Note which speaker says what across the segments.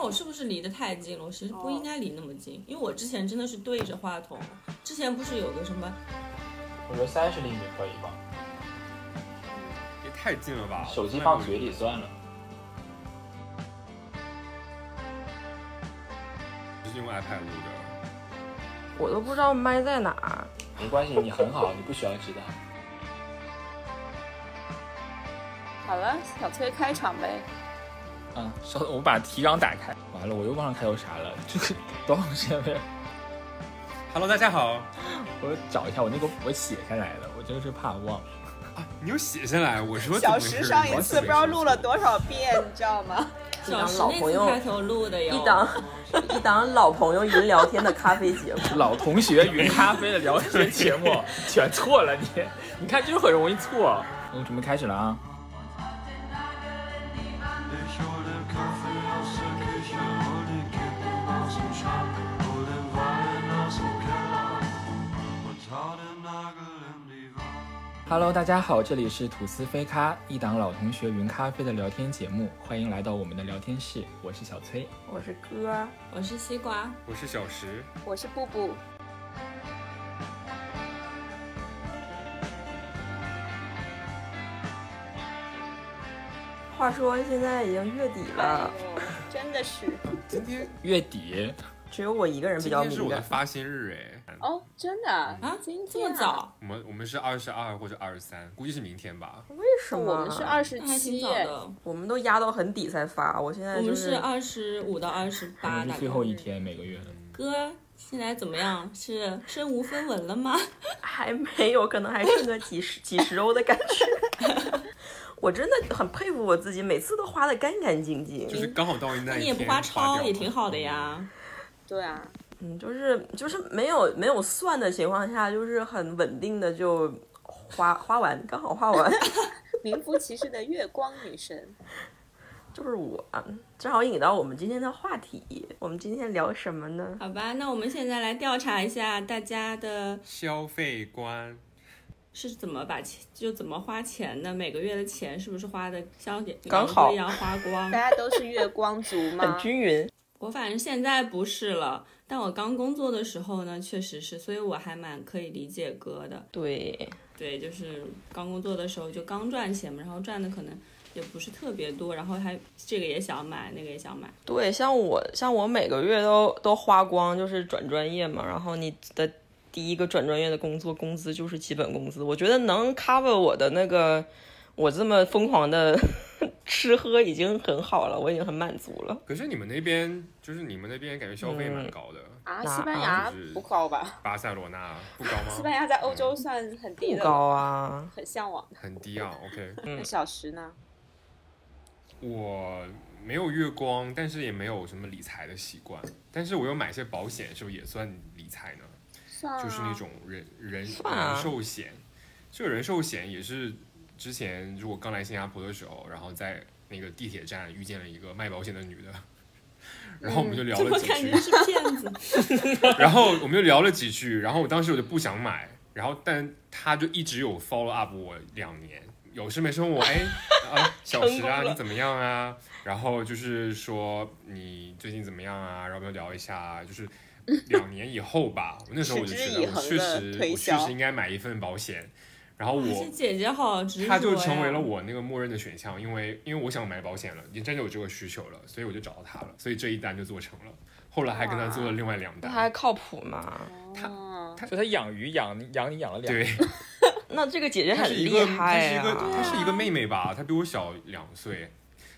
Speaker 1: 那我是不是离得太近了？我其实
Speaker 2: 哦
Speaker 1: 不应该离那么近，因为我之前真的是对着话筒。之前不是有个什么，
Speaker 3: 我觉得三十厘米可以吧，
Speaker 4: 也太近了
Speaker 5: 哦
Speaker 4: 吧！
Speaker 3: 手机放嘴里算了。
Speaker 4: 就是用 iPad 录的。
Speaker 2: 我都不知道麦在哪儿。
Speaker 3: 没关系，你很好，你不需要知道。
Speaker 6: 好了，小崔开场呗。
Speaker 5: 嗯，稍等，我把提纲打开。完了，我又忘了开头啥了，这个多长时间没有？
Speaker 4: Hello，大家好
Speaker 5: 我找一下，我那个我写下来了，我真是怕忘。
Speaker 4: 啊！你又写下来，我说
Speaker 6: 小时上一次不知道录了多少遍，你知道吗？
Speaker 2: 一
Speaker 1: 小
Speaker 2: 档
Speaker 1: 时
Speaker 2: 老
Speaker 1: 那
Speaker 2: 朋
Speaker 1: 次
Speaker 2: 友，
Speaker 1: 开头录的哟。
Speaker 2: 一档 一档老朋友云聊天的咖啡节目。
Speaker 5: 老同学云咖啡的聊天节目 选错了你，你看就是很容易错。我准备开始了啊！Hello，大家好，这里是吐司飞咖，一档老同学云咖啡的聊天节目，欢迎来到我们的聊天室，我是小崔。
Speaker 2: 我是歌儿，
Speaker 1: 我是西瓜，
Speaker 4: 我是小时，
Speaker 6: 我是布布，
Speaker 2: 话说现在已经月底
Speaker 6: 哎
Speaker 2: 了，
Speaker 6: 呦，真的是
Speaker 4: 今天
Speaker 5: 月底
Speaker 2: 只有我一个人比
Speaker 4: 今
Speaker 2: 较
Speaker 4: 天是
Speaker 2: 敏
Speaker 4: 我的
Speaker 2: 感。
Speaker 4: 发薪日哎。
Speaker 6: 哦，真的啊
Speaker 1: 啊
Speaker 6: 今
Speaker 1: 这么
Speaker 6: 天啊？
Speaker 1: 早，
Speaker 4: 我们我们是二十二或者二十三，估计是明天吧。
Speaker 2: 为什么？啊
Speaker 6: 我们是二，十
Speaker 1: 那哎还挺
Speaker 6: 七
Speaker 1: 早，的。
Speaker 2: 我们都压到很底才发。我现在
Speaker 1: 我
Speaker 2: 就
Speaker 1: 们是二十五到二十
Speaker 5: 我
Speaker 1: 八，
Speaker 5: 们
Speaker 1: 大
Speaker 5: 是
Speaker 1: 概
Speaker 5: 最后一天，每个月的。
Speaker 1: 哥现在怎么样？是身无分文了吗？
Speaker 2: 还没有，可能还剩个几十 几十欧的感觉。 我真的很佩服我自己，每次都花的干干净净。
Speaker 4: 就是刚好到那一
Speaker 1: 你
Speaker 4: 天，
Speaker 1: 也不花
Speaker 4: 掉
Speaker 1: 超，
Speaker 4: 了
Speaker 1: 也挺
Speaker 5: 嗯
Speaker 1: 好的。呀。
Speaker 6: 对啊，
Speaker 2: 嗯，就是就是没有没有算的情况下，就是很稳定的就花花完，刚好花完，
Speaker 6: 名副其实的月光女神。
Speaker 2: 就是我。正好引到我们今天的话题，我们今天聊什么呢？
Speaker 1: 好吧，那我们现在来调查一下大家的
Speaker 4: 消费观，
Speaker 1: 是怎么把钱就怎么花钱的，每个月的钱是不是花的像点
Speaker 2: 刚好
Speaker 1: 一样花光
Speaker 6: 大？家都是月光族
Speaker 2: 很
Speaker 6: 吗？
Speaker 2: 均匀，
Speaker 1: 我反正现在不是了，但我刚工作的时候呢，确实是，所以我还蛮可以理解哥的。
Speaker 2: 对，
Speaker 1: 对，就是刚工作的时候就刚赚钱嘛，然后赚的可能也不是特别多，然后还这个也想买，那个也想买。
Speaker 2: 对，像我像我每个月都都花光，就是转专业嘛，然后你的第一个转专业的工作工资就是基本工资，我觉得能 cover 我的那个我这么疯狂的 吃喝已经很好了，我已经很满足了。
Speaker 4: 可是你们那边就是你们那边感觉消费蛮高的，
Speaker 6: 啊，
Speaker 2: 哪
Speaker 6: 西班牙
Speaker 4: 就是
Speaker 6: 不高吧？
Speaker 4: 巴塞罗那不高吗？
Speaker 6: 西班牙在欧洲算很低
Speaker 2: 不
Speaker 6: 的，
Speaker 2: 高啊，
Speaker 6: 很向往的。
Speaker 4: 很低啊。OK，
Speaker 6: 那小时呢？
Speaker 4: 我没有月光，但是也没有什么理财的习惯，但是我有买一些保险，是不是也算理财呢？
Speaker 6: 算啊，
Speaker 4: 就是那种人人
Speaker 2: 算啊
Speaker 4: 人寿险，这个人寿险也是之前如果刚来新加坡的时候，然后在那个地铁站遇见了一个卖保险的女的，然后我们就聊
Speaker 1: 怎么
Speaker 4: 了几
Speaker 1: 感
Speaker 4: 句
Speaker 1: 觉，是骗 子？
Speaker 4: 然后我们就聊了几句，然后我当时我就不想买，然后但他就一直有 follow up 我两年，有事没事问我，哎，啊，小石啊，你怎么样啊？然后就是说你最近怎么样啊？然后我们就聊一下啊，就是两年以后吧，我那时候我就觉
Speaker 6: 持之以
Speaker 4: 得我
Speaker 6: 恒
Speaker 4: 确
Speaker 6: 的
Speaker 4: 实
Speaker 6: 推
Speaker 4: 我确
Speaker 6: 销
Speaker 4: 实应该买一份保险，然后我
Speaker 1: 这姐姐好执着呀。
Speaker 4: 它就成为了我那个默认的选项，因为因为我想买保险了，也真的有这个需求了，所以我就找到它了，所以这一单就做成了。后来还跟他做了另外两
Speaker 2: 那还
Speaker 4: 单，
Speaker 2: 靠谱吗？
Speaker 6: 哦
Speaker 5: 就他养鱼养养你养了两
Speaker 4: 对，
Speaker 2: 那这个姐姐
Speaker 4: 她
Speaker 2: 很
Speaker 4: 是一
Speaker 2: 厉
Speaker 4: 个她
Speaker 2: 害
Speaker 4: 是一个
Speaker 2: 啊！
Speaker 4: 她是一个妹妹吧，她比我小两岁，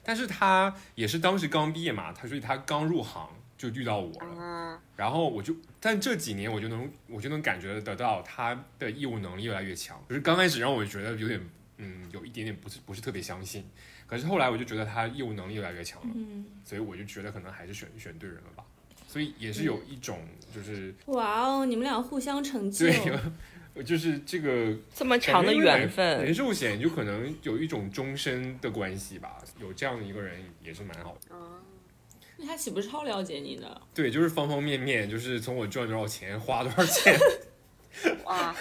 Speaker 4: 但是她也是当时刚毕业嘛，她所以她刚入行就遇到我了，
Speaker 6: 啊，
Speaker 4: 然后我就，但这几年我就能，我就能感觉得到他的业务能力越来越强。就是刚开始让我觉得有点，嗯，有一点点不是不是特别相信，可是后来我就觉得他业务能力越来越强了，
Speaker 1: 嗯
Speaker 4: 所以我就觉得可能还是选选对人了吧。所以也是
Speaker 2: 嗯
Speaker 4: 有一种就是、
Speaker 1: 哇哦，你们俩互相成就。
Speaker 4: 对， 就是这个
Speaker 2: 这么长
Speaker 4: 感觉
Speaker 2: 的缘
Speaker 4: 因为人
Speaker 2: 分，
Speaker 4: 人寿险就可能有一种终身的关系吧。有这样的一个人也是蛮好的。
Speaker 6: 啊
Speaker 1: 那他岂不是超了解你的？
Speaker 4: 对，就是方方面面，就是从我赚多少钱，花多少钱，
Speaker 6: 哇，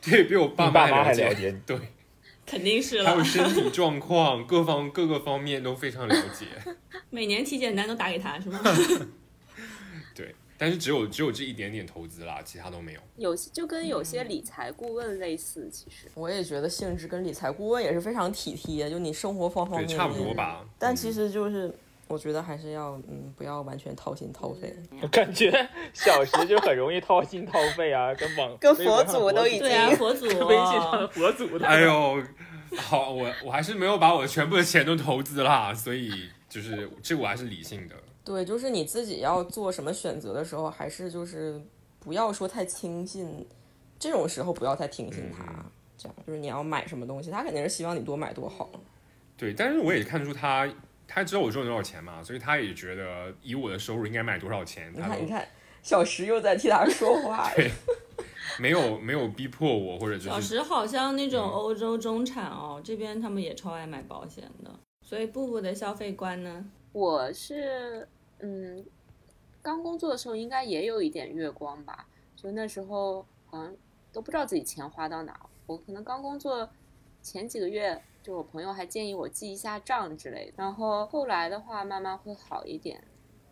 Speaker 4: 这比我爸
Speaker 5: 你爸
Speaker 4: 还
Speaker 5: 妈还
Speaker 4: 了
Speaker 5: 了解你
Speaker 4: 对。
Speaker 1: 肯定是
Speaker 4: 还
Speaker 1: 了
Speaker 4: 有。身体状况，各方各个方面都非常了解。
Speaker 1: 每年体检单都打给他是 吗？
Speaker 4: 对，但是只有只有这一点点投资啦，其他都没有。
Speaker 6: 有些就跟有些理财顾问类似，其实
Speaker 2: 我也觉得性质跟理财顾问也是非常体贴，就你生活方方
Speaker 4: 对，
Speaker 2: 面面。
Speaker 4: 差不多。嗯吧。
Speaker 2: 哦但其实就是，我觉得还是要嗯，不要完全掏心掏肺。
Speaker 6: 嗯
Speaker 3: 我感觉小时就很容易掏心掏肺啊，跟网
Speaker 6: 跟
Speaker 3: 微博
Speaker 6: 佛
Speaker 3: 上
Speaker 6: 祖都已
Speaker 1: 对啊，佛祖，
Speaker 3: 微信上的佛祖的，
Speaker 4: 哎呦，好，我我还是没有把我全部的钱都投资啦，所以就是这我还是理性的。
Speaker 2: 对，就是你自己要做什么选择的时候，还是就是不要说太轻信，这种时候不要太听信他。
Speaker 4: 嗯
Speaker 2: 这样就是你要买什么东西，他肯定是希望你多买多好。
Speaker 4: 哎对，但是我也看出他，他知道我赚多少钱嘛，所以他也觉得以我的收入应该买多少钱，
Speaker 2: 你
Speaker 4: 他
Speaker 2: 看，你
Speaker 4: 都
Speaker 2: 看，小石又在替他说话。
Speaker 4: 没有没有逼迫我或者就
Speaker 1: 小
Speaker 4: 是
Speaker 1: 时好像那
Speaker 5: 嗯
Speaker 1: 种欧洲中产哦，这边他们也超爱买保险的。所以步步的消费观呢，
Speaker 6: 我是嗯，刚工作的时候应该也有一点月光吧，就那时候好像都不知道自己钱花到哪儿。我可能刚工作前几个月，就我朋友还建议我记一下账之类的。然后后来的话，慢慢会好一点，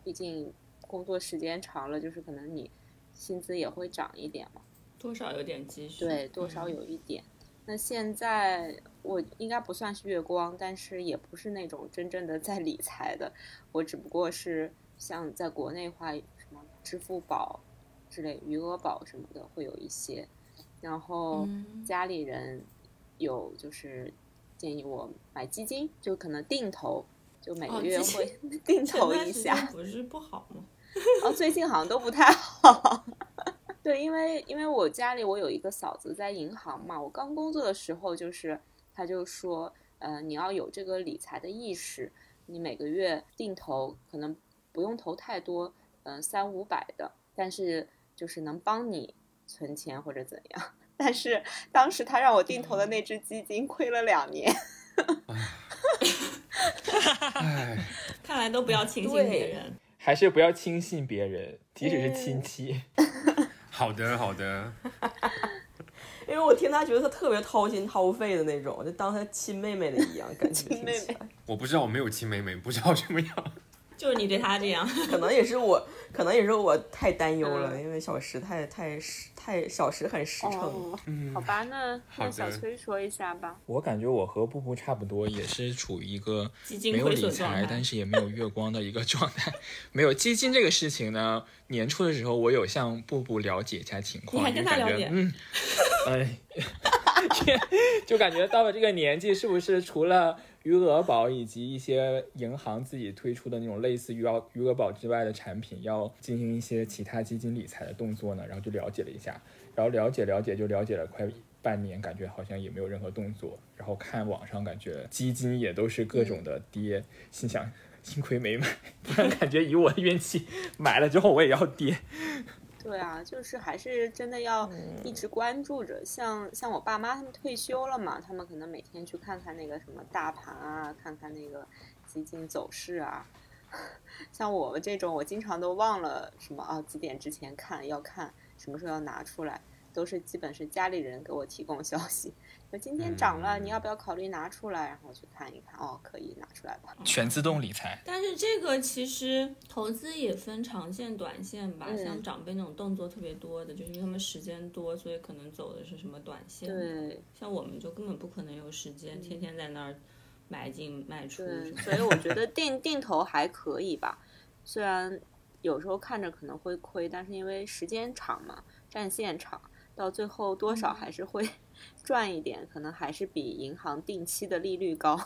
Speaker 6: 毕竟工作时间长了，就是可能你薪资也会涨一点嘛。
Speaker 1: 多少有点积蓄。嗯
Speaker 6: 对，多少有一点。那现在我应该不算是月光，但是也不是那种真正的在理财的，我只不过是像在国内话什么支付宝之类、余额宝什么的会有一些，然后
Speaker 1: 嗯
Speaker 6: 家里人有就是建议我买基金，就可能定投，就每
Speaker 1: 哦
Speaker 6: 个月
Speaker 1: 基金
Speaker 6: 会 定
Speaker 1: 前
Speaker 6: 投
Speaker 1: 段
Speaker 6: 一
Speaker 1: 时
Speaker 6: 下
Speaker 1: 间。不是不好吗？
Speaker 6: 哦，最近好像都不太好。 对，因为因为我家里我有一个嫂子在银行嘛，我刚工作的时候就是，她就说，呃，你要有这个理财的意识，你每个月定投可能不用投太多，嗯、三五百的，但是就是能帮你存钱或者怎样。 但是当时他让我定投
Speaker 4: 嗯
Speaker 6: 的那只基金亏了两年，
Speaker 4: 哎，
Speaker 1: 看来都不
Speaker 6: 嗯
Speaker 1: 要轻信别人。
Speaker 3: 还是不要轻信别人，即使是
Speaker 6: 嗯
Speaker 3: 亲戚。
Speaker 4: 好的好的，
Speaker 2: 因为我听他觉得他特别掏心掏肺的那种，就当他亲妹妹的一样，感觉
Speaker 6: 亲妹妹
Speaker 2: 听起来
Speaker 4: 我不知道我没有亲妹妹，不知道什么 样。
Speaker 1: 就是你对他这样，
Speaker 2: 可能也是我，可能也是我太担忧了，
Speaker 6: 嗯
Speaker 2: 因为小石太太实太小石很实诚，
Speaker 6: 哦，
Speaker 4: 嗯
Speaker 6: 好，吧，那
Speaker 4: 好
Speaker 6: 那
Speaker 4: 的
Speaker 6: 小崔说一下吧。
Speaker 5: 我感觉我和布布差不多，也是处于一个
Speaker 1: 基金
Speaker 5: 没有
Speaker 1: 亏
Speaker 5: 理
Speaker 1: 损状
Speaker 5: 财
Speaker 1: 态，
Speaker 5: 但是也没有月光的一个状态。 没有基金这个事情呢，年初的时候我有向布布了解一下情况，
Speaker 1: 你还跟他
Speaker 5: 就感觉
Speaker 1: 了解
Speaker 5: 嗯，哎，
Speaker 3: 就感觉到了这个年纪，是不是除了余额宝以及一些银行自己推出的那种类似余额余额宝之外的产品，要进行一些其他基金理财的动作呢？然后就了解了一下，然后了解了解就了解了快半年，感觉好像也没有任何动作。然后看网上感觉基金也都是各种
Speaker 1: 嗯
Speaker 3: 的跌，心想幸亏没买，不然感觉以我的运气买了之后我也要跌。
Speaker 6: 对啊，就是还是真的要一直关注着。像像我爸妈他们退休了嘛，他们可能每天去看看那个什么大盘啊，看看那个基金走势啊。 像我们这种，我经常都忘了什么啊，几点之前看要看，什么时候要拿出来，都是基本是家里人给我提供消息。我今天涨了，你要不要考虑拿出来？然后我去看一看，哦，可以拿出来吧。
Speaker 5: 全自动理财。
Speaker 1: 但是这个其实投资也分长线、短线吧。
Speaker 6: 嗯
Speaker 1: 像长辈那种动作特别多的，就是因为他们时间多，所以可能走的是什么短线。，
Speaker 6: 对嗯
Speaker 1: 像我们就根本不可能有时间天天在那儿买进卖出什么
Speaker 6: 对，
Speaker 1: 的。
Speaker 6: 所以我觉得定定投还可以吧，虽然有时候看着可能会亏，但是因为时间长嘛，战线长，到最后多
Speaker 4: 嗯
Speaker 6: 少还是会 赚一点，可能还是比银行定期的利率高，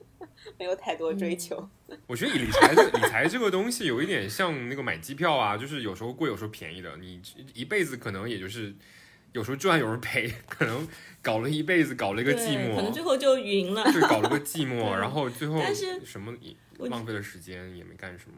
Speaker 6: 没有太多追求。
Speaker 4: 我觉得理财这理财这个东西有一点像那个买机票啊，就是有时候贵，有时候便宜的。你一辈子可能也就是有时候赚，有时候赔，可能搞了一辈子，搞了一个寂
Speaker 1: 对，可能最
Speaker 4: 寞，
Speaker 1: 后就匀了。
Speaker 4: 对，搞了个寂寞，然后最后
Speaker 1: 但是
Speaker 4: 什么也
Speaker 1: 我
Speaker 4: 浪费了时间，也没干什么，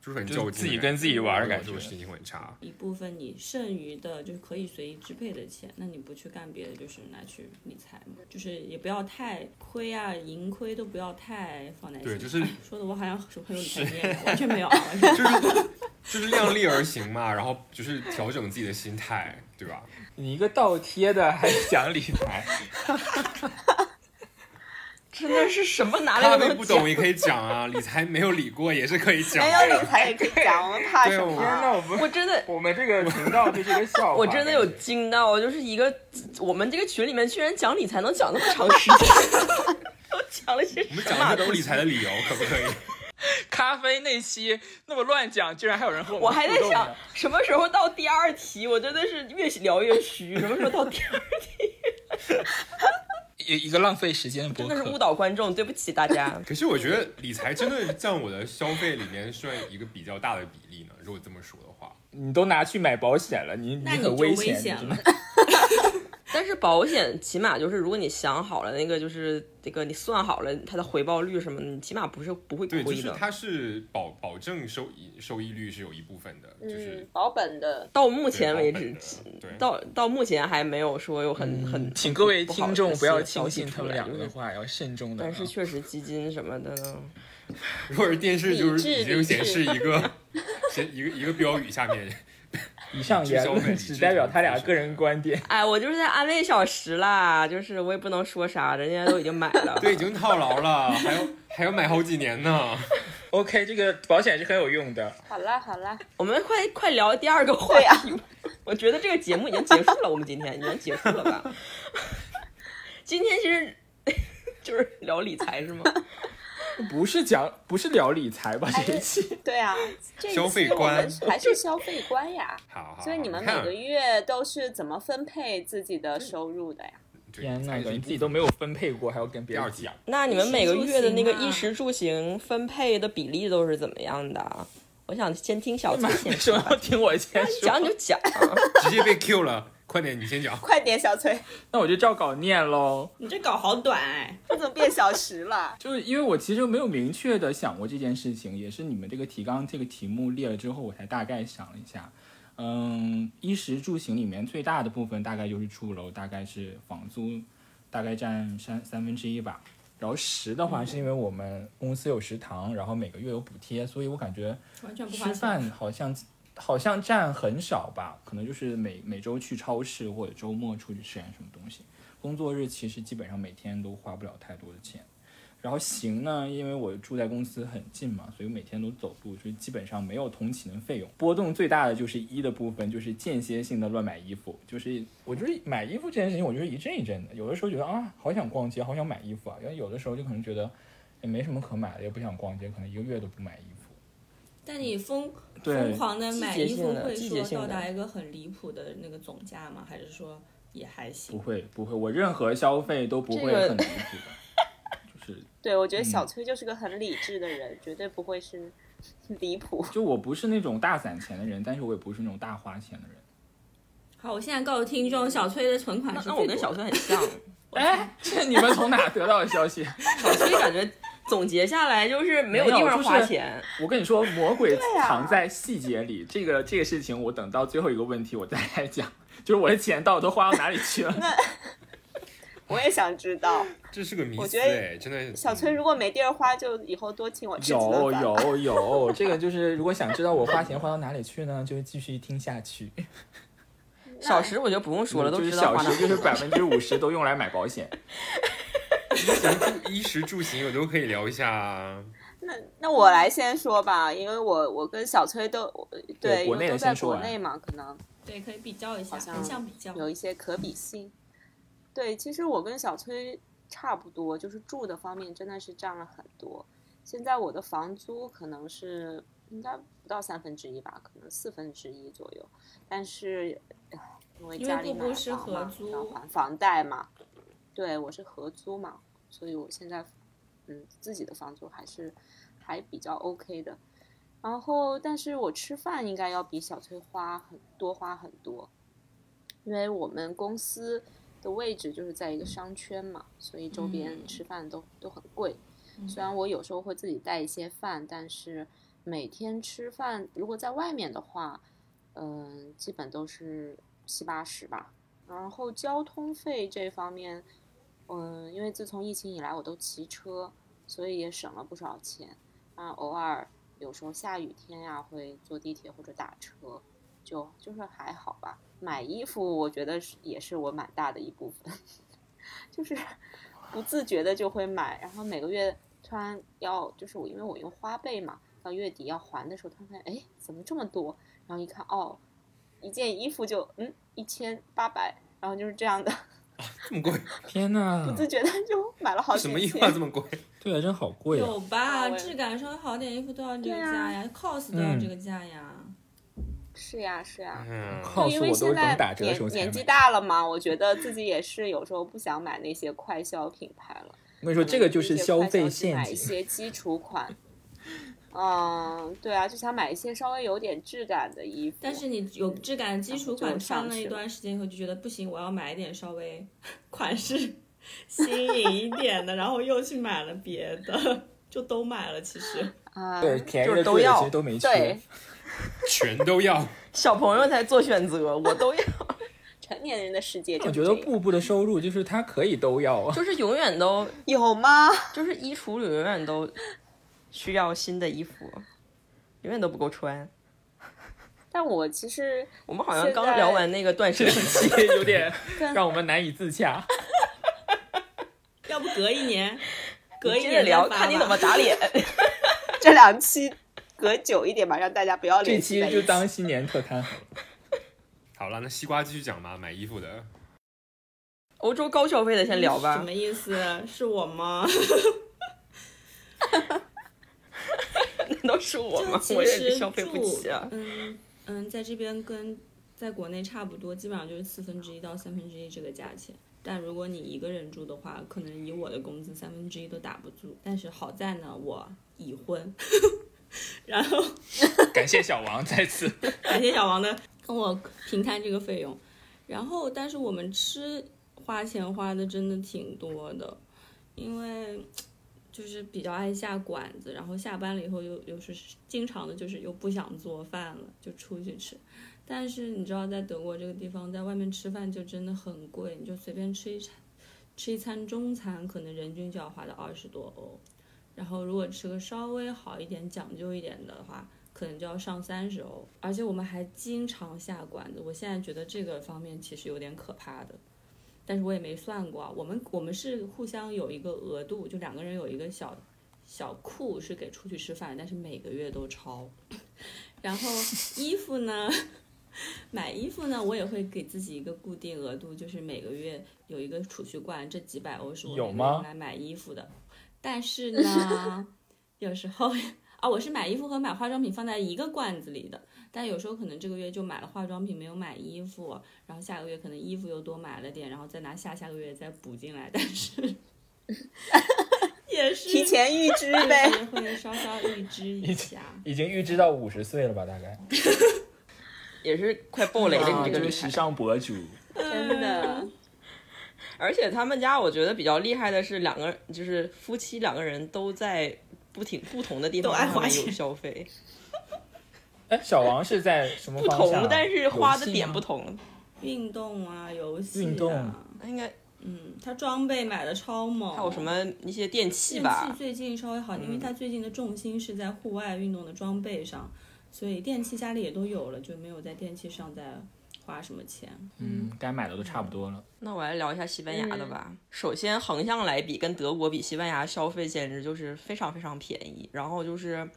Speaker 4: 就是很
Speaker 5: 就
Speaker 4: 较
Speaker 5: 是
Speaker 4: 劲，
Speaker 5: 自己跟自己玩的感
Speaker 4: 这
Speaker 5: 觉
Speaker 4: 种心情很差。
Speaker 1: 一部分你剩余的就是可以随意支配的钱，那你不去干别的，就是拿去理财嘛，就是也不要太亏啊，盈亏都不要太放在心上。
Speaker 4: 对就是
Speaker 1: 哎说的我好像很很有理财经验，完全没有啊，完全没有
Speaker 4: 就是就是量力而行嘛，然后就是调整自己的心态，对吧？
Speaker 3: 你一个倒贴的还想理财？
Speaker 2: 真的是什么拿
Speaker 4: 咖
Speaker 2: 来
Speaker 4: 啡
Speaker 2: 都
Speaker 4: 不
Speaker 2: 讲
Speaker 4: 懂也可以讲啊，理财没有理过也是可以讲
Speaker 6: 没。有 理财也可以讲，我们怕
Speaker 4: 对
Speaker 6: 什
Speaker 4: 我
Speaker 6: 么
Speaker 4: 们
Speaker 6: 啊？
Speaker 5: 那我们
Speaker 2: 我真 的
Speaker 5: 我们这个频道就是一个笑话。
Speaker 2: 我真的有惊到，就是一个我们这个群里面居然讲理财能讲那么长时间， 都讲了些
Speaker 4: 我们
Speaker 2: 什
Speaker 4: 讲
Speaker 2: 么
Speaker 4: 的都是理财的理由，可不可以？
Speaker 5: 咖啡那期那么乱讲，居然还有人和
Speaker 2: 我
Speaker 5: 们
Speaker 2: 还在
Speaker 5: 互动
Speaker 2: 想
Speaker 5: 呢
Speaker 2: 什么时候到第二题，我真的是越聊越虚。什么时候到第 二题？
Speaker 5: 一一个浪费时间的
Speaker 2: 真
Speaker 5: 博
Speaker 2: 的是误
Speaker 5: 客。
Speaker 2: 导观众，对不起大 家。
Speaker 4: 可是我觉得理财真的占我的消费里面算一个比较大的比例呢。如果这么说的话，
Speaker 5: 你都拿去买保险了，你
Speaker 1: 那你
Speaker 5: 很
Speaker 1: 就
Speaker 5: 危
Speaker 1: 危险
Speaker 5: 你
Speaker 1: 了
Speaker 5: 知道吗
Speaker 2: 但是保险起码就是，如果你想好了那个，就是这个你算好了它的回报率什么的，你起码不是不会
Speaker 4: 对，
Speaker 2: 亏的。
Speaker 4: 就是它是保保证收益收益率是有一部分的，就是
Speaker 6: 嗯，保本的
Speaker 2: 到目
Speaker 4: 目
Speaker 2: 前为止，
Speaker 4: 对
Speaker 2: 到到目前还没有说有很、很
Speaker 5: 嗯请各位
Speaker 2: 不好的
Speaker 5: 听众不要
Speaker 2: 消
Speaker 5: 轻
Speaker 2: 息
Speaker 5: 信他们
Speaker 2: 出来
Speaker 5: 两个的话，要慎重的啊。
Speaker 2: 但是确实基金什么的呢，
Speaker 4: 如果是电视，就是
Speaker 6: 理智
Speaker 4: 已经显示一个 显一个一个标语下 面，
Speaker 5: 以上言
Speaker 4: 理智消费
Speaker 5: 论
Speaker 4: 理
Speaker 5: 只
Speaker 4: 智
Speaker 5: 代表
Speaker 4: 消费。
Speaker 5: 他俩个人观点。
Speaker 2: 哎，我就是在安慰小石啦，就是我也不能说啥，人家都已经买了
Speaker 4: 对，已经套牢了，还要还要买好几年呢。
Speaker 5: OK，这个保险是很有用的。
Speaker 6: 好啦好 啦，
Speaker 2: 我们快快聊第二个话
Speaker 6: 对啊呀、
Speaker 2: 题。我觉得这个节目已经结束了，我们今天已经结束了吧？ 今天其实 就是聊理财是吗？
Speaker 5: 不是讲，不是聊理财吧？
Speaker 6: 哎
Speaker 5: 这一期
Speaker 6: 对啊，这一
Speaker 4: 消费
Speaker 6: 期我
Speaker 4: 观
Speaker 6: 们还是消费观 呀。
Speaker 4: 好好好，
Speaker 6: 所以你们每
Speaker 4: 看
Speaker 6: 个月都是怎么分配自己的收入的呀？
Speaker 4: 对
Speaker 5: 天
Speaker 4: 财
Speaker 5: 呐，
Speaker 4: 是
Speaker 5: 你
Speaker 4: 一
Speaker 5: 自己
Speaker 4: 部
Speaker 5: 都没有分配过，还要跟别
Speaker 4: 第二
Speaker 5: 人
Speaker 4: 季
Speaker 5: 讲
Speaker 4: 啊。
Speaker 2: 那你们每个月的那个
Speaker 1: 衣食住行啊
Speaker 2: 衣食住行分配的比例都是怎么样的啊？我想先听小崔先
Speaker 5: 为什么要
Speaker 2: 说，
Speaker 5: 听我先
Speaker 2: 你讲你
Speaker 5: 说？
Speaker 2: 就讲啊。
Speaker 4: 直接被 Q 了，快点，你先讲。
Speaker 6: 快点，小崔，
Speaker 5: 那我就照稿念喽。
Speaker 1: 你这稿好短哎，
Speaker 6: 我怎么变小时了？
Speaker 5: 就是因为我其实没有明确的想过这件事情，也是你们这个提纲这个题目列了之后，我才大概想了一下。嗯，衣食住行里面最大的部分大概就是住楼，大概是房租，大概占三三分之一吧。然后食的话，是因为我们公司有食堂，然后每个月有补贴，所以我感觉
Speaker 1: 完全不花
Speaker 5: 吃
Speaker 1: 钱。
Speaker 5: 饭好像好像占很少吧，可能就是每每周去超市或者周末出去吃点什么东西。工作日其实基本上每天都花不了太多的钱。然后行呢，因为我住在公司很近嘛，所以每天都走路，就是基本上没有通勤的费用。波动最大的就是一的部分，就是间歇性的乱买衣服，就是我就是买衣服这件事情，我就是一阵一阵的。有的时候觉得啊，好想逛街，好想买衣服啊；然后有的时候就可能觉得也没什么可买的，也不想逛街，可能一个月都不买衣服。
Speaker 1: 但你疯
Speaker 5: 对
Speaker 1: 疯狂的买衣服，会
Speaker 2: 季节性的季节
Speaker 1: 说
Speaker 2: 性的
Speaker 1: 到达一个很离谱的那个总价吗？还是说也还
Speaker 5: 不
Speaker 1: 行？
Speaker 5: 会不会，我任何消费都不会
Speaker 2: 这个
Speaker 5: 很离谱的，就是
Speaker 6: 对，我觉得小
Speaker 5: 嗯
Speaker 6: 崔就是个很理智的人，绝对不会是 离谱。
Speaker 5: 就我不是那种大攒钱的人，但是我也不是那种大花钱的人。
Speaker 1: 好，我现在告诉听众，小崔的存款
Speaker 2: 那
Speaker 1: 是
Speaker 2: 那我跟
Speaker 1: 最多
Speaker 2: 小
Speaker 1: 的
Speaker 2: 崔很 像，
Speaker 5: 哎，这你们从哪得到的消息？
Speaker 2: 小崔感觉总结下来就是哎没有
Speaker 5: 没有
Speaker 2: 地方
Speaker 5: 就是
Speaker 2: 花钱。
Speaker 5: 我跟你说，魔鬼
Speaker 6: 啊
Speaker 5: 藏在细节里。这个这个事情，我等到最后一个问题我再来讲， 就是我的钱到底都花到哪里去 了？
Speaker 6: 我也想知道，
Speaker 4: 这是个迷
Speaker 6: 我
Speaker 4: 思
Speaker 6: 觉得
Speaker 4: 哎，真的。
Speaker 6: 小崔如果没地儿花，就以后多请我吃几
Speaker 5: 嗯有
Speaker 6: 顿饭。
Speaker 5: 有有，这个就是如果想知道我花钱花到哪里去呢，就继续听下去。
Speaker 2: 小石我就不用说了，都
Speaker 5: 嗯就是
Speaker 2: 知道
Speaker 5: 小
Speaker 2: 花哪
Speaker 5: 时就是百分之五十都用来买保 险。
Speaker 4: 衣嗯食衣食住行我都可以聊一下啊。
Speaker 6: 那那我来先说吧，因为我我跟小崔都
Speaker 5: 对
Speaker 6: 对，因
Speaker 5: 国内
Speaker 6: 为
Speaker 5: 的
Speaker 6: 都
Speaker 5: 先
Speaker 6: 在
Speaker 5: 说啊
Speaker 6: 国
Speaker 5: 完
Speaker 6: 内嘛，可能
Speaker 1: 对，可以比较一下，
Speaker 6: 好像
Speaker 1: 横向比较。
Speaker 6: 有一些可比性。对，其实我跟小崔差不多，就是住的方面真的是占了很多。现在我的房租可能是应该不到三分之一吧，可能四分之一左右。但是，唉因为
Speaker 1: 因为
Speaker 6: 家里
Speaker 1: 布
Speaker 6: 买
Speaker 1: 布
Speaker 6: 了
Speaker 1: 是
Speaker 6: 房嘛
Speaker 1: 合，
Speaker 6: 要
Speaker 1: 租
Speaker 6: 还房贷嘛，对我是合租嘛，所以我现在嗯自己的房租还是还比较 OK 的。然后，但是我吃饭应该要比小崔花很多花很多，因为我们公司的位置就是在一个商圈嘛，所以周边
Speaker 1: 嗯
Speaker 6: 吃饭都、都很贵。
Speaker 1: 嗯
Speaker 6: 虽然我有时候会自己带一些饭，但是每天吃饭如果在外面的话，嗯、基本都是七八十吧。然后交通费这方面，嗯、因为自从疫情以来我都骑车，所以也省了不少钱。啊，偶尔有时候下雨天呀、会坐地铁或者打车，就就是还好吧。 买衣服我觉得是也是我蛮大的一部分，就是不自觉的就会买，然后每个月突然要就是我因为我用花呗嘛，到月底要还的时候，突然发现哎怎么这么多，然后一看哦，一件衣服就嗯一千八百，然后就是这样的，
Speaker 4: 这么贵，
Speaker 5: 天呐，
Speaker 6: 不自觉的就买了好几
Speaker 4: 什么衣服啊
Speaker 6: 件。
Speaker 4: 这么贵？
Speaker 5: 对啊，真好贵啊！
Speaker 1: 有吧？
Speaker 6: 啊我也
Speaker 1: 质感稍微好点衣服都要这个
Speaker 6: 对啊
Speaker 1: 价呀、c o s 都要这个价呀。
Speaker 6: 是呀是呀，
Speaker 4: 嗯，
Speaker 6: 就
Speaker 5: 告
Speaker 6: 因
Speaker 5: 诉
Speaker 6: 为
Speaker 5: 我都
Speaker 6: 现
Speaker 5: 是
Speaker 6: 在
Speaker 5: 等打折的时候
Speaker 6: 年
Speaker 5: 才
Speaker 6: 年纪
Speaker 5: 买。
Speaker 6: 大了嘛，我觉得自己也是有时候不想买那些快消品牌了。
Speaker 5: 我跟你说，这个
Speaker 6: 嗯
Speaker 5: 就是消费陷
Speaker 6: 买一
Speaker 5: 阱。
Speaker 6: 些基础款。嗯，对啊，就想买一些稍微有点质感的衣服。
Speaker 1: 但是你有质感的基础
Speaker 6: 就
Speaker 1: 款
Speaker 6: 上
Speaker 1: 穿了
Speaker 6: 去
Speaker 1: 一
Speaker 6: 了
Speaker 1: 段时间以后，就觉得不行，我要买一点稍微 款式新颖一点的，然后又去买了别的，就都买了。其实
Speaker 6: 啊，
Speaker 5: 对，便宜
Speaker 2: 就是
Speaker 5: 的
Speaker 2: 都
Speaker 5: 贵的
Speaker 2: 要
Speaker 5: 其实都没去。
Speaker 6: 对
Speaker 4: 全都要。
Speaker 2: 小朋友才做选择，我都要，
Speaker 6: 成年人的世界就
Speaker 5: 我
Speaker 6: 是
Speaker 5: 觉
Speaker 6: 这
Speaker 5: 得
Speaker 6: 样，
Speaker 5: 步步的收入就是他可以都要啊。
Speaker 2: 就是永远都
Speaker 6: 有吗？
Speaker 2: 就是衣橱里永远都需要新的衣服，永远都不够穿。
Speaker 6: 但我其实
Speaker 2: 我们好像
Speaker 6: 现
Speaker 2: 刚
Speaker 6: 在
Speaker 2: 聊完那个断舍离，
Speaker 5: 有点让我们难以自洽。
Speaker 1: 要不隔一年，隔一
Speaker 2: 接着
Speaker 1: 年
Speaker 2: 聊，
Speaker 1: 再发
Speaker 2: 看你
Speaker 1: 吧
Speaker 2: 怎么打脸。
Speaker 6: 这两期隔久一点吧，让大家不要
Speaker 5: 这
Speaker 6: 联系
Speaker 5: 期
Speaker 6: 在一起。
Speaker 5: 就当新年特刊好了。
Speaker 4: 好了，那西瓜继续讲吧，买衣服的。
Speaker 2: 欧洲高消费的先聊
Speaker 1: 什
Speaker 2: 吧
Speaker 1: 么，意思？是我吗？
Speaker 2: 那都是我
Speaker 1: 就
Speaker 2: 吗？
Speaker 1: 其
Speaker 2: 我也
Speaker 1: 实
Speaker 2: 消费不起啊
Speaker 1: 住。嗯嗯，在这边跟在国内差不多，基本上就是四分之一到三分之一这个价钱。但如果你一个人住的话，可能以我的工资三分之一都打不住。但是好在呢，我已婚， 然后
Speaker 5: 感谢小王再次。
Speaker 1: 感谢小王的跟我平摊这个费用。然后，但是我们吃花钱花的真的挺多的，因为就是比较爱下馆子，然后下班了以后又又是经常的，就是又不想做饭了，就出去吃。但是你知道，在德国这个地方，在外面吃饭就真的很贵，你就随便吃一餐，吃一餐中餐，可能人均就要花到二十多欧。然后，如果吃个稍微好一点、讲究一点的话，可能就要上三十欧，而且我们还经常下馆子。我现在觉得这个方面其实有点可怕的，但是我也没算过啊。我们我们是互相有一个额度，就两个人有一个小小库是给出去吃饭，但是每个月都超。 然后衣服呢， 买衣服呢，我也会给自己一个固定额度，就是每个月有一个储蓄罐，这几百欧是我
Speaker 5: 有
Speaker 1: 每个月
Speaker 5: 吗
Speaker 1: 用来买衣服的。但是呢， 有时候啊，我是买衣服和买化妆品放在一个罐子里的，但有时候可能这个月就买了化妆品，没有买衣服，然后下个月可能衣服又多买了点，然后再拿下下个月再补进来，但是也是
Speaker 6: 提前预 支
Speaker 1: 也
Speaker 6: 呗。
Speaker 1: 是会稍稍预支一下。
Speaker 5: 已经预知到五十岁了吧？大概。
Speaker 2: 也是快爆雷了，
Speaker 5: 啊
Speaker 2: 你这
Speaker 5: 就是
Speaker 2: 个厉
Speaker 5: 时
Speaker 2: 害。
Speaker 5: 尚博主，
Speaker 6: 真的，
Speaker 2: 而且他们家我觉得比较厉害的是，两个就是夫妻两个人都在不停不同的地方
Speaker 1: 都爱花
Speaker 2: 他们有
Speaker 1: 钱
Speaker 2: 消费，
Speaker 5: 哎，小王是在什么
Speaker 2: 不
Speaker 5: 方向啊？
Speaker 2: 同，但是花
Speaker 5: 游
Speaker 2: 的
Speaker 5: 戏吗
Speaker 2: 点不。同。
Speaker 1: 运动啊，游戏、啊，
Speaker 5: 运动
Speaker 2: 那应该
Speaker 1: 嗯，他装备买的超猛，
Speaker 2: 还有什么一些电器
Speaker 1: 哦电
Speaker 2: 吧
Speaker 1: 器？最近稍微好，
Speaker 5: 嗯
Speaker 1: 因为他最近的重心是在户外运动的装备上，所以电器家里也都有了，就没有在电器上再花什么钱。
Speaker 5: 嗯，该买的都差不多了。
Speaker 2: 那我来聊一下西班牙的吧。首先，横向来比，跟德国比，西班牙消费简直就是非常非常便宜。然后就是，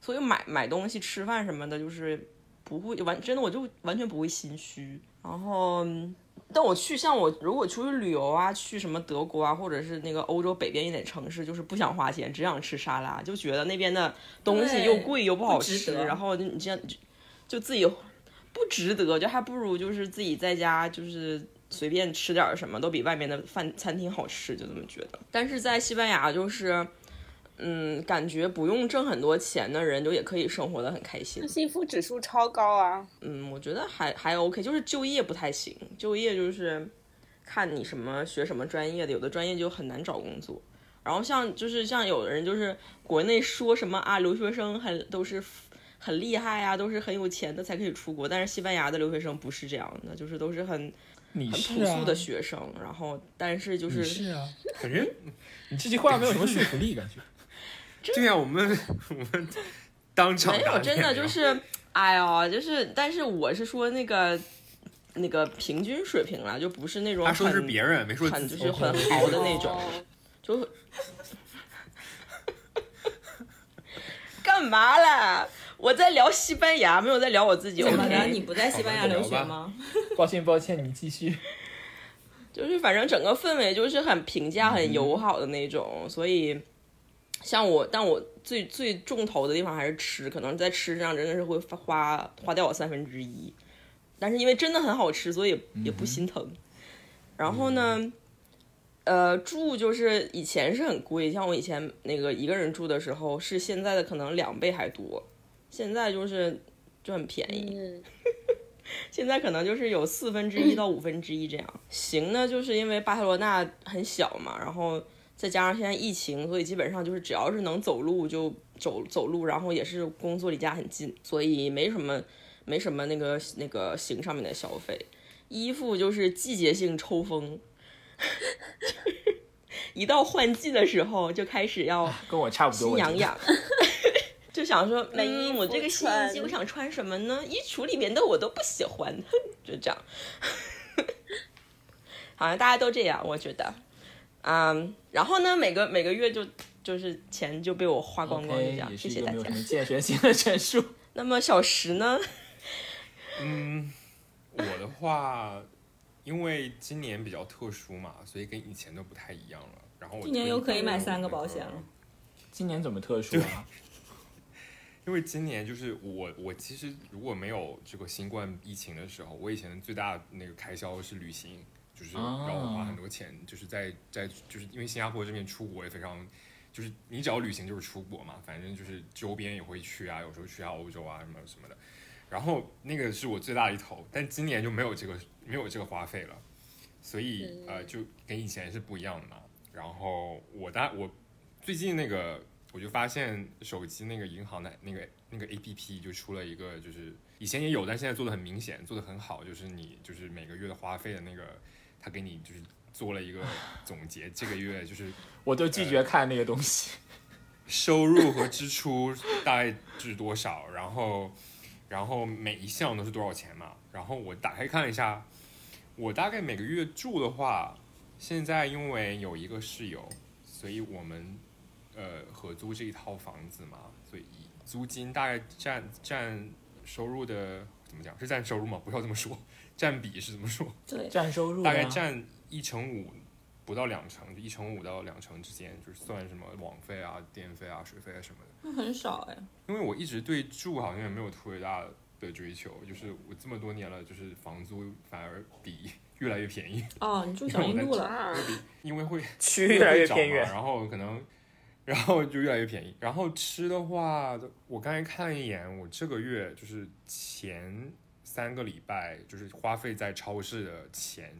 Speaker 2: 所以买买东西、吃饭什么的，就是不会完，真的我就完全不会心虚。然后，嗯但我去像我如果出去旅游啊，去什么德国啊，或者是那个欧洲北边一点城市，就是不想花钱，只想吃沙拉，就觉得那边的东西
Speaker 1: 对
Speaker 2: 又贵又不好
Speaker 1: 不值
Speaker 2: 吃，
Speaker 1: 得
Speaker 2: 然后你这样就就自己不值得，就还不如就是自己在家就是随便吃点儿什么，都比外面的饭餐厅好吃，就这么觉得。但是在西班牙就是。嗯，感觉不用挣很多钱的人，就也可以生活的很开心。
Speaker 6: 幸福指数超高啊！
Speaker 2: 嗯，我觉得还还 OK，就是就业不太行，就业就是看你什么学什么专业的，有的专业就很难找工作。然后像就是像有的人就是国内说什么啊，留学生很都是很厉害啊，都是很有钱的才可以出国，但是西班牙的留学生不是这样的，就是都是很
Speaker 5: 你
Speaker 2: 很
Speaker 5: 是
Speaker 2: 朴
Speaker 5: 啊
Speaker 2: 素的，学生，然后但是就
Speaker 5: 你
Speaker 2: 是
Speaker 5: 是啊，
Speaker 4: 感觉
Speaker 5: 你这句话没有什么说服力，感觉。
Speaker 4: 对啊呀、我们我们当场
Speaker 2: 没
Speaker 4: 打
Speaker 2: 有，
Speaker 4: 脸
Speaker 2: 真的就
Speaker 4: 了
Speaker 2: 是，哎呦，就是，但是我是说那个那个平均水平啦，就不是那种
Speaker 4: 他说是
Speaker 2: 很
Speaker 4: 别人，没说
Speaker 2: 很
Speaker 4: 自哦
Speaker 2: 就
Speaker 4: 己。
Speaker 2: 是很
Speaker 5: OK
Speaker 2: 豪的那种。
Speaker 6: 哦
Speaker 2: 就是。干嘛啦？我在聊西班牙，没有在聊我自己。
Speaker 1: 怎么了？
Speaker 2: OK，
Speaker 1: 你不在西班牙留学吗？
Speaker 5: 抱歉抱歉，你继续。
Speaker 2: 就是反正整个氛围就是很平价、很友好的那种，所以像我，但我最最重头的地方还是吃，可能在吃上真的是会花花掉我三分之一，但是因为真的很好吃，所以也也不心疼。然后呢，呃，住就是以前是很贵，像我以前那个一个人住的时候，是现在的可能两倍还多，现在就是就很便宜。
Speaker 6: 嗯，
Speaker 2: 现在可能就是有四分之一到五分之一这样。行呢，就是因为巴塞罗那很小嘛，然后再加上现在疫情，所以基本上就是只要是能走路就走走路，然后也是工作离家很近，所以没什么没什么那个那个行上面的消费。衣服就是季节性抽风， 一到换季的时候就开始要
Speaker 5: 跟我差不多。
Speaker 2: 心
Speaker 5: 我觉得
Speaker 2: 痒痒，就想说，
Speaker 6: 没衣
Speaker 2: 嗯，
Speaker 6: 服
Speaker 2: 我这个新一季
Speaker 6: 穿
Speaker 2: 我想穿什么呢？衣橱里面的我都不喜欢，就这样。 好像大家都这样，我觉得，嗯，然后呢，每个每个月就就是钱就被我花光光，就
Speaker 5: OK，
Speaker 2: 这样。
Speaker 5: 也
Speaker 2: 谢
Speaker 5: 是
Speaker 2: 谢
Speaker 5: 一
Speaker 2: 大
Speaker 5: 个
Speaker 2: 家
Speaker 5: 没有。什么建设性的陈述。
Speaker 2: 那么小石呢？
Speaker 4: 嗯，我的话，因为今年比较特殊嘛，所以跟以前都不太一样了。然后我
Speaker 1: 今年又可以
Speaker 4: 推荐
Speaker 1: 买
Speaker 4: 了
Speaker 1: 三个
Speaker 4: 那
Speaker 1: 保险了。
Speaker 5: 今年怎么特殊啊？
Speaker 4: 因为今年就是我，我其实如果没有这个新冠疫情的时候，我以前最大的那个开销是旅行，就是
Speaker 5: 啊
Speaker 4: 让我花很多钱，就是在在就是因为新加坡这边出国也非常，就是你只要旅行就是出国嘛，反正就是周边也会去啊，有时候去下欧洲啊什么什么的。然后那个是我最大的一头，但今年就没有这个没有这个花费了，所以呃就跟以前是不一样的嘛。然后我大我最近那个我就发现手机那个银行的那个那个 A P P 就出了一个，就是以前也有，但现在做的很明显，做的很好，就是你就是每个月的花费的那个，他给你就是做了一个总结，这个月就是
Speaker 5: 我都拒绝看那个东西。
Speaker 4: 收入和支出大概是多少，然后然后每一项都是多少钱嘛？然后我打开看一下，我大概每个月住的话，现在因为有一个室友，所以我们呃合租这一套房子嘛，所以租金大概占占收入的怎么讲是占收入吗？不要这么说，占比是怎么说？
Speaker 1: 对，
Speaker 5: 占收入、啊、
Speaker 4: 大概占一成五不到两成，就一成五到两成之间，就是算什么网费啊、电费啊、水费啊什么的。
Speaker 1: 那很少哎。
Speaker 4: 因为我一直对住好像也没有特别大的追求，就是我这么多年了，就是房租反而比越来越便宜，
Speaker 1: 哦，你住小印
Speaker 2: 嗯
Speaker 1: 度了，
Speaker 6: 啊，
Speaker 4: 因为会
Speaker 5: 区
Speaker 4: 因为
Speaker 5: 越来
Speaker 4: 会
Speaker 5: 越
Speaker 4: 涨
Speaker 5: 偏
Speaker 4: 嘛
Speaker 5: 远。
Speaker 4: 然后可能。然后就越来越便宜。然后吃的话，我刚才看一眼，我这个月就是前三个礼拜，就是花费在超市的钱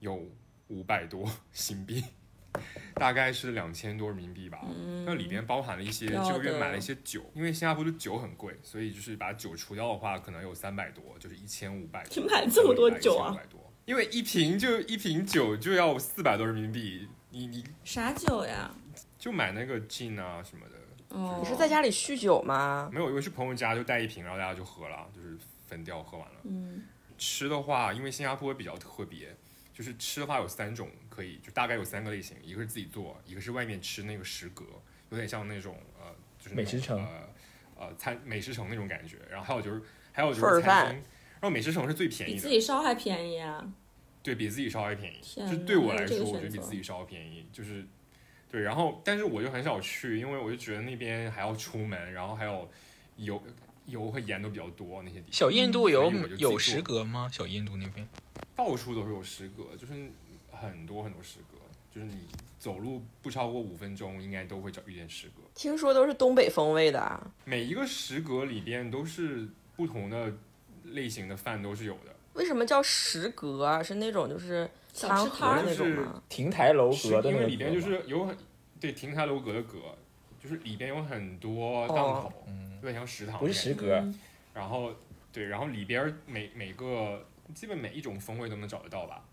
Speaker 4: 有五百多新币， 大概是两千多人民币吧。
Speaker 1: 嗯
Speaker 4: 那里边包含了一些
Speaker 1: 要的
Speaker 4: 这个月买了一些酒，因为新加坡的酒很贵，所以就是把酒除掉的话，可能有三百多，就是一千五百。
Speaker 1: 你买这么多酒啊
Speaker 4: 三百多？因为一瓶就一瓶酒就要四百多人民币，你你
Speaker 1: 啥酒呀？
Speaker 4: 就买那个 gin 啊什么的，
Speaker 1: 哦，
Speaker 2: 你是在家里酗酒吗？
Speaker 4: 没有，因为去朋友家就带一瓶，然后大家就喝了，就是分掉喝完了。
Speaker 1: 嗯，
Speaker 4: 吃的话，因为新加坡比较特别，就是吃的话有三种可以，就大概有三个类型，一个是自己做，一个是外面吃那个食阁，有点像那种呃，就是那种
Speaker 5: 美食城
Speaker 4: 呃呃餐美食城那种感觉。然后还有就是还有就
Speaker 2: 份儿
Speaker 4: 是餐
Speaker 2: 饭
Speaker 4: 厅，然后美食城是最便
Speaker 1: 比
Speaker 4: 宜
Speaker 1: 自
Speaker 4: 的，
Speaker 1: 己烧还便宜啊！
Speaker 4: 对比自己稍微便宜，
Speaker 1: 天
Speaker 4: 就
Speaker 1: 哪
Speaker 4: 对我
Speaker 1: 还有
Speaker 4: 来
Speaker 1: 这
Speaker 4: 说，
Speaker 1: 个
Speaker 4: 我觉
Speaker 1: 选
Speaker 4: 得比
Speaker 1: 择
Speaker 4: 自己稍微便宜，就是对。然后，但是我就很少去，因为我就觉得那边还要出门，然后还有油油和盐都比较多那些地方，
Speaker 3: 小印度有
Speaker 4: 所以我就自己
Speaker 3: 有
Speaker 4: 做
Speaker 3: 食阁吗？小印度那边
Speaker 4: 到处都是有食阁，就是很多很多食阁，就是你走路不超过五分钟，应该都会找遇见食阁。
Speaker 2: 听说都是东北风味的啊，
Speaker 4: 每一个食阁里边都是不同的类型的饭都是有的，
Speaker 2: 为什么叫食阁啊？是那种就是
Speaker 1: 小
Speaker 2: 餐
Speaker 1: 吃
Speaker 2: 盒
Speaker 1: 摊
Speaker 2: 儿
Speaker 1: 儿
Speaker 2: 那种
Speaker 4: 就是
Speaker 2: 吗？
Speaker 5: 亭台楼
Speaker 4: 是
Speaker 5: 阁的
Speaker 4: 因
Speaker 5: 那
Speaker 4: 为
Speaker 5: 个
Speaker 4: 里边就
Speaker 5: 阁嘛
Speaker 4: 是有很对亭台楼阁的阁，就是里边有很多档口，有点像食堂的感觉，
Speaker 5: 嗯不是食阁，
Speaker 1: 嗯
Speaker 4: 然后对，然后里边儿每每个基本每一种风味都能找得到吧。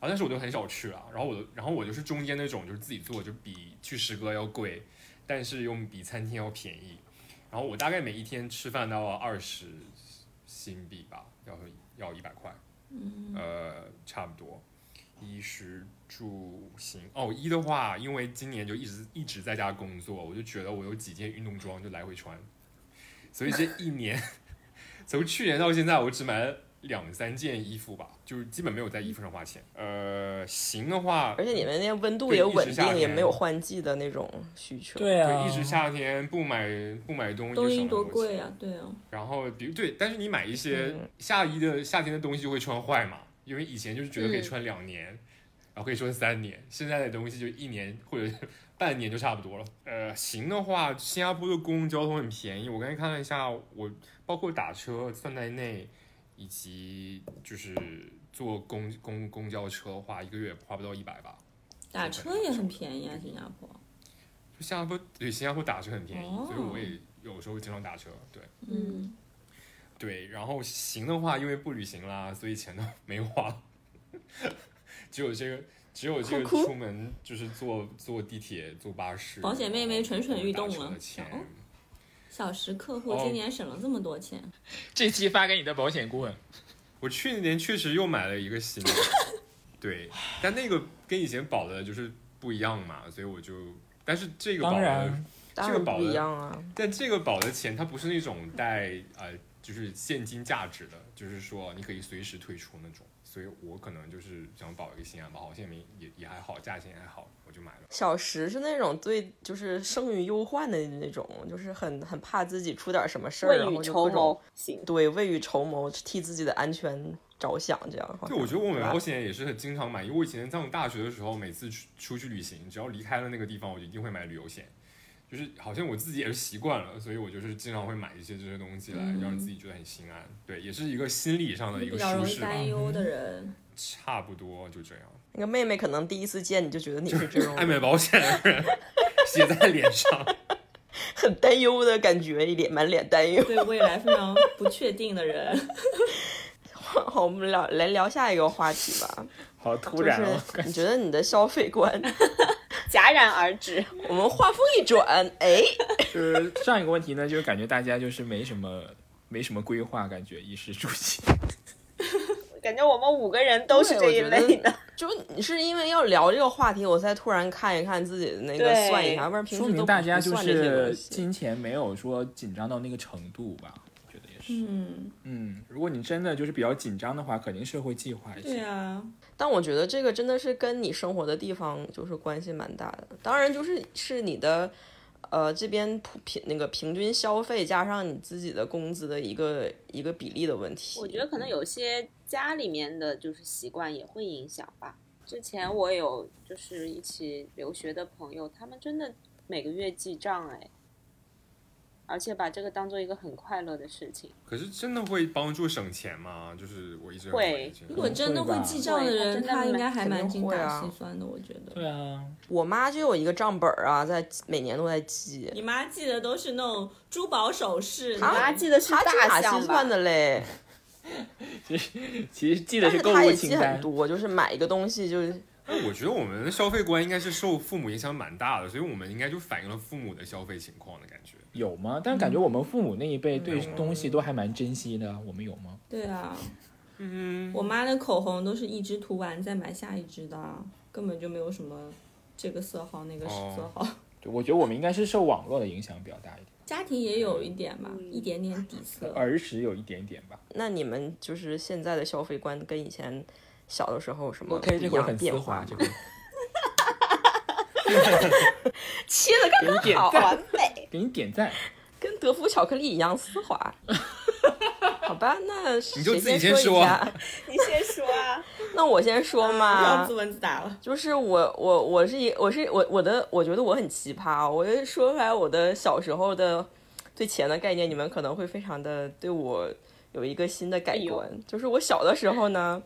Speaker 4: 然后但是我就很少去了，然后我就然后我就是中间那种就是自己做，就比去食阁要贵，但是又比餐厅要便宜。然后我大概每一天吃饭到二十
Speaker 5: 嗯
Speaker 4: 新币吧，要要一百块，呃，差不多。衣食住行哦，一的话，因为今年就一直一直在家工作，我就觉得我有几件运动装就来回穿，所以这一年 从去年到现在，我只买了两三件衣服吧，就是基本没有在衣服上花钱。呃，行的话
Speaker 2: 而，且你们那温度
Speaker 4: 对
Speaker 2: 也
Speaker 4: 一直
Speaker 2: 稳
Speaker 4: 夏
Speaker 2: 定，也
Speaker 4: 天
Speaker 2: 没有换季的那种需求。
Speaker 5: 对啊，
Speaker 4: 就一直夏天不买不买冬衣，
Speaker 1: 冬衣多贵！啊，对啊，
Speaker 4: 然后比如对，但是你买一些
Speaker 1: 嗯
Speaker 4: 夏衣的夏天的东西就会穿坏嘛，因为以前就是觉得可以
Speaker 1: 嗯
Speaker 4: 穿两年，然后可以穿三年，现在的东西就一年或者是半年就差不多了。呃，行的话，新加坡的公共交通很便宜，我刚才看了一下，我包括打车算在内，以及就是坐公公公交车的话，一个月也花不到一百吧。
Speaker 1: 打车也很便宜啊，新加坡。
Speaker 4: 就新加坡对新加坡打车很便宜，
Speaker 1: 哦
Speaker 4: 所以我也有时候经常打车。对。
Speaker 1: 嗯，
Speaker 4: 对，然后行的话，因为不旅行啦，所以钱都 没花，只有这个，只有这个
Speaker 2: 哭哭
Speaker 4: 出门就是坐坐地铁、坐巴士。
Speaker 1: 保险妹妹蠢蠢欲动
Speaker 4: 打车
Speaker 1: 了
Speaker 4: 的钱
Speaker 1: 哦小时客户
Speaker 4: 哦
Speaker 1: 今年省了这么多钱，
Speaker 3: 这期发给你的保险顾问，
Speaker 4: 我去年确实又买了一个新的， 对，但那个跟以前保的就是不一样嘛，所以我就，但是这个保
Speaker 5: 当
Speaker 4: 的
Speaker 5: 然，
Speaker 2: 当
Speaker 4: 这个
Speaker 2: 然
Speaker 4: 保
Speaker 2: 不一
Speaker 4: 的
Speaker 2: 样啊，
Speaker 4: 但这个保的钱它不是那种带呃，就是现金价值的，就是说你可以随时退出那种。所以我可能就是想保一个新安保，好像也也也还好，价钱也还好，我就买了。
Speaker 2: 小时是那种最就是生于忧患的那种，就是很很怕自己出点什么事儿，
Speaker 6: 未
Speaker 2: 然
Speaker 6: 雨
Speaker 2: 后就
Speaker 6: 绸
Speaker 2: 各种
Speaker 6: 缪，行，
Speaker 2: 对未雨绸缪，替自己的安全着想，这样。好
Speaker 4: 对，我
Speaker 2: 像
Speaker 4: 觉得我买
Speaker 2: 是吧
Speaker 4: 保险也是很经常买，因为我以前上大学的时候，每次出出去旅行，只要离开了那个地方，我就一定会买旅游险。就是好像我自己也是习惯了，所以我就是经常会买一些这些东西来，让自己觉得很心安。对，也是一个心理上的
Speaker 1: 嗯
Speaker 4: 一
Speaker 1: 比
Speaker 4: 个
Speaker 1: 较
Speaker 4: 舒
Speaker 1: 容易
Speaker 4: 适吧，嗯
Speaker 1: 担忧的人，
Speaker 4: 差不多就这样。
Speaker 2: 那个妹妹可能第一次见你就觉得你是这种
Speaker 4: 爱买保险的人写在脸上。
Speaker 2: 很担忧的感觉，一脸满脸担 忧。
Speaker 1: 对未来非常不确定的人，
Speaker 2: 好，我们聊来聊下一个话题吧，
Speaker 3: 好突
Speaker 2: 就是
Speaker 3: 然哦，
Speaker 2: 你觉得你的消费观，
Speaker 6: 戛然而止。
Speaker 2: 我们话锋一转，哎，
Speaker 3: 就是上一个问题呢，就是感觉大家就是没什么没什么规划，感觉衣食住行。
Speaker 6: 感觉我们五个人都是这一类的，
Speaker 2: 就你是因为要聊这个话题，我才突然看一看自己的那个
Speaker 6: 对
Speaker 2: 算一下，要不然平时
Speaker 3: 说
Speaker 2: 都
Speaker 3: 明
Speaker 2: 不
Speaker 3: 大家
Speaker 2: 不
Speaker 3: 就
Speaker 2: 算这些东
Speaker 3: 是
Speaker 2: 西。
Speaker 3: 金钱没有说紧张到那个程度吧，我觉得也是。
Speaker 1: 嗯，
Speaker 3: 嗯，如果你真的就是比较紧张的话，肯定是会计划一
Speaker 1: 对
Speaker 3: 些。
Speaker 1: 啊，
Speaker 2: 但我觉得这个真的是跟你生活的地方就是关系蛮大的。当然，就是是你的，呃，这边普平那个平均消费加上你自己的工资的一个一个比例的问 题。
Speaker 6: 我觉得可能有些家里面的就是习惯也会影响吧。之前我有就是一起留学的朋友，他们真的每个月记账哎，而且把这个当做一个很快乐的事情。
Speaker 4: 可是真的会帮助省钱吗？就是我一直很
Speaker 6: 会
Speaker 4: 怀疑这个
Speaker 1: 如果真的会记账的人，
Speaker 6: 对他真的
Speaker 1: 他应该还蛮
Speaker 2: 肯定
Speaker 1: 精
Speaker 2: 会啊
Speaker 1: 打细算的，我觉得。
Speaker 3: 对啊，
Speaker 2: 我妈就有一个账本儿啊，在每年都在记。
Speaker 1: 你妈记得都是那种珠宝首饰，
Speaker 6: 我妈
Speaker 2: 啊
Speaker 6: 记得是
Speaker 2: 她精
Speaker 6: 大
Speaker 2: 打细
Speaker 6: 象吧
Speaker 2: 算？的 嘞，
Speaker 3: 其实记的
Speaker 2: 但是
Speaker 3: 购
Speaker 2: 她
Speaker 3: 物
Speaker 2: 也
Speaker 3: 清
Speaker 2: 记很
Speaker 3: 单。
Speaker 2: 多，就是买一个东西就是
Speaker 4: 但我觉得我们的消费观应该是受父母影响蛮大的，所以我们应该就反映了父母的消费情况的感觉。
Speaker 3: 有吗？但感觉我们父母那一辈对
Speaker 4: 嗯
Speaker 3: 东西都还蛮珍惜的，我们有吗？
Speaker 1: 对啊，
Speaker 4: 嗯，
Speaker 1: 我妈的口红都是一支涂完再买下一支的，啊根本就没有什么这个色号那个
Speaker 4: 哦
Speaker 1: 色号。
Speaker 3: 对，我觉得我们应该是受网络的影响比较大一点，
Speaker 1: 家庭也有一点吧，
Speaker 6: 嗯
Speaker 1: 一点点底色。
Speaker 5: 嗯
Speaker 3: 儿时有一点点吧。
Speaker 2: 那你们就是现在的消费观跟以前小的时候有什么不
Speaker 3: OK，这
Speaker 2: 一
Speaker 3: 会儿
Speaker 2: 样
Speaker 3: 很丝
Speaker 2: 变化
Speaker 3: 滑，
Speaker 2: 吗？
Speaker 3: 这个
Speaker 2: 切的
Speaker 3: 给你点
Speaker 2: 好
Speaker 3: 赞，
Speaker 2: 完美，
Speaker 3: 给你点 赞。
Speaker 2: 跟德芙巧克力一样丝滑。好吧，那
Speaker 4: 你就
Speaker 2: 谁
Speaker 4: 自己
Speaker 2: 先
Speaker 4: 先
Speaker 2: 一
Speaker 4: 说
Speaker 2: 下，
Speaker 6: 你先说啊，
Speaker 2: 那我先说
Speaker 1: 让
Speaker 2: 嘛
Speaker 1: 自。问自答了，
Speaker 2: 就是我我我是一我是我我的我觉得我很奇葩，我就说出来我的小时候的对钱的概念，你们可能会非常的对我有一个新的改观。就是我小的时候呢，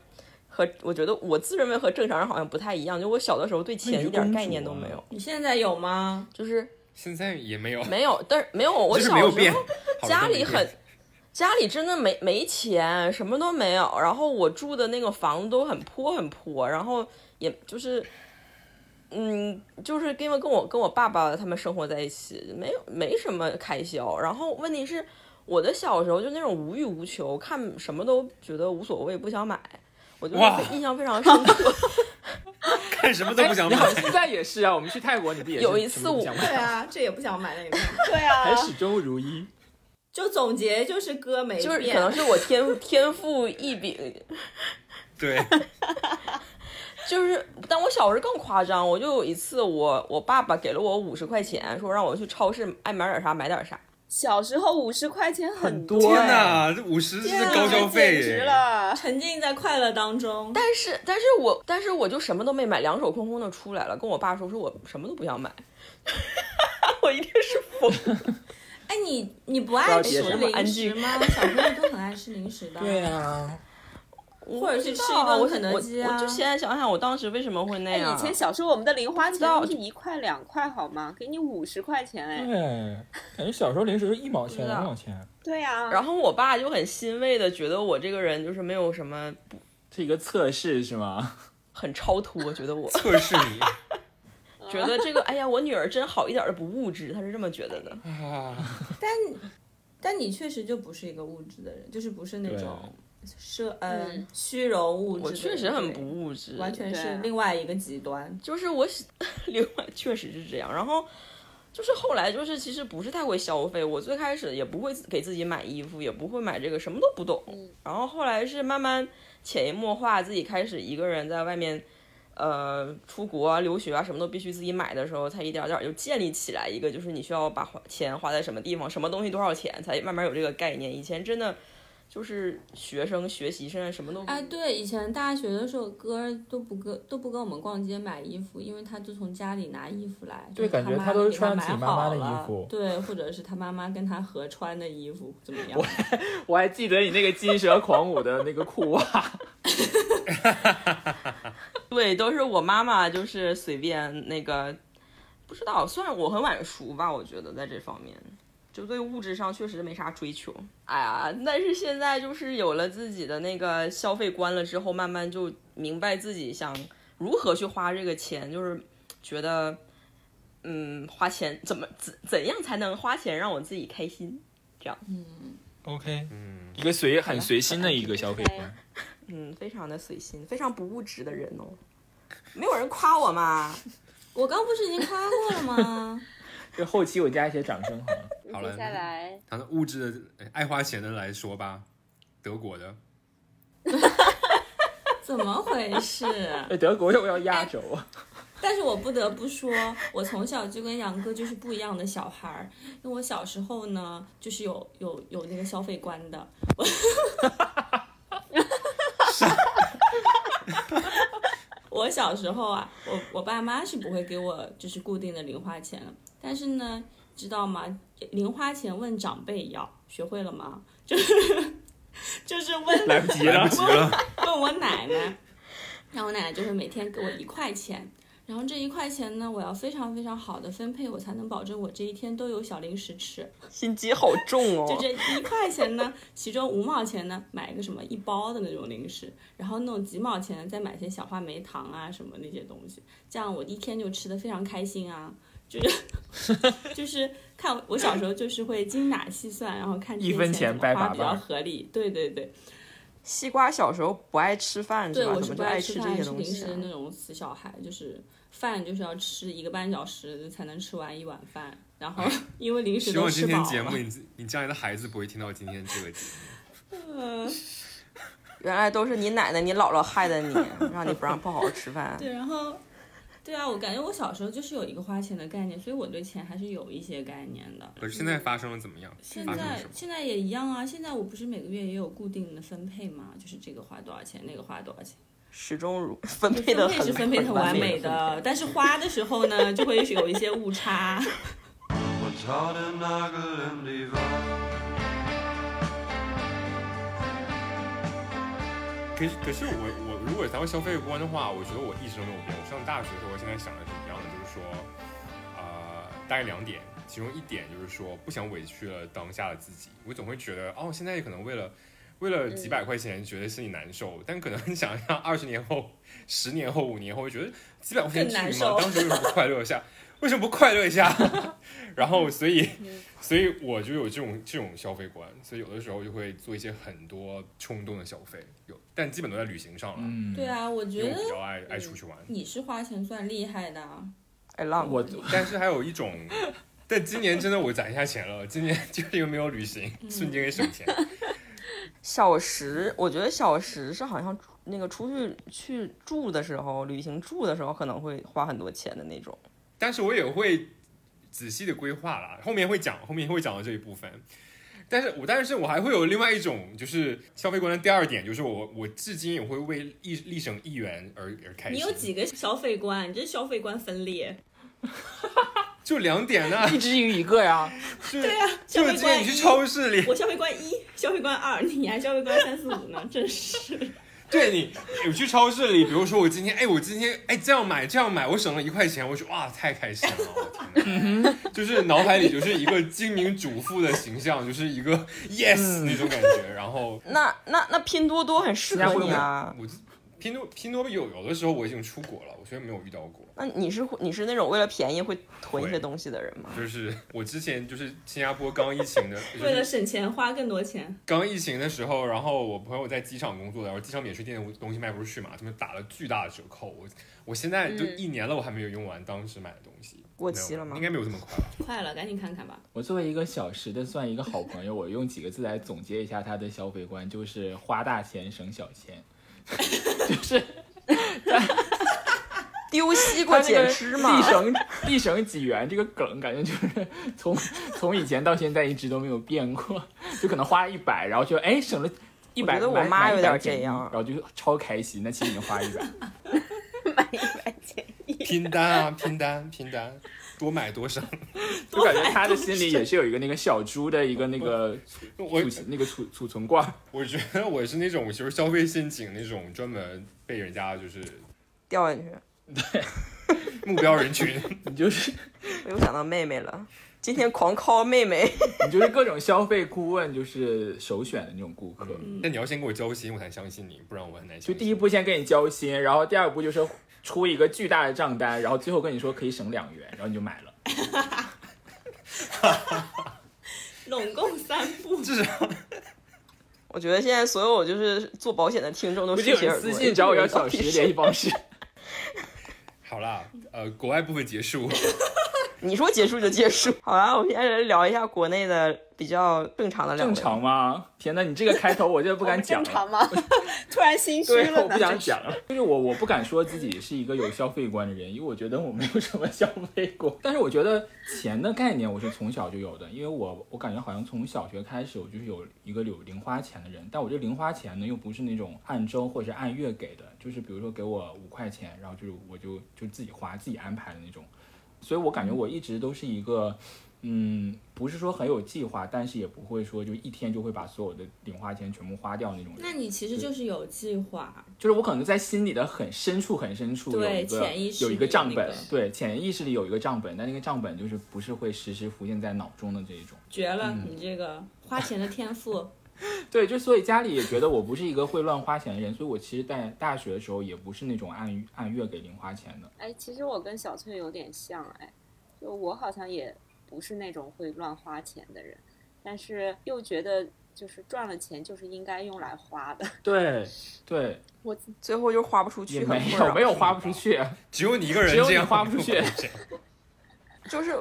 Speaker 2: 和我觉得我自认为和正常人好像不太一样，就我小的时候对钱一点概念都没有，
Speaker 1: 你现在有吗？
Speaker 2: 就是
Speaker 4: 现在也没有，
Speaker 2: 没有，但是没有我
Speaker 4: 就是
Speaker 2: 小
Speaker 4: 没有
Speaker 2: 时
Speaker 4: 变
Speaker 2: 候。，
Speaker 4: 好
Speaker 2: 家
Speaker 4: 像没
Speaker 2: 里
Speaker 4: 变
Speaker 2: 很，家里真的没没钱，什么都没有。然后我住的那个房子都很破很破，然后也就是，嗯，就是因为跟我跟我爸爸他们生活在一起，没有没什么开销。然后问题是，我的小时候就那种无欲无求，看什么都觉得无所谓，不想买。我就
Speaker 4: 哇
Speaker 2: 印象非常深刻，
Speaker 4: 看什么都不想
Speaker 3: 你
Speaker 5: 哎
Speaker 4: 买。
Speaker 3: 好，现在也是啊，我们去泰国，你不也是
Speaker 2: 有一
Speaker 3: 什
Speaker 2: 次
Speaker 3: 么都不想
Speaker 1: 对
Speaker 3: 买，
Speaker 1: 啊，这也不想买那也不想买。
Speaker 6: 对 啊
Speaker 3: 还始终如一。
Speaker 1: 就总结就是歌没
Speaker 2: 就是
Speaker 1: 变
Speaker 2: 可能是我天赋天赋异禀，
Speaker 4: 对，
Speaker 2: 就是，但我小时候更夸张，我就有一次我我爸爸给了我五十块钱，说让我去超市爱买点啥买点啥。
Speaker 6: 小时候五十块钱
Speaker 3: 很
Speaker 6: 多，
Speaker 3: 多哎
Speaker 4: 天哪，这五十是
Speaker 6: 天啊
Speaker 4: 高消费
Speaker 6: 简直
Speaker 4: 耶，
Speaker 6: 了。
Speaker 1: 沉浸在快乐当中。
Speaker 2: 但是，但是我但是我就什么都没买，两手空空的出来了，跟我爸说，说我什么都不想买， 我一定是疯了。
Speaker 1: 哎，你你不
Speaker 3: 不要
Speaker 1: 爱
Speaker 3: 别
Speaker 1: 吃
Speaker 3: 这么
Speaker 1: 零
Speaker 2: 安
Speaker 1: 食
Speaker 2: 静
Speaker 1: 吗？小朋友都很爱吃零食的。
Speaker 3: 啊，
Speaker 1: 或者去吃一
Speaker 2: 我不知道
Speaker 1: 顿
Speaker 2: 我
Speaker 1: 肯德基啊
Speaker 2: 我我就现在想想，我当时为什么会那
Speaker 6: 哎，
Speaker 2: 样。啊
Speaker 6: 以前小时候我们的零花钱
Speaker 2: 知道嗯
Speaker 6: 都是一块两块好吗？给你五十块钱哎，
Speaker 3: 对，感觉小时候零食是一毛钱、
Speaker 2: 不知道
Speaker 3: 两毛钱，
Speaker 6: 对啊，
Speaker 2: 然后我爸就很欣慰的觉得我这个人就是没有什么不
Speaker 3: 是一个测试是吗？
Speaker 2: 很超脱，觉 得我
Speaker 4: 测试你。
Speaker 2: 觉得这个，哎呀，我女儿真好，一点都不物质，他是这么觉得的。
Speaker 1: 哎
Speaker 4: 啊，
Speaker 1: 但你确实就不是一个物质的人，就是不是那种奢呃
Speaker 6: 嗯
Speaker 1: 虚荣物质的
Speaker 2: 我
Speaker 1: 人。
Speaker 2: 确实很
Speaker 1: 对
Speaker 2: 不物质，
Speaker 1: 完全
Speaker 6: 对
Speaker 1: 是
Speaker 6: 啊
Speaker 1: 另外一个极端。
Speaker 2: 就是我喜 另外确实是这样，然后就是后来就是其实不是太会消费，我最开始也不会给自己买衣服，也不会买这个，什么都不懂。然后后来是慢慢潜移默化，自己开始一个人在外面。呃，出国啊、留学啊，什么都必须自己买的时候，才一点儿点儿就建立起来一个，就是你需要把花钱花在什么地方，什么东西多少钱，才慢慢有这个概念。以前真的就是学生学习，现在什么都不
Speaker 1: 哎，对，以前大学的时候，哥儿都不跟都不跟我们逛街买衣服，因为他就从家里拿衣服来。
Speaker 3: 对
Speaker 1: 就是
Speaker 3: 感觉
Speaker 1: 妈
Speaker 3: 他都是
Speaker 1: 给
Speaker 3: 穿
Speaker 1: 买
Speaker 3: 自己妈妈的
Speaker 1: 好了
Speaker 3: 衣服
Speaker 1: 对，或者是他妈妈跟他合穿的衣服，怎么样？
Speaker 3: 我还记得你那个金蛇狂舞的那个裤袜，
Speaker 2: 对，都是我妈妈，就是随便那个，不知道，算是我很晚熟吧，我觉得在这方面，就对物质上确实没啥追求。哎呀，但是现在就是有了自己的那个消费观了之后，慢慢就明白自己想如何去花这个钱，就是觉得，嗯，花钱怎么怎怎样才能花钱让我自己开心？
Speaker 3: OK，
Speaker 4: 嗯，
Speaker 3: 一个随很随心的一个消费观。
Speaker 2: 嗯，非常的随心，非常不物质的人哦。没有人夸我嘛，
Speaker 1: 我刚不是已经夸过了吗？
Speaker 3: 这后期我加一些掌声好了。
Speaker 4: 好了
Speaker 6: 接下来
Speaker 4: 谈谈物质的、哎爱花钱的来说吧，德国的
Speaker 1: 怎么回事？
Speaker 3: 哎，德国又要压轴，啊
Speaker 1: 但是我不得不说，我从小就跟杨哥就是不一样的小孩儿。因为我小时候呢，就是有有有那个消费观的，我我小时候啊，我我爸妈是不会给我就是固定的零花钱的，但是呢，知道吗？零花钱问长辈要，学会了吗？就是就是问
Speaker 3: 来不及
Speaker 4: 来
Speaker 3: 了
Speaker 4: 不。及了，
Speaker 1: 问我奶奶，然后我奶奶就会每天给我一块钱，然后这一块钱呢，我要非常非常好的分配，我才能保证我这一天都有小零食吃。
Speaker 2: 心机好重 哦。
Speaker 1: 就这一块钱呢，其中五毛钱呢买一个什么一包的那种零食，然后那种几毛钱呢再买些小话梅糖啊什么那些东西，这样我一天就吃的非常开心啊。就是 就是看我小时候就是会精打细算，然后看这
Speaker 3: 一
Speaker 1: 些
Speaker 3: 分
Speaker 1: 钱
Speaker 3: 钱
Speaker 1: 怎么
Speaker 3: 掰
Speaker 1: 花
Speaker 3: 把
Speaker 1: 比较
Speaker 3: 瓣
Speaker 1: 合理。对对对，
Speaker 2: 西瓜小时候不爱吃饭
Speaker 1: 对，
Speaker 2: 吧？
Speaker 1: 我
Speaker 2: 怎
Speaker 1: 是
Speaker 2: 么
Speaker 1: 不
Speaker 2: 就爱
Speaker 1: 吃
Speaker 2: 这
Speaker 1: 饭
Speaker 2: 些
Speaker 1: 吃
Speaker 2: 东
Speaker 1: 零
Speaker 2: 西
Speaker 1: 食
Speaker 2: 啊
Speaker 1: 的？那种死小孩，就是饭就是要吃一个半小时才能吃完一碗饭，然 后因为零食
Speaker 4: 希
Speaker 1: 都
Speaker 4: 望
Speaker 1: 吃
Speaker 4: 今
Speaker 1: 饱
Speaker 4: 天节
Speaker 1: 了
Speaker 4: 目。你你将来的孩子不会听到今天这个节目。
Speaker 1: 嗯，
Speaker 2: 原来都是你奶奶、你姥姥 害的你，让你不让不好好吃饭。
Speaker 1: 对，然后对啊，我感觉我小时候就是有一个花钱的概念，所以我对钱还是有一些概念的。嗯
Speaker 4: 可是现在发生了怎么样？
Speaker 1: 现
Speaker 4: 发生了
Speaker 1: 在
Speaker 4: 什么？
Speaker 1: 现在也一样啊，现在我不是每个月也有固定的分配嘛，就是这个花多少钱，那个花多少钱。
Speaker 2: 始终如 分
Speaker 1: 就
Speaker 2: 配的
Speaker 1: 分配
Speaker 2: 很
Speaker 1: 是分配得很完
Speaker 2: 完
Speaker 1: 美的，但是花的时候呢，就会有一些误差。
Speaker 7: Uns hat der Nagel in die Wand.
Speaker 4: 可是可是我我如果谈到消费观的话，我觉得我一直都没有变。我上大学的时候，我现在想的是一样的，就是说，呃，大概两点，其中一点就是说不想委屈了当下的自己。我总会觉得，哦，现在可能为了为
Speaker 1: 嗯
Speaker 4: 了几百块钱觉得心里难受，但可能 想想二十年后、十年后、五年后，觉得几百块钱
Speaker 1: 更
Speaker 4: 至
Speaker 1: 难
Speaker 4: 于
Speaker 1: 受
Speaker 4: 吗？当时为什么不快乐一下？ 为什么不快乐一下？然后
Speaker 1: 嗯
Speaker 4: 所以 所以我就有这种这种消费观，所以有的时候就会做一些很多冲动的消费，有但基本都在旅行上了，
Speaker 5: 嗯，
Speaker 1: 对啊，我
Speaker 4: 因
Speaker 1: 觉
Speaker 4: 为我
Speaker 1: 得
Speaker 4: 比较爱爱出去玩。
Speaker 1: 你是花钱算厉害的啊，
Speaker 2: 哎浪，
Speaker 5: 我
Speaker 4: 但是还有一种， 但今年真的我攒一下钱了，今年 就是因为没有旅行，
Speaker 1: 嗯
Speaker 4: 瞬间给省钱。
Speaker 2: 小时，我觉得小时是好像出那个出去去住的时候，旅行住的时候可能会花很多钱的那种。
Speaker 4: 但是我也会仔细的规划啦，后面会讲，后面会讲到这一部分。但是我，但是我还会有另外一种，就是消费观的第二点，就是我我至今也会为一立省一元而而开
Speaker 1: 你
Speaker 4: 心。
Speaker 1: 有几个消费观？你这消费观分裂，
Speaker 4: 就两点啊呢、
Speaker 5: 一只鱼一个呀，
Speaker 4: 是
Speaker 1: 对啊
Speaker 4: 就
Speaker 1: 消费
Speaker 4: 是今天
Speaker 1: 观
Speaker 4: 你去
Speaker 1: 一
Speaker 4: 超市里，
Speaker 1: 我消费观一，消费观二，你还消费观三四五呢，真是。
Speaker 4: 对你，我去超市里，比如说我今天，哎，我今天哎这样买这样买，我省了一块钱，我说哇太开心了，我天
Speaker 1: 嗯
Speaker 4: 哪！ 就是脑海里就是一个精明主妇的形象，就是一个
Speaker 1: 嗯
Speaker 4: yes 那种感觉，然后。
Speaker 2: 那那那拼多多很适合你啊。
Speaker 4: 我拼多拼多多有有的时候我已经出国了，我虽然没有遇到过，
Speaker 2: 那你是会你是那种为了便宜会囤一些
Speaker 4: 会
Speaker 2: 东西的人吗？
Speaker 4: 就是我之前就是新加坡刚疫情的，
Speaker 1: 为
Speaker 4: 就
Speaker 1: 了
Speaker 4: 是
Speaker 1: 省钱花更多钱，
Speaker 4: 刚疫情的时候，然后我朋友在机场工作的，然后机场免税店的东西卖不出去嘛，他们打了巨大的折扣。我我现在就
Speaker 6: 嗯
Speaker 4: 一年了，我还没有用完当时买的东西。
Speaker 2: 过期了吗
Speaker 4: 没有应该没有这么快吧？
Speaker 1: 快了，赶紧看看吧。
Speaker 5: 我作为一个小时的算一个好朋友，我用几个字来总结一下他的消费观，就是花大钱省小钱，就是
Speaker 2: 丢西
Speaker 5: 他
Speaker 2: 瓜
Speaker 5: 这个
Speaker 2: 捡芝麻
Speaker 5: 地，省地省几元这个梗，感觉就是从从以前到现在一直都没有变过，就可能花一百，然后就哎省了一百，
Speaker 2: 我觉得我
Speaker 5: 买
Speaker 2: 妈
Speaker 5: 买
Speaker 2: 有点
Speaker 5: 100减
Speaker 2: 这样
Speaker 5: 一然后就超开心。那其实已经花一百，
Speaker 4: 拼单啊，拼单，拼单，多买多省。
Speaker 5: 就感觉他的心里也是有一个那个小猪的一个那个
Speaker 4: 我
Speaker 5: 储存那个储储存罐儿。
Speaker 4: 我觉得我是那种就是消费陷阱那种专门被人家就是
Speaker 2: 掉下去。
Speaker 4: 目标 人群。
Speaker 5: 你就是
Speaker 2: 我又想到妹妹了，今天狂 call 妹妹。
Speaker 5: 你就是各种消费顾问，就是首选的那种顾客。
Speaker 4: 但你要先跟我交心，我才相信你，不然我很难相
Speaker 5: 就
Speaker 4: 信。
Speaker 5: 第一步先跟你交心，然后第二步就是出一个巨大的账单，然后最后跟你说可以省两元，然后你就买了。
Speaker 1: 拢共三步，
Speaker 4: 至少
Speaker 2: 我觉得现在所有就是做保险的听众都
Speaker 5: 不
Speaker 2: 竖
Speaker 5: 是有
Speaker 2: 起耳
Speaker 5: 人
Speaker 2: 朵。
Speaker 5: 私信找我要
Speaker 2: 这
Speaker 5: 小
Speaker 2: 个人到
Speaker 5: 时
Speaker 2: 底是
Speaker 5: 联系方式？
Speaker 4: 好啦，呃，国外部分结束，
Speaker 2: 你说结束就结束。好啦，我们现在来聊一下国内的比较正常的两
Speaker 5: 正
Speaker 2: 位。
Speaker 5: 常吗？天呐，你这个开头我 就不敢讲
Speaker 6: 正
Speaker 5: 了。
Speaker 6: 常吗？ 突然心虚
Speaker 5: 对，
Speaker 6: 了
Speaker 5: 我
Speaker 6: 呢
Speaker 5: 不。想讲了。就是我，我不敢说自己是一个有消费观的人，因为我觉得我没有什么消费观。但是我觉得钱的概念我是从小就有的，因为我我感觉好像从小学开始我就是有一个有零花钱的人。但我这零花钱呢，又不是那种按周或者是按月给的，就是比如说给我五块钱，然后就是我就就自己花自己安排的那种。所以我感觉我一直都是一个。嗯，不是说很有计划，但是也不会说就一天就会把所有的零花钱全部花掉那种人。
Speaker 1: 那你其实就是有计划，
Speaker 5: 就是我可能在心里的很深处、很深处有
Speaker 1: 对
Speaker 5: 一个
Speaker 1: 潜意识
Speaker 5: 有一个
Speaker 1: 里
Speaker 5: 账
Speaker 1: 那
Speaker 5: 本，
Speaker 1: 个
Speaker 5: 对，潜意识里有一个账本，但那个账本就是不是会时时浮现在脑中的这一种。
Speaker 1: 绝了！你这个花钱的天赋，
Speaker 5: 对，就所以家里也觉得我不是一个会乱花钱的人，所以我其实在大学的时候也不是那种按按月给零花钱的。
Speaker 6: 哎，其实我跟小翠有点像，哎，就我好像也不是那种会乱花钱的人，但是又觉得就是赚了钱就是应该用来花的。
Speaker 5: 对，对，
Speaker 6: 我自
Speaker 2: 最后就花不出
Speaker 5: 也
Speaker 2: 去，很
Speaker 5: 没
Speaker 2: 困
Speaker 5: 有
Speaker 2: 扰
Speaker 5: 没有花不出去，啊
Speaker 4: 只有你一个人
Speaker 5: 只有
Speaker 4: 这样
Speaker 5: 你花不出去。
Speaker 2: 就是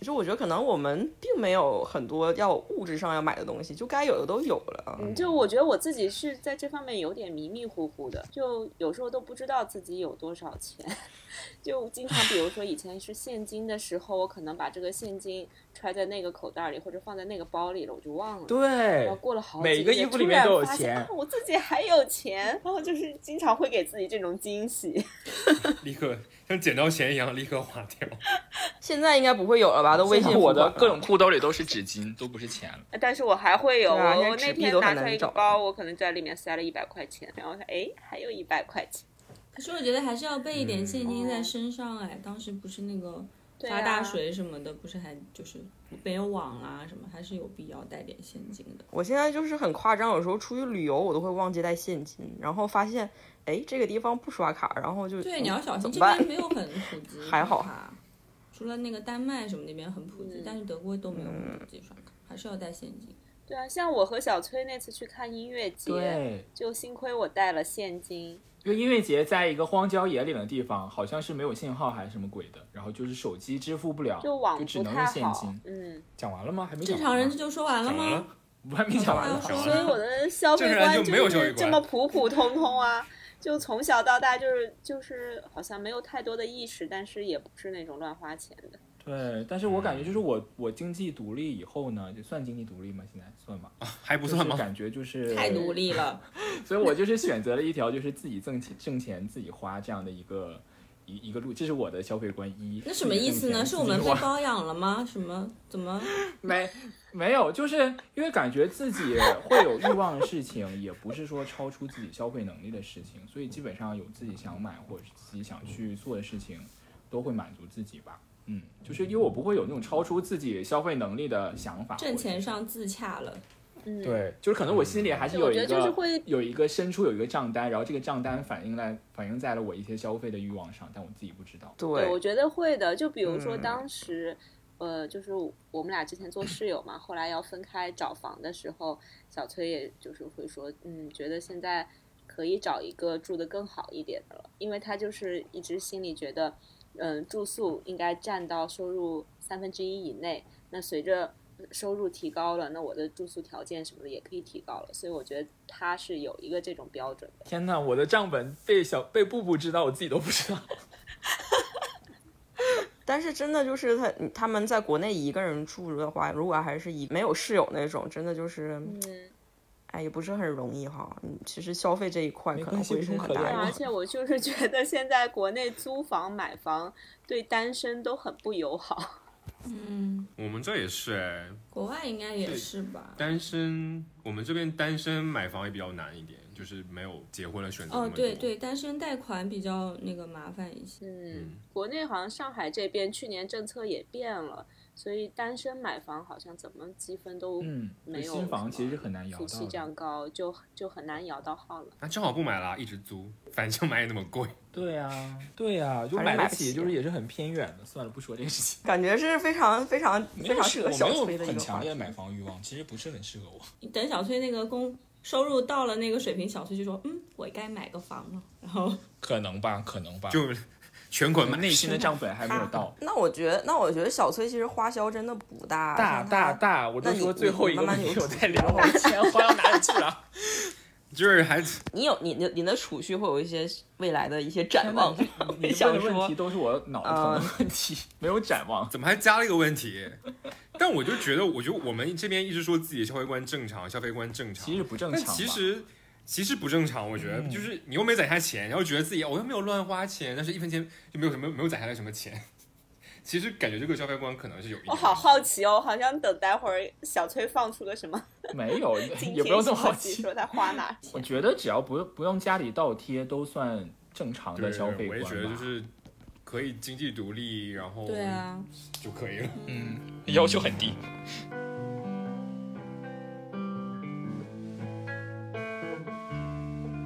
Speaker 2: 就我觉得可能我们并没有很多要物质上要买的东西，就该有的都有了。啊
Speaker 6: 嗯，就我觉得我自己是在这方面有点迷迷糊糊的，就有时候都不知道自己有多少钱， 就经常比如说以前是现金的时候，我可能把这个现金揣在那个口袋里或者放在那个包里了，我就忘了。
Speaker 5: 对
Speaker 6: 然后，过了好
Speaker 5: 每
Speaker 6: 几
Speaker 5: 个
Speaker 6: 月
Speaker 5: 衣服
Speaker 6: 突
Speaker 5: 里面
Speaker 6: 然
Speaker 5: 都有
Speaker 6: 发现
Speaker 5: 钱
Speaker 6: 啊我自己还有钱，然后就是经常会给自己这种惊喜。
Speaker 4: 立刻像捡到钱一样立刻花掉。
Speaker 2: 现在应该不会有了吧？都 微信付款
Speaker 5: 我的
Speaker 1: 啊
Speaker 2: 了
Speaker 5: 各种裤兜里都是纸巾，都不是钱了。
Speaker 6: 但是我还会有，
Speaker 2: 对啊
Speaker 6: 我
Speaker 2: 现在
Speaker 6: 我
Speaker 2: 纸
Speaker 6: 那
Speaker 2: 币
Speaker 6: 天
Speaker 2: 都
Speaker 6: 拿
Speaker 2: 很
Speaker 6: 出来
Speaker 2: 难
Speaker 6: 一个
Speaker 2: 找
Speaker 6: 包，我可能在里面塞了一百块钱，然后看，哎，还有一百块钱。
Speaker 1: 可是我觉得还是要备一点现金在
Speaker 6: 哦
Speaker 1: 身上哎。当时不是那个
Speaker 6: 对
Speaker 1: 发
Speaker 6: 啊
Speaker 1: 大水什么的，不是还就是没有网啦、什么，还是有必要带点现金的。
Speaker 2: 我现在就是很夸张，有时候出去旅游我都会忘记带现金，然后发现哎这个地方不刷卡，然后就
Speaker 1: 对，你要小
Speaker 2: 怎
Speaker 1: 心，
Speaker 2: 么
Speaker 1: 这
Speaker 2: 办
Speaker 1: 边没有很普及，
Speaker 2: 还好
Speaker 1: 哈。除了那个丹麦什么那边很普及，
Speaker 6: 嗯
Speaker 1: 但是德国都没有很普及刷卡，还是要带现金。
Speaker 6: 对啊，像我和小崔那次去看音乐节，
Speaker 5: 对，
Speaker 6: 就幸亏我带了现金。
Speaker 5: 因为音乐节在一个荒郊野岭的地方，好像是没有信号还是什么鬼的，然后就是手机支付不了，
Speaker 6: 就网
Speaker 5: 只
Speaker 6: 不
Speaker 5: 能用
Speaker 6: 太
Speaker 5: 现
Speaker 6: 好
Speaker 5: 金。，
Speaker 6: 嗯，
Speaker 3: 讲完了吗？还没讲完
Speaker 1: 正常人
Speaker 3: 吗
Speaker 1: 这就说完了
Speaker 4: 讲完
Speaker 1: 吗？
Speaker 4: 了，
Speaker 5: 我还没讲完呢。
Speaker 1: 还有
Speaker 6: 所以我的消费
Speaker 4: 这人
Speaker 6: 观
Speaker 4: 就没有消费
Speaker 6: 是
Speaker 4: 观
Speaker 6: 这 么普普通通啊，就从小到大就是就是好像没有太多的意识，但是也不是那种乱花钱的。
Speaker 5: 对，但是我感觉就是我我经济独立以后呢，就算经济独立吗？现在算吧，
Speaker 4: 还不算
Speaker 5: 就是
Speaker 4: 吗？
Speaker 5: 感觉就是
Speaker 1: 太独立了，
Speaker 5: 所以我就是选择了一条就是自己挣钱、挣钱自己花这样的一个一一个路，这是我的消费观一。
Speaker 1: 那什么意思呢？
Speaker 5: 自己
Speaker 1: 是
Speaker 5: 挣
Speaker 1: 我
Speaker 5: 钱
Speaker 1: 们
Speaker 5: 自己
Speaker 1: 被
Speaker 5: 花
Speaker 1: 包养了吗？什么？怎么？
Speaker 5: 没没有，就是因为感觉自己会有欲望的事情，也不是说超出自己消费能力的事情，所以基本上有自己想买或者是自己想去做的事情，都会满足自己吧。嗯，就是因为我不会有那种超出自己消费能力的想法。
Speaker 1: 挣钱上自洽了？
Speaker 6: 嗯，，
Speaker 5: 对，就是可能我心里还是有一个
Speaker 6: 我觉得就是会
Speaker 5: 有一个深处有一个账单，然后这个账单反映在反映在了我一些消费的欲望上，但我自己不知道。
Speaker 2: 对
Speaker 6: 对，我觉得会的。就比如说
Speaker 2: 嗯
Speaker 6: 当时，呃，就是我们俩之前做室友嘛，后来要分开找房的时候，小崔也就是会说，嗯，觉得现在可以找一个住的更好一点的了，因为他就是一直心里觉得，嗯，住宿应该占到收入三分之一以内。那随着收入提高了，那我的住宿条件什么的也可以提高了，所以我觉得他是有一个这种标准的。
Speaker 5: 天呐，我的账本被小被布布知道，我自己都不知道。
Speaker 2: 但是真的就是他他们在国内一个人住的话，如果还是以没有室友那种，真的就是
Speaker 6: 嗯，
Speaker 2: 哎也不是很容易哈。嗯其实消费这一块
Speaker 5: 没
Speaker 2: 可
Speaker 5: 关
Speaker 2: 能
Speaker 5: 系
Speaker 2: 会是
Speaker 5: 不
Speaker 2: 很
Speaker 5: 可
Speaker 2: 大
Speaker 5: 怜啊
Speaker 6: 对，
Speaker 2: 的
Speaker 6: 而且我就是觉得现在国内租房、买房对单身都很不友好。
Speaker 1: 嗯，
Speaker 4: 我们这也是哎，
Speaker 1: 国外应该也是吧？
Speaker 4: 单身，我们这边单身买房也比较难一点，就是没有结婚的选择那
Speaker 1: 哦，
Speaker 4: 么多。
Speaker 1: 对对，单身贷款比较那个麻烦一些。
Speaker 6: 嗯，国内好像上海这边去年政策也变了，所以单身买房好像怎么积分都
Speaker 5: 嗯，
Speaker 6: 没有
Speaker 5: 新房其实是很难摇
Speaker 6: 夫
Speaker 5: 到
Speaker 6: 妻这
Speaker 5: 的。
Speaker 6: 样高，就就很难摇到号了。
Speaker 4: 那正好不买啦，一直租，反正买也那么贵。
Speaker 5: 对呀、对呀、就
Speaker 2: 反正
Speaker 5: 买
Speaker 2: 买
Speaker 5: 得
Speaker 2: 不
Speaker 5: 起，
Speaker 2: 起
Speaker 5: 就是也是很偏远的。算了，不说这个事情。
Speaker 2: 感觉是非常非常
Speaker 5: 没
Speaker 2: 非
Speaker 5: 有
Speaker 2: 常
Speaker 5: 适
Speaker 2: 适合
Speaker 5: 合，
Speaker 2: 小
Speaker 5: 我没有
Speaker 2: 崔的一
Speaker 5: 很
Speaker 2: 个
Speaker 5: 强
Speaker 2: 话
Speaker 5: 烈的
Speaker 2: 题。
Speaker 5: 买房欲望，其实不是很适合我。
Speaker 1: 等小崔那个工收入到了那个水平，小崔就说：“嗯，我该买个房了。”然后
Speaker 5: 可能吧，可能 吧，
Speaker 4: 就全款买
Speaker 5: 内心的账本还没有到。
Speaker 2: 那我觉得，那我觉得小崔其实花销真的不大，
Speaker 5: 大
Speaker 2: 像他
Speaker 5: 大大，我都
Speaker 2: 那你
Speaker 5: 说最后一个
Speaker 2: 你慢慢
Speaker 5: 没
Speaker 2: 有
Speaker 5: 有再聊了，我的钱花到哪里去了？
Speaker 4: 就是还
Speaker 2: 你有你你你的储蓄会有一些未来的一些展望，
Speaker 5: 你
Speaker 2: 会
Speaker 5: 问
Speaker 2: 想
Speaker 5: 的问
Speaker 2: 说
Speaker 5: 题，都是我脑袋疼的问题，没有展望。
Speaker 4: 怎么还加了一个问题？但我就觉得，我觉得我们这边一直说自己消费观正常，消费观正常，
Speaker 5: 其实不正
Speaker 4: 但
Speaker 5: 常吧。嗯
Speaker 4: 其实其实不正常。我觉得就是你又没攒下钱，然后觉得自己我又没有乱花钱，但是一分钱就没有什么没有攒下来什么钱。 其实感觉这个消费观可能是有一点
Speaker 6: 我好好奇哦，好像等待会儿小崔放出个什么
Speaker 5: 没有，
Speaker 6: 惊
Speaker 5: 也不用
Speaker 6: 天
Speaker 5: 这么
Speaker 6: 消
Speaker 5: 好
Speaker 6: 息，
Speaker 5: 奇。
Speaker 6: 说他花哪儿
Speaker 5: 我
Speaker 6: 钱。
Speaker 5: 觉得只要不用不用家里倒贴，都算正常
Speaker 4: 对
Speaker 5: 的啊消费
Speaker 4: 我
Speaker 5: 观
Speaker 4: 也
Speaker 5: 吧。
Speaker 4: 觉得就是可以经济独立，然后
Speaker 1: 对啊，
Speaker 4: 就可以了。
Speaker 5: 嗯，要求很低。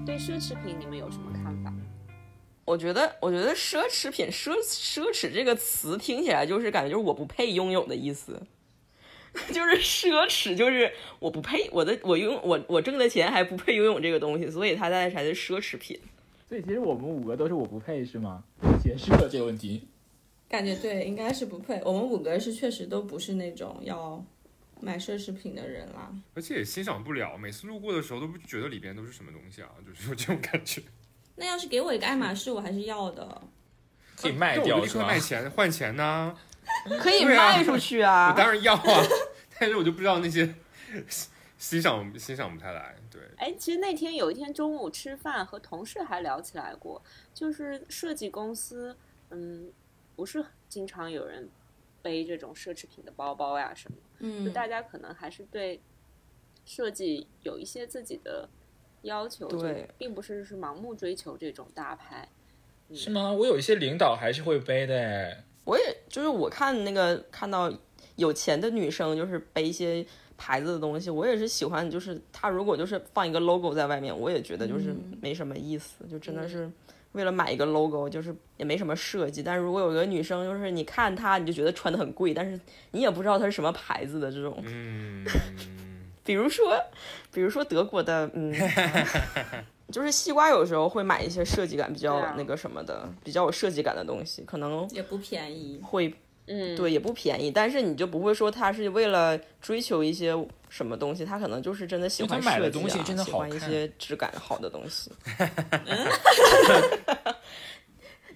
Speaker 6: 对奢侈品你们有什么看法？
Speaker 2: 我觉得，我觉得奢侈品、奢奢侈这个词听起来就是感觉就是我不配拥有的意思， 就是奢侈，就是我不配我的我拥我我挣的钱还不配拥有这个东西，所以它才才是奢侈品。
Speaker 5: 所以其实我们五个都是我不配是吗？解释了这个问题。
Speaker 1: 感觉对，应该是不配。我们五个是确实都不是那种要买奢侈品的人啦。
Speaker 4: 而且也欣赏不了，每次路过的时候都不觉得里边都是什么东西啊，就是有这种感觉。
Speaker 1: 那要是给我一个爱马仕，我还是要的。
Speaker 5: 可以卖
Speaker 4: 啊但我
Speaker 5: 掉
Speaker 4: 就立
Speaker 5: 是
Speaker 4: 刻
Speaker 5: 吧
Speaker 4: 卖？钱换钱呐、
Speaker 2: 可以
Speaker 4: 对啊
Speaker 2: 卖出去
Speaker 4: 我
Speaker 2: 啊！
Speaker 4: 当然要啊， 但是我就不知道那些 欣欣赏欣赏不太来。对，
Speaker 6: 哎，其实那天有一天中午吃饭和同事还聊起来过，就是设计公司，嗯，不是经常有人背这种奢侈品的包包呀什么，就
Speaker 1: 嗯，
Speaker 6: 大家可能还是对设计有一些自己的要求，就
Speaker 2: 对
Speaker 6: 并不是是盲目追求这种大牌。
Speaker 5: 是吗？我有一些领导还是会背的哎。
Speaker 2: 我也就是我看那个看到有钱的女生就是背一些牌子的东西，我也是喜欢，
Speaker 6: 嗯
Speaker 2: 就是她如果就是放一个 logo 在外面，我也觉得就是没什么意思，就真的是为了买一个 logo，就是也没什么设计。但如果有一个女生，就是你看她，你就觉得穿的很贵，但是你也不知道她是什么牌子的这种。
Speaker 4: 嗯，
Speaker 2: 比如说，比如说德国的， 嗯，就是西瓜有时候会买一些设计感比较
Speaker 6: 对啊
Speaker 2: 那个什么的，比较有设计感的东西，可能
Speaker 1: 也不便宜。
Speaker 2: 会
Speaker 6: 嗯，
Speaker 2: 对，也不便宜，但是你就不会说他是为了追求一些什么东西，他可能就是真的喜
Speaker 3: 就他
Speaker 2: 欢设计、啊，
Speaker 3: 买的东西真的
Speaker 2: 喜
Speaker 3: 好
Speaker 2: 欢一
Speaker 3: 看
Speaker 2: 些质感好的东 西。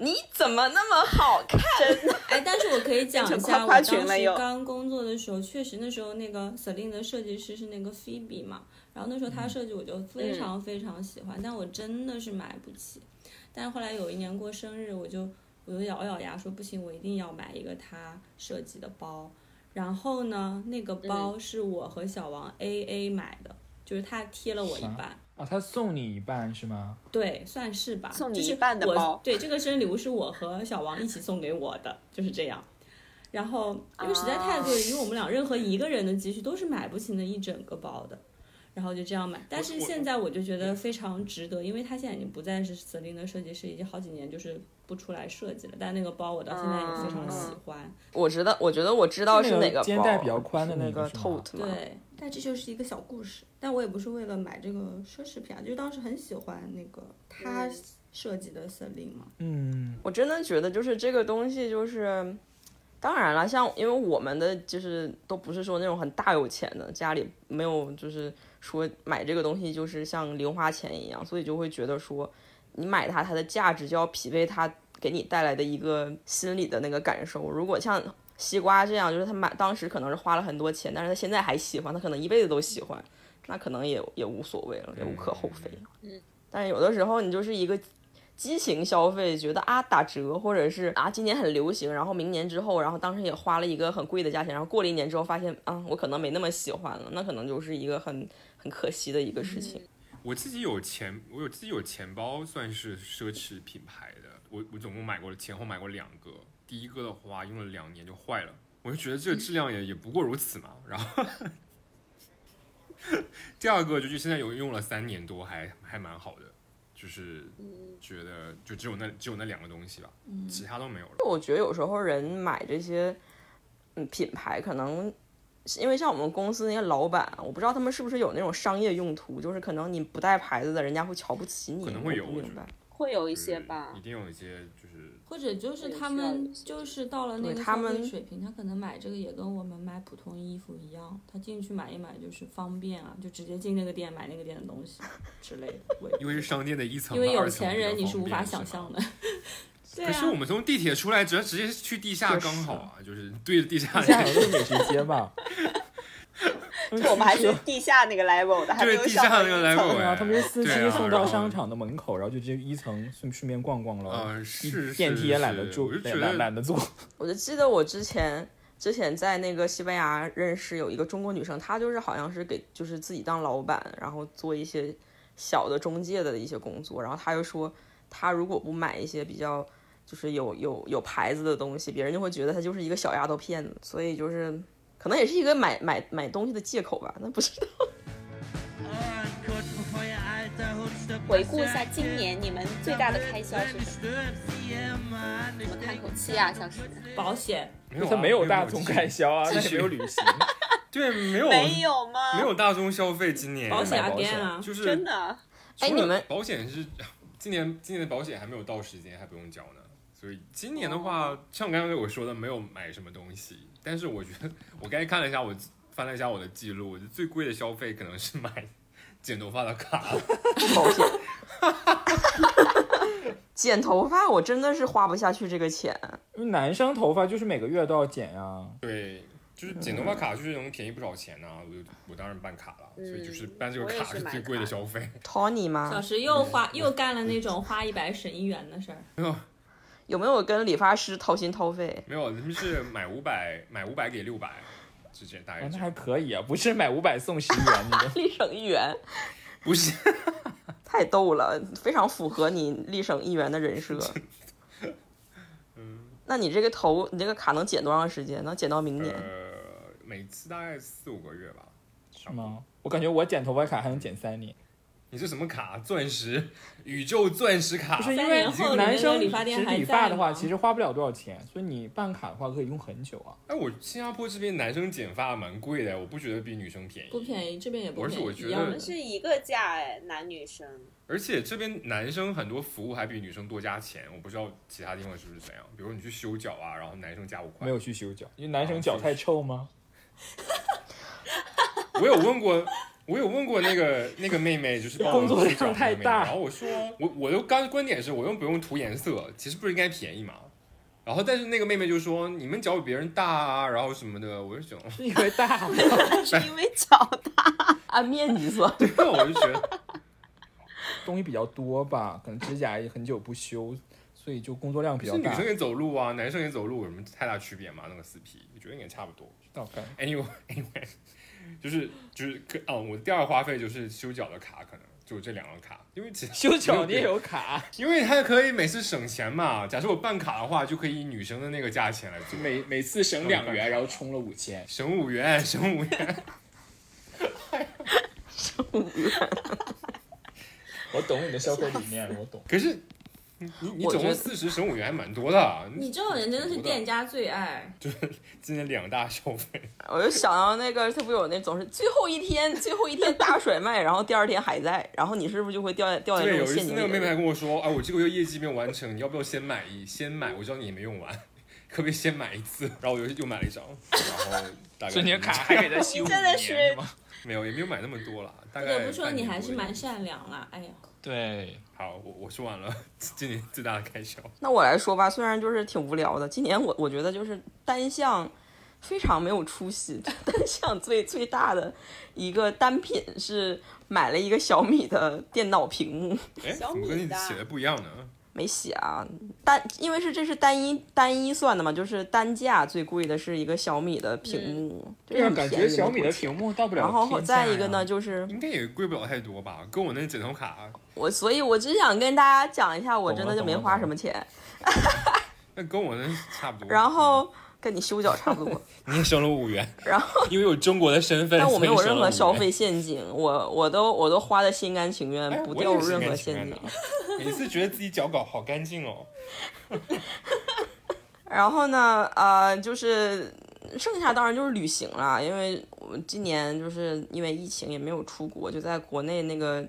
Speaker 2: 你怎么那么好看？
Speaker 1: 哎，但是我可以讲 一
Speaker 6: 夸
Speaker 1: 下，我
Speaker 6: 夸
Speaker 1: 当
Speaker 6: 群了
Speaker 1: 时
Speaker 6: 又
Speaker 1: 刚工作的时候，确实那时候那个 Celine 的设计师是那个 Phoebe 嘛，然后那时候
Speaker 6: 嗯
Speaker 1: 她设计我就非常非常喜欢，但我真的是买不起。但是后来有一年过生日，我就我就咬咬牙说不行，我一定要买一个她设计的包。然后呢，那个
Speaker 6: 嗯
Speaker 1: 包是我和小王 A A 买的，就是他贴了我一
Speaker 3: 啥
Speaker 1: 半。
Speaker 3: 哦，他送你一半是吗？
Speaker 1: 对，算是吧。
Speaker 6: 送
Speaker 1: 就
Speaker 6: 你
Speaker 1: 是
Speaker 6: 一半的
Speaker 1: 我
Speaker 6: 包
Speaker 1: 对，这个生日礼物是我和小王一起送给我的，就是这样。然后因为实在太贵，因为我们俩任何一个人的积蓄都是买不起那一整个包的，然后就这样买。但是
Speaker 4: 我嗯
Speaker 1: 现在我就觉得非常值得，因为他现在已经不再是 Celine 的设计师，已经好几年就是不出来设计了。但那个包我到现在也非常喜欢。
Speaker 2: 我知道，我觉得我知道
Speaker 3: 是
Speaker 2: 是
Speaker 3: 那个
Speaker 2: 哪个
Speaker 3: 肩带
Speaker 2: 包
Speaker 3: 比较宽的
Speaker 2: 是那
Speaker 3: 那个
Speaker 2: 个
Speaker 3: 是吗
Speaker 2: tote 嘛。
Speaker 1: 对，但这就是一个小故事。但我也不是为了买这个奢侈品啊，就当时很喜欢那个他设计的 Celine 嘛。
Speaker 3: 嗯，
Speaker 2: 我真的觉得就是这个东西就是，当然了，像因为我们的就是都不是说那种很大有钱的，家里没有就是说买这个东西就是像零花钱一样，所以就会觉得说你买它，它的价值就要匹配它给你带来的一个心理的那个感受。如果像西瓜这样，就是他买当时可能是花了很多钱，但是他现在还喜欢，他可能一辈子都喜欢，那可能也也无所谓了，也无可厚非。
Speaker 6: 嗯，
Speaker 2: 但是有的时候你就是一个激情消费，觉得啊打折，或者是啊今年很流行，然后明年之后，然后当时也花了一个很贵的价钱，然后过了一年之后发现啊我可能没那么喜欢了，那可能就是一个很很可惜的一个事情。
Speaker 4: 我自己有钱，我有自己有钱包，算是奢侈品牌的。我我总共买过前后买过两个，第一个的话用了两年就坏了，我就觉得这个质量也也不过如此嘛。然后 第二个就是现在有用了三年多，还还蛮好的，就是觉得就只有那只有那两个东西吧，
Speaker 1: 嗯
Speaker 4: 其他都没有了。
Speaker 2: 我觉得有时候人买这些嗯品牌，可能是因为像我们公司那些老板，我不知道他们是不是有那种商业用途，就是可能你不带牌子的，人家会瞧不起你，
Speaker 4: 可能会有
Speaker 2: 我不明白。
Speaker 6: 会有一
Speaker 4: 就是
Speaker 6: 些吧
Speaker 4: 一。定有一些就是
Speaker 1: 或者就是
Speaker 6: 对
Speaker 1: 他
Speaker 6: 需要
Speaker 1: 们
Speaker 6: 一些
Speaker 1: 就是到了那
Speaker 2: 对
Speaker 1: 个
Speaker 2: 他
Speaker 1: 消费
Speaker 2: 们
Speaker 1: 水平，他可能买这个也跟我们买普通衣服一样，他进去买一买就是方便啊，就直接进那个店买那个店的东西之类的。我也
Speaker 4: 因为是商店的一层
Speaker 1: 因
Speaker 4: 和二
Speaker 1: 为
Speaker 4: 层比较方便，
Speaker 1: 有钱人你
Speaker 4: 是
Speaker 1: 无法
Speaker 4: 吗
Speaker 1: 想象 的。对
Speaker 4: 可是我
Speaker 1: 啊，
Speaker 4: 们从地铁出来，直接直接去地下
Speaker 2: 确
Speaker 4: 刚
Speaker 2: 实
Speaker 4: 好啊，就是对着地下
Speaker 3: 下
Speaker 4: 人，
Speaker 3: 有个美食街嘛，
Speaker 6: 我们还是地下那个 level 的，还没
Speaker 4: 对着
Speaker 6: 有
Speaker 4: 地
Speaker 6: 上
Speaker 4: 下
Speaker 6: 到
Speaker 4: 那个
Speaker 6: 一层
Speaker 4: level，
Speaker 3: 对
Speaker 4: 哎
Speaker 3: 啊，他们是司
Speaker 4: 对啊
Speaker 3: 机送
Speaker 4: 然
Speaker 3: 到
Speaker 4: 后
Speaker 3: 商场的门口，然后就直接一层顺顺便逛逛了，
Speaker 4: 嗯，是
Speaker 3: 电梯也懒得
Speaker 4: 住，
Speaker 3: 住
Speaker 4: 我就，觉
Speaker 3: 懒
Speaker 4: 得
Speaker 3: 懒得坐。
Speaker 2: 我就记得我之前之前在那个西班牙认识有一个中国女生，她就是好像是给就是自己当老板，然后做一些小的中介的一些工作，然后她就说，她如果不买一些比较就是有有有牌子的东西，别人就会觉得她就是一个小丫头片子，所以就是可能也是一个买买买东西的借口吧，那不知道。
Speaker 6: 回顾一下今年你们最大的开销是什么？你们叹口气啊，小石。
Speaker 1: 保险
Speaker 4: 没有 啊
Speaker 3: 他 没有大众
Speaker 4: 继续
Speaker 3: 开销啊，
Speaker 4: 继
Speaker 3: 但是
Speaker 4: 续
Speaker 3: 没有旅行，
Speaker 4: 对，没有
Speaker 6: 没有啊吗？
Speaker 4: 没有大宗消费，今年
Speaker 1: 保险
Speaker 3: 买保
Speaker 1: again
Speaker 3: 险
Speaker 1: 啊，
Speaker 4: 就是
Speaker 6: 真的。
Speaker 2: 哎
Speaker 4: 除了
Speaker 2: 你们
Speaker 4: 保险是今年今年的保险还没有到时间，还不用交呢。所以今年的话，像刚刚我说的，没有买什么东西。但是我觉得，我刚才看了一下我，翻了一下我的记录，我觉得最贵的消费可能是买剪头发的卡。
Speaker 2: 保险。 剪头发我真的是花不下去这个钱，
Speaker 3: 因为男生头发就是每个月都要剪啊。
Speaker 4: 对，就是剪头发卡就是能便宜不少钱呐、我就我当然办卡了，所以就是办这个
Speaker 6: 嗯我也
Speaker 4: 卡
Speaker 6: 是
Speaker 4: 是
Speaker 6: 买
Speaker 4: 最贵的
Speaker 6: 卡
Speaker 4: 消费。
Speaker 2: Tony
Speaker 4: 啊
Speaker 2: 吗？
Speaker 1: 小石又花又干了那种花一百省一元的事儿。
Speaker 2: 有没有跟理发师掏心掏肺？
Speaker 4: 没有，他们是买五百，买五百给六百，之前大概
Speaker 3: 啊
Speaker 4: 哎这
Speaker 3: 那
Speaker 4: 样
Speaker 3: 还。可以啊，不是买五百送十元，你 的
Speaker 2: 立省一元，
Speaker 4: 不是，
Speaker 2: 太逗了，非常符合你立省一元的人设。
Speaker 4: 嗯
Speaker 2: 那你这个头，你这个卡能减多长时间？能减到明年？
Speaker 4: 呃，每次大概四五个月吧。
Speaker 3: 是吗？我感觉我剪头发卡还能剪三年，
Speaker 4: 你是什么卡？钻石，宇宙钻石卡
Speaker 3: 不。是因
Speaker 1: 三
Speaker 3: 为
Speaker 1: 年后你
Speaker 3: 男
Speaker 1: 们的
Speaker 3: 生
Speaker 1: 理发店
Speaker 3: 只
Speaker 1: 还
Speaker 3: 理
Speaker 1: 在
Speaker 3: 发的话，
Speaker 1: 吗
Speaker 3: 其实花不了多少钱，所以你办卡的话可以用很久啊。
Speaker 4: 哎，我新加坡这边男生剪发蛮贵的，我不觉得比女生便宜。
Speaker 1: 不便宜，这边也不
Speaker 4: 而
Speaker 1: 便
Speaker 4: 且
Speaker 1: 宜，
Speaker 4: 我觉
Speaker 1: 一
Speaker 6: 我
Speaker 1: 样
Speaker 4: 得
Speaker 1: 的
Speaker 6: 们。是一个价哎，男女生。
Speaker 4: 而且这边男生很多服务还比女生多加钱，我不知道其他地方是不是这样。比如你去修脚啊，然后男生加五块
Speaker 3: 没。有去修脚，因为男生脚太臭吗？
Speaker 4: 我有问过，我有问过那个那个妹妹，就是帮我
Speaker 3: 工作
Speaker 4: 去找
Speaker 3: 量太
Speaker 4: 妹妹
Speaker 3: 大
Speaker 4: 然后我说，我我的刚观点是我又不用涂颜色，其实不是应该便宜嘛。然后但是那个妹妹就说你们脚比别人大啊，然后什么的，我就 想，
Speaker 3: 是因为 大吗？
Speaker 6: 是因为脚大，
Speaker 2: 按面积算。
Speaker 4: 对，我就觉得
Speaker 3: 东西比较多吧，可能指甲也很久不修，所以就工作量比
Speaker 4: 是
Speaker 3: 较
Speaker 4: 女
Speaker 3: 大
Speaker 4: 生。也走路啊，男生也走路，有什么太大区别吗？那个死皮，我觉得应该差不多。
Speaker 3: 大概
Speaker 4: Anyway anyway，就是就是跟哦，我的第二花费就是修脚的卡，可能就这两个卡，因为其实
Speaker 3: 修脚你也有卡，啊
Speaker 4: 因为它可以每次省钱嘛。假设我办卡的话，就可以以女生的那个价钱来做，
Speaker 3: 每每次省两元，然后充了五千。
Speaker 4: 省五 元，省五元。
Speaker 3: 我懂你的消费理念，我懂。
Speaker 4: 可是你你你
Speaker 2: 我
Speaker 4: 总共
Speaker 2: 觉得
Speaker 4: 四十省五元，还蛮多的啊。
Speaker 1: 你这种人真的是店家最爱，
Speaker 4: 今天两大消费，
Speaker 2: 我就想到那个，他不有那总是最后一天，最后一天大甩卖，然后第二天还在，然后你是不是就会掉在掉在
Speaker 4: 对，
Speaker 2: 这
Speaker 4: 有
Speaker 2: 种
Speaker 4: 一
Speaker 2: 陷
Speaker 4: 次
Speaker 2: 阱
Speaker 4: 那个妹妹还
Speaker 2: 里？
Speaker 4: 跟我说，哎，我这个月业绩没有完成，你要不要先买一先买？我知道你也没用完，可不可以先买一次？ 然后我又又买了一张，然后大概
Speaker 5: 所以你的卡还给他修
Speaker 6: 真的
Speaker 5: 五年
Speaker 6: 是
Speaker 5: 吗？
Speaker 4: 没有，也没有买那么多啦，大
Speaker 1: 不
Speaker 4: 概
Speaker 1: 得不说
Speaker 4: 半
Speaker 1: 你
Speaker 4: 年
Speaker 1: 还
Speaker 4: 多
Speaker 1: 是
Speaker 4: 的
Speaker 1: 蛮
Speaker 4: 样子
Speaker 1: 善良啦。哎呀，
Speaker 5: 对，
Speaker 4: 好，我我说完了，今年最大的开销。
Speaker 2: 那我来说吧，虽然就是挺无聊的，今年我我觉得就是单项非常没有出息， 单项最最大的一个单品是买了一个小米的电脑屏幕。
Speaker 4: 哎，
Speaker 6: 小
Speaker 4: 怎么跟
Speaker 6: 米
Speaker 4: 你
Speaker 6: 的
Speaker 4: 写的不一样呢？
Speaker 2: 没写啊，单因为是这是单一单一算的嘛，就是单价最贵的是一个小米的屏幕，就是
Speaker 3: 嗯
Speaker 2: 很
Speaker 3: 啊感
Speaker 2: 便宜
Speaker 3: 觉
Speaker 2: 的
Speaker 3: 小米的
Speaker 2: 东西
Speaker 3: 屏幕到不了。
Speaker 2: 然后再一个呢，，就是
Speaker 4: 应该也贵不了太多吧，跟我那枕头卡，
Speaker 2: 我，所以我只想跟大家讲一下，我
Speaker 3: 懂
Speaker 2: 真
Speaker 3: 了
Speaker 2: 的就
Speaker 3: 懂
Speaker 2: 没
Speaker 3: 了嗯
Speaker 2: 花
Speaker 3: 懂
Speaker 2: 什
Speaker 3: 了
Speaker 2: 么钱，
Speaker 4: 那跟我那差不多。
Speaker 2: 然后跟你修脚差不 多，
Speaker 4: 嗯你也省了五元，
Speaker 2: 然
Speaker 4: 后因为有中国的身份，
Speaker 2: 但我没有
Speaker 4: 所以
Speaker 2: 任
Speaker 4: 省了
Speaker 2: 何
Speaker 4: 5元
Speaker 2: 消。费陷阱，我我都我都花的心甘情
Speaker 4: 哎
Speaker 2: 愿，不
Speaker 4: 我也
Speaker 2: 掉入
Speaker 4: 是
Speaker 2: 任
Speaker 4: 应该
Speaker 2: 何
Speaker 4: 承
Speaker 2: 陷
Speaker 4: 认的
Speaker 2: 阱。
Speaker 4: 啊 每次觉得自己脚搞好干净哦，
Speaker 2: 然后呢，呃，就是剩下当然就是旅行了，因为我今年就是因为疫情也没有出国，就在国内那个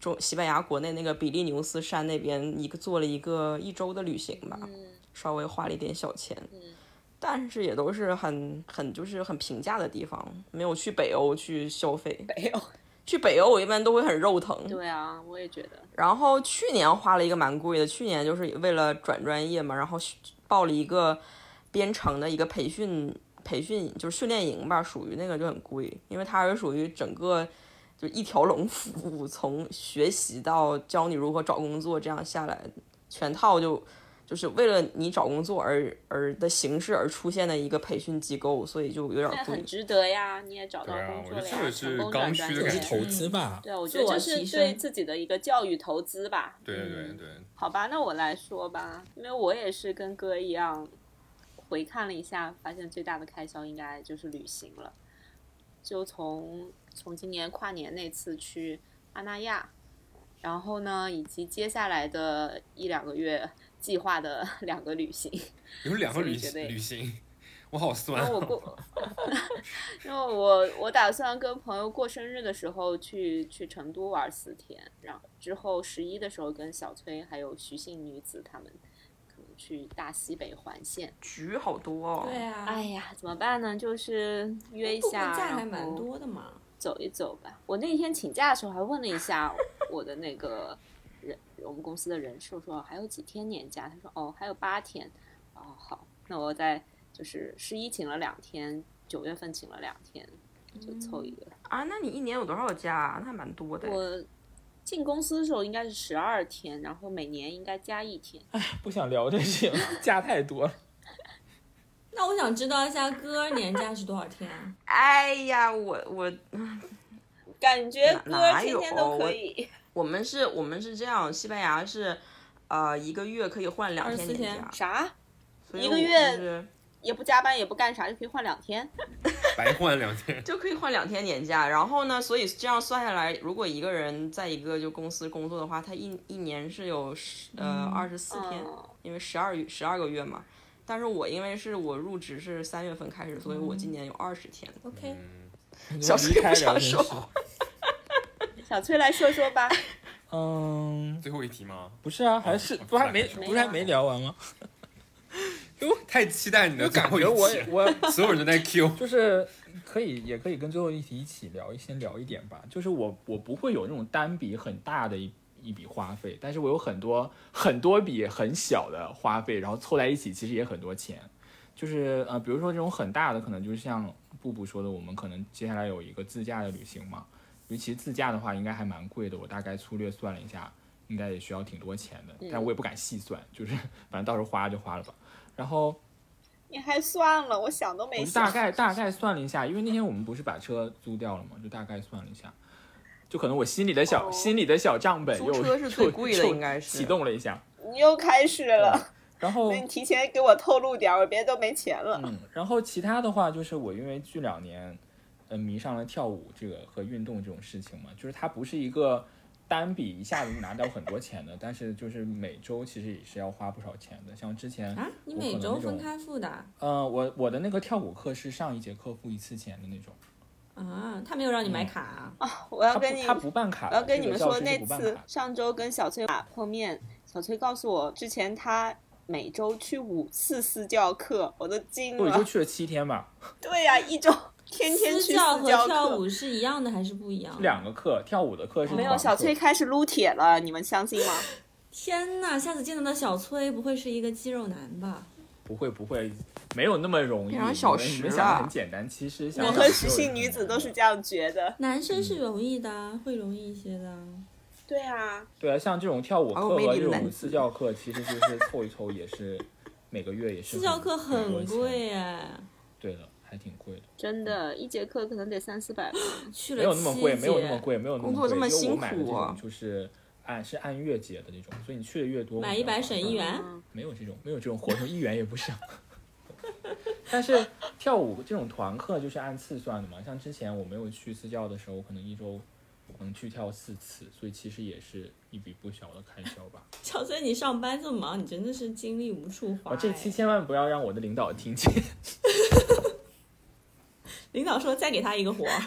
Speaker 2: 中西班牙国内那个比利牛斯山那边一个做了一个一周的旅行吧，稍微花了一点小钱，但是也都是很很就是很平价的地方，没有去北欧去消费。
Speaker 6: 没有。
Speaker 2: 去北欧我一般都会很肉疼，
Speaker 6: 对啊，我也觉得。
Speaker 2: 然后去年花了一个蛮贵的，去年就是为了转专业嘛，然后去报了一个编程的一个培训培训，就是训练营吧，属于那个就很贵，因为它是属于整个就一条龙服务，从学习到教你如何找工作，这样下来全套就就是为了你找工作而而的形式而出现的一个培训机构，所以就有点
Speaker 6: 但
Speaker 2: 贵
Speaker 6: 很。 值得呀，你也找到
Speaker 4: 对啊
Speaker 6: 工作
Speaker 4: 我觉
Speaker 6: 了呀，
Speaker 4: 得这个
Speaker 6: 成
Speaker 4: 是
Speaker 6: 功
Speaker 4: 刚
Speaker 6: 转
Speaker 4: 需
Speaker 6: 专
Speaker 4: 的
Speaker 6: 业
Speaker 4: 感觉
Speaker 3: 投资吧，
Speaker 6: 对啊，我觉
Speaker 1: 自
Speaker 6: 得
Speaker 1: 我
Speaker 6: 这
Speaker 1: 提
Speaker 6: 是
Speaker 1: 升
Speaker 6: 对自己的一个教育投资吧。
Speaker 4: 对对对
Speaker 6: 嗯
Speaker 4: 对，
Speaker 6: 好吧，那我来说吧，因为我也是跟哥一样，回看了一下，发现最大的开销应该就是旅行了。就从从今年跨年那次去阿那亚，然后呢，以及接下来的一两个月计划的两个旅行，
Speaker 4: 有两个
Speaker 6: 所以
Speaker 4: 旅
Speaker 6: 觉得
Speaker 4: 旅行，我好
Speaker 6: 因
Speaker 4: 酸
Speaker 6: 为我
Speaker 4: 哦。
Speaker 6: 过，因为我我打算跟朋友过生日的时候去去成都玩四天，然后之后十一的时候跟小崔还有徐姓女子他们可能去大西北环线。
Speaker 2: 局好多哦，
Speaker 1: 对啊，
Speaker 6: 哎呀，怎么办呢？就是约一
Speaker 1: 不过
Speaker 6: 下，
Speaker 1: 假还
Speaker 6: 然
Speaker 1: 蛮
Speaker 6: 后
Speaker 1: 多的嘛。
Speaker 6: 走一走吧。我那天请假的时候还问了一下我的那个人，我们公司的人事，我说还有几天年假？他说哦，还有八天。哦，好，那我再就是十一请了两天，九月份请了两天，就凑一个。
Speaker 2: 啊，那你一年有多少假、啊？那还蛮多的。
Speaker 6: 我进公司的时候应该是十二天，然后每年应该加一天。
Speaker 3: 不想聊这些，假太多了。
Speaker 1: 那我想知道一下哥年假是多少天啊？
Speaker 2: 哎呀，我我
Speaker 6: 感觉歌
Speaker 2: 哪
Speaker 6: 天
Speaker 2: 有哦
Speaker 6: 天都可以。
Speaker 2: 我们是，我们是这样，西班牙是，呃，一个月可以换两
Speaker 1: 24
Speaker 2: 年
Speaker 1: 天
Speaker 2: 假，
Speaker 6: 啥？
Speaker 2: 所以
Speaker 6: 一个
Speaker 2: 我
Speaker 6: 月
Speaker 2: 就是
Speaker 6: 也不加班，也不干啥，就可以换两天。
Speaker 4: 白换两 天。
Speaker 2: 就可以换两天年假。然后呢，所以这样算下来，如果一个人在一个就公司工作的话，他一一年是有十呃二十四天，
Speaker 6: 嗯
Speaker 2: 因为十二十二个月嘛。但是我因为是我入职是三月份开始，所以我
Speaker 6: 嗯
Speaker 2: 今年有二十天。
Speaker 1: OK，
Speaker 4: 嗯，
Speaker 2: 小
Speaker 3: 离
Speaker 2: 崔
Speaker 3: 开
Speaker 2: 不想
Speaker 3: 聊天
Speaker 2: 说
Speaker 3: 室
Speaker 6: 小崔来说说吧，
Speaker 3: 嗯，
Speaker 4: 最后一题吗？
Speaker 3: 不是啊，还是
Speaker 4: 哦
Speaker 3: 不还没
Speaker 4: 没
Speaker 3: 不是还没聊完吗？
Speaker 4: 太期待你的
Speaker 3: 就
Speaker 4: 最
Speaker 3: 感
Speaker 4: 后一
Speaker 3: 觉我也
Speaker 4: 题，
Speaker 3: 我
Speaker 4: 所有人都在 Q。
Speaker 3: 就是可以，也可以跟最后一题一起聊，一先聊一点吧。
Speaker 5: 就是我我不会有那种单笔很大的一一笔花费，但是我有很多很多笔很小的花费，然后凑在一起其实也很多钱。就是呃，比如说这种很大的，可能就是像布布说的，我们可能接下来有一个自驾的旅行嘛。尤其自驾的话，应该还蛮贵的。我大概粗略算了一下，应该也需要挺多钱的，但我也不敢细算，就是 反正到时候花就花了吧。然后
Speaker 6: 你还算了，我想都
Speaker 5: 我
Speaker 6: 没
Speaker 5: 就大
Speaker 6: 想。
Speaker 5: 概大概算了一下，因为那天我们不是把车租掉了嘛，就大概算了一下，就可能我心里的小、
Speaker 6: 哦
Speaker 5: 心里的小账本
Speaker 2: 租
Speaker 5: 又
Speaker 2: 车是最贵的
Speaker 5: 又
Speaker 2: 应该是
Speaker 5: 启动了一下，
Speaker 6: 你又开始了，
Speaker 5: 然后
Speaker 6: 那你提前给我透露点儿，我别都没钱了。
Speaker 5: 哦嗯，然后其他的话就是我因为这两年，呃，迷上了跳舞这个和运动这种事情嘛，就是它不是一个单笔一下子拿到很多钱的，但是就是每周其实也是要花不少钱的，像之前
Speaker 1: 啊，你
Speaker 5: 我
Speaker 1: 每
Speaker 5: 可能
Speaker 1: 周
Speaker 5: 那种
Speaker 1: 分开付的啊
Speaker 5: 呃，我我的那个跳舞课是上一节课付一次钱的那种。
Speaker 1: 啊？他没有让你买
Speaker 5: 嗯
Speaker 1: 卡啊？
Speaker 6: 我要
Speaker 5: 他
Speaker 6: 跟
Speaker 5: 不
Speaker 6: 你
Speaker 5: 他不办卡
Speaker 6: 我
Speaker 5: 的，
Speaker 6: 要跟你们说，
Speaker 5: 这个教
Speaker 6: 那
Speaker 5: 室是不办
Speaker 6: 次
Speaker 5: 卡的
Speaker 6: 上周跟小崔碰面，小崔告诉我，之前他每周去五次私教课，我都惊
Speaker 5: 我也
Speaker 1: 嗯
Speaker 5: 就
Speaker 6: 了。
Speaker 5: 去了七天吧，
Speaker 6: 对呀、一周天天去
Speaker 1: 私
Speaker 6: 私
Speaker 1: 教和
Speaker 6: 教
Speaker 1: 跳
Speaker 6: 课。
Speaker 1: 舞是一样的还是不一样？
Speaker 5: 两个课，跳舞的课是
Speaker 6: 没有，
Speaker 5: 团
Speaker 6: 小
Speaker 5: 课
Speaker 6: 崔开始撸铁了，你们相 信吗？
Speaker 1: 天呐，下次见到的小崔不会是一个肌肉男吧？
Speaker 5: 不会不会，没有那么容易。
Speaker 2: 两小时
Speaker 5: 你们想的
Speaker 2: 啊
Speaker 5: 很简单，其实想
Speaker 6: 我
Speaker 5: 想
Speaker 6: 和
Speaker 5: 就
Speaker 6: 实性女子都是
Speaker 5: 很
Speaker 6: 这样觉得。
Speaker 1: 男生
Speaker 5: 嗯
Speaker 1: 是容易的啊，会容易一些的啊。
Speaker 6: 对啊，
Speaker 5: 对啊，像这种跳舞课
Speaker 2: 好有魅
Speaker 5: 和
Speaker 2: 力
Speaker 5: 这
Speaker 2: 的男
Speaker 5: 种
Speaker 2: 子
Speaker 5: 私教课，其实就是凑一凑也是每个月也是
Speaker 1: 私教课
Speaker 5: 多
Speaker 1: 很
Speaker 5: 钱
Speaker 1: 贵哎，
Speaker 5: 对的，还挺贵的，
Speaker 6: 真的，一节课可能得三四百吧。
Speaker 1: 去
Speaker 5: 没
Speaker 1: 了
Speaker 5: 有
Speaker 1: 七
Speaker 5: 那
Speaker 1: 节
Speaker 5: 么贵，没有那么贵，没有那么
Speaker 2: 工作
Speaker 5: 贵
Speaker 2: 这么
Speaker 5: 因为我
Speaker 2: 辛
Speaker 5: 买的这
Speaker 2: 苦啊
Speaker 5: 种就是按是按月结的这种，所以你去的越多，
Speaker 1: 买
Speaker 5: 我
Speaker 1: 一
Speaker 5: 们要
Speaker 1: 百
Speaker 5: 花
Speaker 1: 省
Speaker 5: 更
Speaker 1: 一
Speaker 5: 多
Speaker 1: 元。
Speaker 6: 啊
Speaker 5: 没有这种，没有这种活动，一元也不 上。但是跳舞这种团课就是按次算的嘛，像之前我没有去私教的时候，我可能一周能去跳四次，所以其实也是一笔不小的开销吧。
Speaker 1: 小崔，你上班这么忙，你真的是精力无处花
Speaker 5: 啊，
Speaker 1: 哎。
Speaker 5: 这期千万不要让我的领导听见。
Speaker 1: 领导说再给他一个活儿，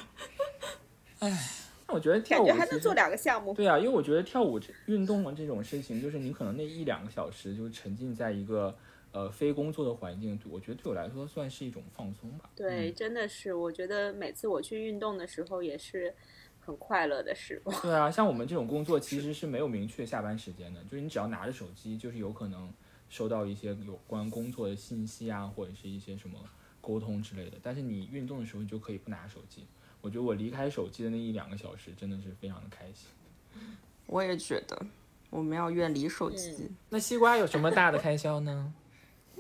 Speaker 5: 那我觉得
Speaker 6: 感
Speaker 5: 跳舞
Speaker 6: 觉还
Speaker 5: 其
Speaker 6: 能
Speaker 5: 实
Speaker 6: 做两个项目。
Speaker 5: 对啊，因为我觉得跳舞这运动啊这种事情，就是你可能那一两个小时就沉浸在一个呃非工作的环境，我觉得对我来说算是一种放松吧。
Speaker 2: 嗯
Speaker 6: 对，真的是，我觉得每次我去运动的时候也是很快乐的事。
Speaker 5: 对啊，像我们这种工作其实是没有明确下班时间的，就是你只要拿着手机，就是有可能收到一些有关工作的信息啊，或者是一些什么沟通之类的。但是你运动的时候，你就可以不拿手机。我觉得我离开手机的那一两个小时，真的是非常的开心。
Speaker 2: 我也觉得我们要远离手
Speaker 6: 嗯
Speaker 2: 机。
Speaker 5: 那西瓜有什么大的开销 呢？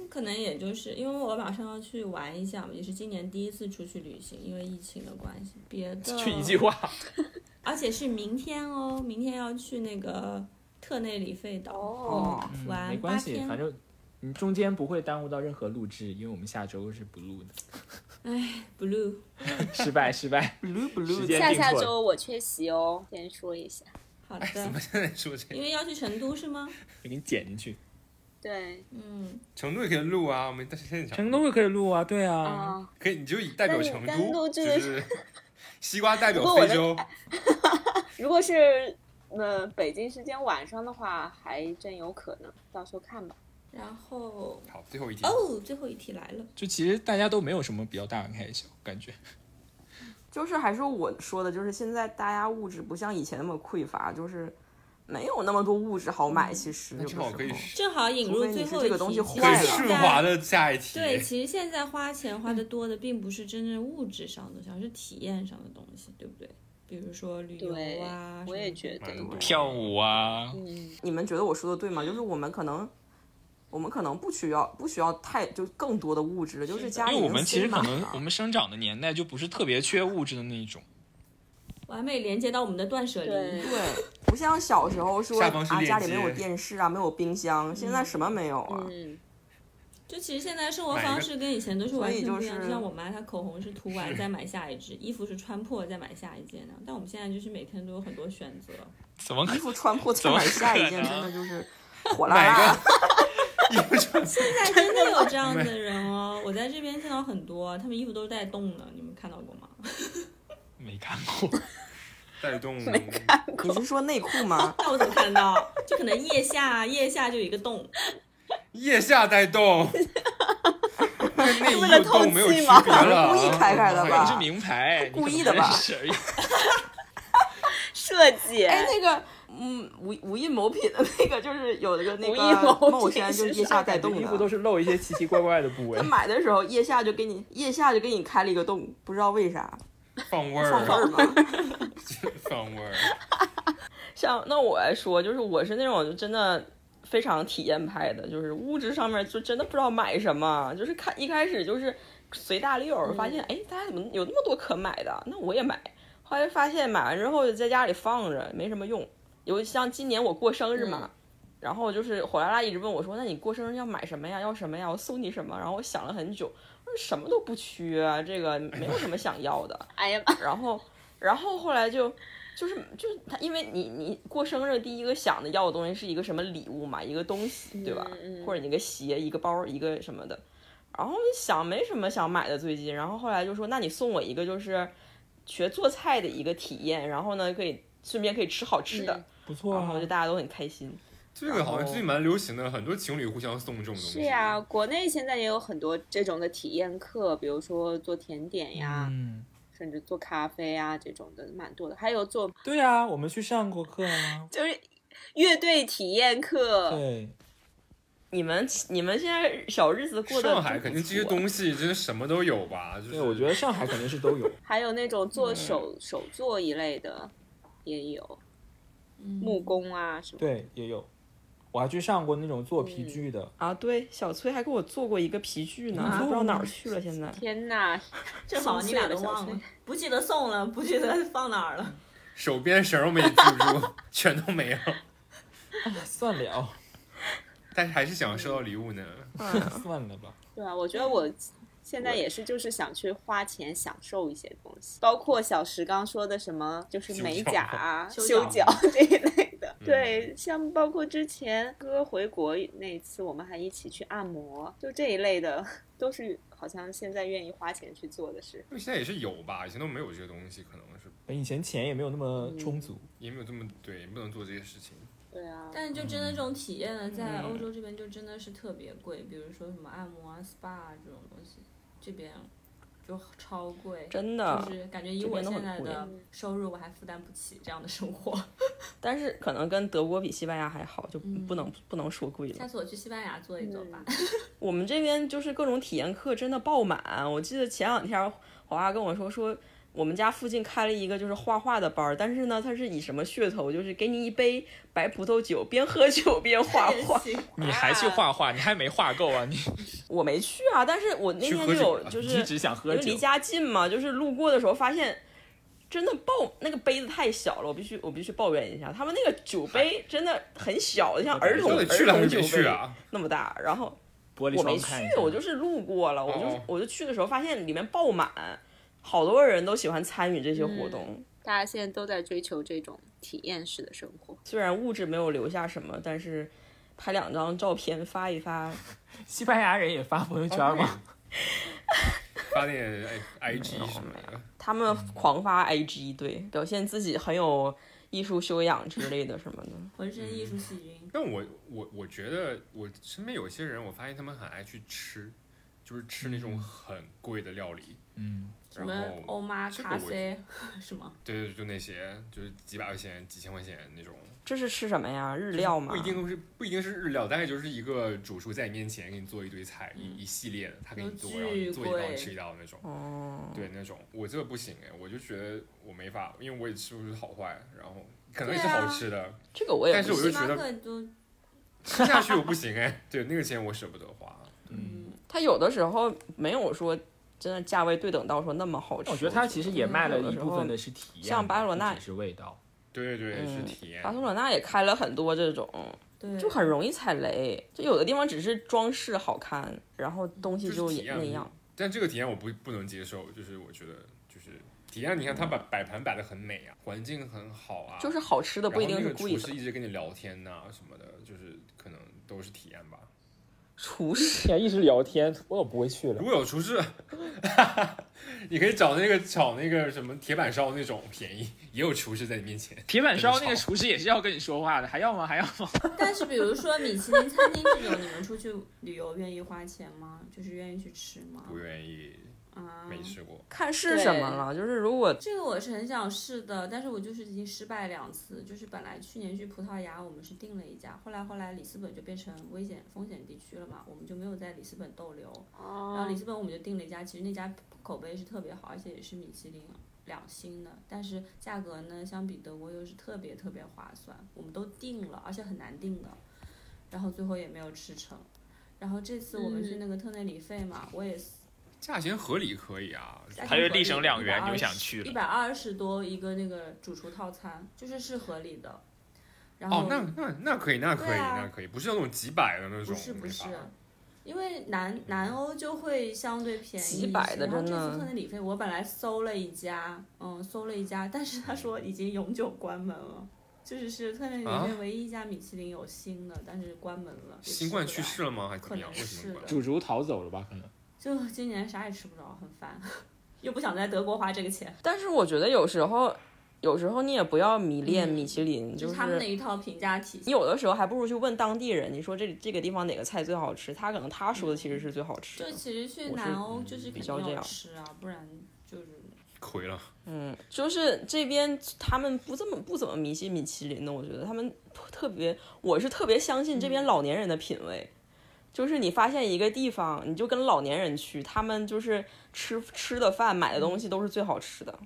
Speaker 1: 可能也就是因为我马上要去玩一下嘛，也是今年第一次出去旅行，因为疫情的关系。别的，
Speaker 5: 去一句话，
Speaker 1: 而且是明天哦，明天要去那个特内里费岛
Speaker 6: 哦
Speaker 1: 嗯
Speaker 5: 没
Speaker 1: 玩八
Speaker 5: 关系，
Speaker 1: 天。
Speaker 5: 反正你中间不会耽误到任何录制，因为我们下周是不录的。
Speaker 1: blue
Speaker 5: 失败，失败，
Speaker 2: blue
Speaker 5: 时
Speaker 2: blue，
Speaker 5: 间
Speaker 6: 下
Speaker 5: 定
Speaker 6: 下
Speaker 5: 错了，
Speaker 6: 周我缺席哦，先说一下。
Speaker 1: 好
Speaker 4: 哎，怎
Speaker 1: 的
Speaker 4: 么，现在说这
Speaker 1: 因
Speaker 4: 个？
Speaker 1: 为要去成都是吗？
Speaker 5: 我给你剪进去。
Speaker 6: 对，
Speaker 1: 嗯，
Speaker 4: 成都也可以录啊，我们但是现场
Speaker 5: 成都也可以录啊，对啊。
Speaker 6: 啊、
Speaker 4: 可以，你就以代表成
Speaker 6: 但是但
Speaker 4: 都，
Speaker 6: 录
Speaker 4: 就
Speaker 6: 制的
Speaker 4: 是 西瓜代表
Speaker 6: 不过我
Speaker 4: 非
Speaker 6: 的
Speaker 4: 洲，
Speaker 6: 如果是呃北京时间晚上的话，还真有可能，到时候看吧。
Speaker 1: 然后
Speaker 4: 好，最后一题，
Speaker 1: 哦，最后一题来了，
Speaker 5: 就其实大家都没有什么比较大的开销，感觉。
Speaker 2: 就是还是我说的，就是现在大家物质不像以前那么匮乏，就是没有那么多物质好买。其实有
Speaker 4: 那
Speaker 2: 的
Speaker 4: 正
Speaker 2: 时
Speaker 4: 好
Speaker 2: 候
Speaker 4: 可以
Speaker 1: 正好引入
Speaker 2: 除非
Speaker 1: 最
Speaker 2: 你是
Speaker 1: 后一
Speaker 2: 这
Speaker 1: 题
Speaker 2: 个东西。
Speaker 1: 其
Speaker 2: 坏
Speaker 1: 实
Speaker 4: 很
Speaker 2: 了
Speaker 1: 现
Speaker 4: 顺
Speaker 1: 在
Speaker 4: 滑的下一题。
Speaker 1: 哦对，其实现在花钱
Speaker 5: 嗯
Speaker 1: 花的多的，并不是真正物质上的东西，而是体验上的东西，对不对？比如说旅游
Speaker 6: 对
Speaker 1: 啊，，
Speaker 6: 我也觉
Speaker 1: 得。
Speaker 6: 得
Speaker 4: 蛮，多
Speaker 5: 跳舞啊，
Speaker 6: 嗯，
Speaker 2: 你们觉得我说的对吗？就是我们可能，我们可能不需要不需要太就更多的物质了，就是家
Speaker 5: 因
Speaker 2: 里
Speaker 5: 为我
Speaker 2: 能
Speaker 5: 们其
Speaker 2: 塞
Speaker 5: 实可
Speaker 2: 满
Speaker 5: 能
Speaker 2: 了
Speaker 5: 我们生长的年代就不是特别缺物质的那一种，
Speaker 1: 完美连接到我们的断舍离
Speaker 6: 对。
Speaker 2: 对，不像小时候说
Speaker 4: 下方是
Speaker 2: 啊
Speaker 4: 链
Speaker 2: 家里没有
Speaker 4: 接
Speaker 2: 电视啊，没有冰箱，现在什么没有啊？
Speaker 6: 嗯，
Speaker 1: 就其实现在生活
Speaker 4: 买一个
Speaker 1: 方式跟以前都是完全不一
Speaker 6: 所以
Speaker 1: 样，
Speaker 6: 就是
Speaker 1: 就像我妈她口红是涂完再买下一支，衣服是穿破再买下一件 那样。但我们现在就是每天都有很多选择，
Speaker 8: 怎么可
Speaker 6: 衣服穿破再买下一件，真的就是火辣
Speaker 4: 买
Speaker 6: 辣。
Speaker 4: 个衣服穿起来
Speaker 1: 现在真的有这样的人哦，我在这边见到很多，他们衣服都是带洞的，你们看到过吗？
Speaker 8: 没看过？
Speaker 4: 带动
Speaker 6: 你是说内裤吗？
Speaker 1: 那我怎么看到？就可能腋 下啊腋下就有一个洞，
Speaker 4: 腋下带动，跟内
Speaker 6: 为了
Speaker 4: 衣
Speaker 6: 透
Speaker 4: 动没有区
Speaker 6: 气
Speaker 4: 别
Speaker 6: 吗？
Speaker 4: 了啊，
Speaker 6: 故意开开的
Speaker 8: 你是
Speaker 6: 吧？
Speaker 8: 名牌，
Speaker 6: 故意
Speaker 8: 你
Speaker 6: 的吧
Speaker 8: 怎么认识而已
Speaker 6: 设计，
Speaker 2: 哎，那个，嗯，无无印某品的那个，就是有一个那
Speaker 6: 无印某
Speaker 2: 个
Speaker 6: 品
Speaker 2: 帽衫，就是腋下带 洞
Speaker 3: 衣服都
Speaker 2: 的。
Speaker 3: 是露一些奇奇怪怪的部位
Speaker 2: 他。买的时候腋下就给你腋下就给你开了一个洞，不知道为啥
Speaker 4: 放味
Speaker 2: 放味儿
Speaker 4: 儿，
Speaker 2: 吗？
Speaker 4: 放味儿，
Speaker 2: 像那我来说，就是我是那种就真的非常体验派的，就是物质上面就真的不知道买什么，就是看一开始就是随大溜，发现哎、大家怎么有那么多可买的，那我也买。后来发现买完之后就在家里放着，没什么用。尤其像今年我过生日嘛，然后就是火辣辣一直问我说：“那你过生日要买什么呀？要什么呀？我送你什么？”然后我想了很久，我说什么都不缺、啊这个没有什么想要的。
Speaker 6: 哎呀，
Speaker 2: 然后，然后后来就就是就是他，因为你你过生日第一个想的要的东西是一个什么礼物嘛，一个东西对吧？
Speaker 6: 嗯嗯
Speaker 2: 或者你一个鞋、一个包、一个什么的。然后我就想没什么想买的最近，然后后来就说那你送我一个就是学做菜的一个体验，然后呢可以顺便可以吃好吃的，
Speaker 3: 不
Speaker 5: 嗯
Speaker 3: 错
Speaker 2: 然
Speaker 3: 啊
Speaker 2: 哦后，就大家都很开心。
Speaker 4: 这个好像最近蛮流行的，很多情侣互相送这种东西。
Speaker 6: 是呀、国内现在也有很多这种的体验课，比如说做甜点呀，
Speaker 3: 嗯，
Speaker 6: 甚至做咖啡呀这种的，蛮多的。还有做
Speaker 3: 对呀、啊，我们去上过课啊。
Speaker 6: 就是乐队体验课，
Speaker 3: 对，
Speaker 2: 你们你们现在小日子过得
Speaker 4: 上海
Speaker 2: 真不
Speaker 4: 肯定这些
Speaker 2: 错
Speaker 4: 东西真的什么都有吧？就是、
Speaker 3: 对，我觉得上海肯定是都 有。
Speaker 6: 还有那种做手、手作一类的也有，木工啊什么。
Speaker 3: 对，也有。我还去上过那种做皮具的，
Speaker 2: 啊，对，小崔还给我做过一个皮具呢，不知道哪儿去了。现在
Speaker 6: 天呐，
Speaker 1: 正好你俩都
Speaker 6: 送碎了
Speaker 1: 忘
Speaker 6: 小
Speaker 1: 了
Speaker 6: 崔，
Speaker 1: 不记得送了，不记得放哪儿了。
Speaker 4: 手边绳儿我没记住， 全都没有，
Speaker 2: 嗯
Speaker 3: 算了，啊
Speaker 4: 但是还是想收到礼物呢。
Speaker 5: 嗯
Speaker 3: 算了吧。
Speaker 6: 对啊，我觉得我现在也是，就是想去花钱享受一些东西，包括小石刚说的什么，就是美甲啊、
Speaker 1: 修
Speaker 6: 修
Speaker 1: 脚嗯
Speaker 6: 脚这一类的。对，像包括之前哥回国那一次，我们还一起去按摩，就这一类的，都是好像现在愿意花钱去做的事。
Speaker 4: 因为现在也是有吧，以前都没有这个东西，可能是
Speaker 3: 以前钱也没有那
Speaker 2: 嗯
Speaker 3: 么充足，
Speaker 4: 也没有这么对，不能做这些事情。
Speaker 6: 对啊，
Speaker 1: 但就
Speaker 2: 嗯
Speaker 1: 真的这种体验呢，在欧洲这边就真的是特别贵，比如说什么按摩啊、SPA 啊这种东西，这边就超贵，
Speaker 2: 真的
Speaker 1: 就，是感觉以我现在的收入，我还负担不起这样的生活。
Speaker 2: 嗯但是可能跟德国比西班牙还好，就不能、不能说 贵
Speaker 1: 下
Speaker 2: 了。
Speaker 1: 次我去西班牙做一做
Speaker 2: 嗯
Speaker 1: 吧。
Speaker 2: 我们这边就是各种体验课真的爆满，我记得前两天华华跟我说说。我们家附近开了一个就是画画的班儿，但是呢，它是以什么噱头？就是给你一杯白葡萄酒，边喝酒边画
Speaker 1: 也
Speaker 2: 画。
Speaker 1: 行
Speaker 8: 你还去画画？你还没画够啊？你
Speaker 2: 我没去啊，但是我那
Speaker 4: 去
Speaker 2: 天
Speaker 4: 喝
Speaker 2: 就
Speaker 4: 酒啊
Speaker 2: 有
Speaker 4: 了
Speaker 2: 就
Speaker 5: 你
Speaker 2: 是
Speaker 5: 只想
Speaker 2: 因
Speaker 5: 喝
Speaker 2: 为
Speaker 5: 酒
Speaker 2: 离。家近嘛，就是路过的时候发现，真的抱那个杯子太小了，我必须我必须抱怨一下，他们那个酒杯真的很小，像儿童
Speaker 4: 到
Speaker 2: 儿
Speaker 4: 底去了还
Speaker 2: 童
Speaker 4: 是
Speaker 2: 酒
Speaker 4: 没去
Speaker 2: 杯
Speaker 4: 啊？
Speaker 2: 那么大。然后
Speaker 5: 玻璃
Speaker 2: 我
Speaker 5: 窗
Speaker 2: 没去
Speaker 5: 看一，
Speaker 2: 我就是路过了，我就
Speaker 4: 哦
Speaker 2: 我就去的时候发现里面爆满，嗯好多人都喜欢参与这些活动。
Speaker 6: 大家现在都在追求这种体验式的生活。
Speaker 2: 虽然物质没有留下什么，但是拍两张照片发一发，
Speaker 5: 西班牙人也发朋友圈吗？
Speaker 4: 发点哎 IG 什么的，
Speaker 2: 他们狂发 IG，对，表现自己很有艺术修养之类的什么的。
Speaker 1: 浑身艺术
Speaker 2: 嗯
Speaker 1: 细菌，
Speaker 4: 但我我我觉得我身边有些人，我发现他们很爱去吃，就是吃那
Speaker 1: 嗯
Speaker 4: 种很贵的料理，
Speaker 5: 嗯，
Speaker 1: 什
Speaker 4: 然
Speaker 1: 么
Speaker 4: 后
Speaker 1: 欧妈
Speaker 4: 这个
Speaker 1: 咖
Speaker 4: 我
Speaker 1: 啡， 什么
Speaker 4: 对对，对就那些就是几百块钱、几千块钱那种。
Speaker 2: 这是吃什么呀？日
Speaker 1: 嗯
Speaker 2: 料吗？
Speaker 4: 不一定是不一定是日料，大概就是一个主厨在你面前给你做一堆菜，一、一系列的，他给你做，然后你做一
Speaker 1: 嗯巨
Speaker 4: 道
Speaker 1: 贵嗯
Speaker 4: 吃一道那种。
Speaker 2: 哦，
Speaker 4: 对，那种我这个不行哎，我就觉得我没法，因为我也吃不出好坏，然后可能也是
Speaker 1: 对啊
Speaker 4: 好吃的，
Speaker 2: 这个我也
Speaker 4: 但是
Speaker 2: 不
Speaker 4: 我
Speaker 1: 星
Speaker 4: 就
Speaker 2: 信。
Speaker 4: 觉
Speaker 1: 巴
Speaker 4: 得
Speaker 1: 克都
Speaker 4: 吃下去我不行哎， 对，那个钱我舍不得花。
Speaker 3: 嗯
Speaker 1: 嗯
Speaker 2: 它有的时候没有说真的价位对等到说那么好吃。
Speaker 5: 我觉得他其实也卖了
Speaker 2: 有的
Speaker 5: 一
Speaker 2: 时
Speaker 5: 部
Speaker 2: 候
Speaker 5: 分的是体验吧，
Speaker 2: 像巴塞罗那
Speaker 5: 不只是味道。
Speaker 4: 对对，
Speaker 2: 嗯
Speaker 4: 是体验。
Speaker 2: 巴塞罗那也开了很多这种
Speaker 1: 对，
Speaker 2: 就很容易踩雷。就有的地方只是装饰好看，然后东西
Speaker 4: 就
Speaker 2: 就是嗯也
Speaker 4: 体验
Speaker 2: 那样。
Speaker 4: 但这个体验我不不能接受，就是我觉得就是体验，你看他把摆盘摆的很美啊，环境很好啊，
Speaker 2: 就是好吃的不一定
Speaker 4: 然后那
Speaker 2: 是
Speaker 4: 个
Speaker 2: 故意
Speaker 4: 厨
Speaker 2: 的
Speaker 4: 师，一直跟你聊天呐、什么的，就是可能都是体验吧。
Speaker 2: 厨师
Speaker 3: 天，一直聊天，我不会去了
Speaker 4: 如。果有厨师， 你可以找那个炒那个什么铁板烧那种便宜，也有厨师在你面前。
Speaker 8: 铁板烧那个厨师也是要跟你说话的，还要吗？还要 吗？
Speaker 1: 但是比如说米其林餐厅这种，你们出去旅游愿意花钱吗？就是愿意去吃吗？
Speaker 4: 不愿意，
Speaker 1: 啊，
Speaker 4: 没吃过。
Speaker 2: 看是什么了，就是如果
Speaker 1: 这个我是很想试的，但是我就是已经失败两次。就是本来去年去葡萄牙，我们是订了一家，后来后来里斯本就变成危险风险地区了嘛，我们就没有在里斯本逗留。然后
Speaker 6: 哦
Speaker 1: 里，斯本我们就订了一家，其实那家口碑是特别好，而且也是米其林两星的，但是价格呢相比德国又是特别特别划算，我们都订了，而且很难订的，然后最后也没有吃成。然后这次我们去那个特内里费嘛，我也是
Speaker 4: 价钱合理可以啊，
Speaker 8: 他就立省两元，你就想去
Speaker 1: 一
Speaker 8: 了。
Speaker 1: 百二十多一个那个主厨套餐，就是是合理的。然后
Speaker 4: 哦，那那那可以，那可
Speaker 1: 对
Speaker 4: 以，
Speaker 1: 啊
Speaker 4: 那可以，不是那种几百的那
Speaker 1: 不
Speaker 4: 种，
Speaker 1: 是不
Speaker 4: 没
Speaker 1: 是
Speaker 4: 法，
Speaker 1: 因为南南欧就会相对便宜一些。
Speaker 2: 几百的
Speaker 1: 然后
Speaker 2: 真
Speaker 1: 这
Speaker 2: 的
Speaker 1: 次特内里费，我本来搜了一家，嗯，搜了一家，但是他说已经永久关门了。就是是特内里
Speaker 4: 啊
Speaker 1: 费唯一一家米其林有新的，但是关门了。也
Speaker 4: 新冠
Speaker 1: 吃不
Speaker 4: 去
Speaker 1: 了
Speaker 4: 世了吗？还是怎
Speaker 1: 可
Speaker 4: 么样？
Speaker 1: 能
Speaker 4: 为什
Speaker 1: 是
Speaker 4: 么
Speaker 1: 的
Speaker 4: 关？，
Speaker 5: 主厨逃走了吧？可能。
Speaker 1: 就今年啥也吃不着，很烦， 又不想在德国花这个钱。
Speaker 2: 但是我觉得有时候，有时候你也不要迷恋
Speaker 1: 嗯
Speaker 2: 米其林，
Speaker 1: 就是他们那一套评价体
Speaker 2: 你
Speaker 1: 系。
Speaker 2: 有的时候还不如去问当地人，你说这这个地方哪个菜最好吃，他可能他说的其实是最好吃
Speaker 1: 就
Speaker 2: 的。
Speaker 1: 其实去
Speaker 2: 我是
Speaker 1: 南欧就是
Speaker 2: 比
Speaker 1: 肯
Speaker 2: 较
Speaker 1: 定
Speaker 2: 这
Speaker 1: 要
Speaker 2: 样
Speaker 1: 吃啊，不然就是
Speaker 4: 亏了，
Speaker 2: 嗯，就是这边他们不这么不怎么迷信米其林的，我觉得他们特别，我是特别相信这
Speaker 3: 嗯
Speaker 2: 边老年人的品味。就是你发现一个地方，你就跟老年人去，他们就是吃吃的饭、买的东西
Speaker 3: 嗯
Speaker 2: 都是最好吃的。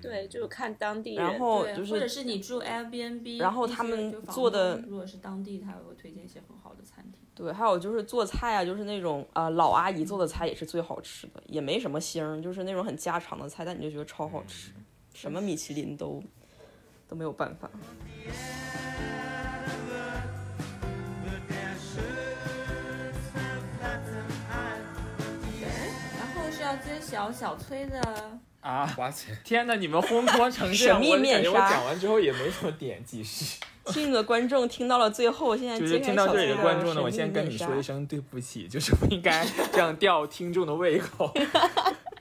Speaker 6: 对，就是看当地人。
Speaker 2: 然后
Speaker 1: 对，
Speaker 2: 就
Speaker 1: 或者
Speaker 2: 是
Speaker 1: 是你住 Airbnb，
Speaker 2: 然后
Speaker 1: 一
Speaker 2: 他
Speaker 1: 些
Speaker 2: 们
Speaker 1: 就房
Speaker 2: 做的
Speaker 1: 东如果是当地，他也会推荐一些很好的餐厅。
Speaker 2: 对，还有就是做菜啊，就是那种呃老阿姨做的菜也是最好吃的，也没什么星儿，就是那种很家常的菜，但你就觉得超好吃，
Speaker 3: 嗯
Speaker 2: 什么米其林都都没有办法。
Speaker 1: 然后是要揭晓小崔的，
Speaker 3: 啊！
Speaker 4: 花钱。
Speaker 3: 天哪，你们烘托成这 样，
Speaker 2: 神秘
Speaker 3: 我感
Speaker 2: 面
Speaker 3: 觉
Speaker 2: 纱
Speaker 3: 我讲完之后也没什么点记 事。
Speaker 2: 幸运的观众听到了最后，现在
Speaker 3: 就是
Speaker 2: 揭开
Speaker 3: 听到
Speaker 2: 小
Speaker 3: 这里
Speaker 2: 崔
Speaker 3: 的观众呢，
Speaker 2: 神
Speaker 3: 我
Speaker 2: 秘
Speaker 3: 先跟
Speaker 2: 面
Speaker 3: 你
Speaker 2: 纱
Speaker 3: 说一声对不起，就是不应该这样吊听众的胃口。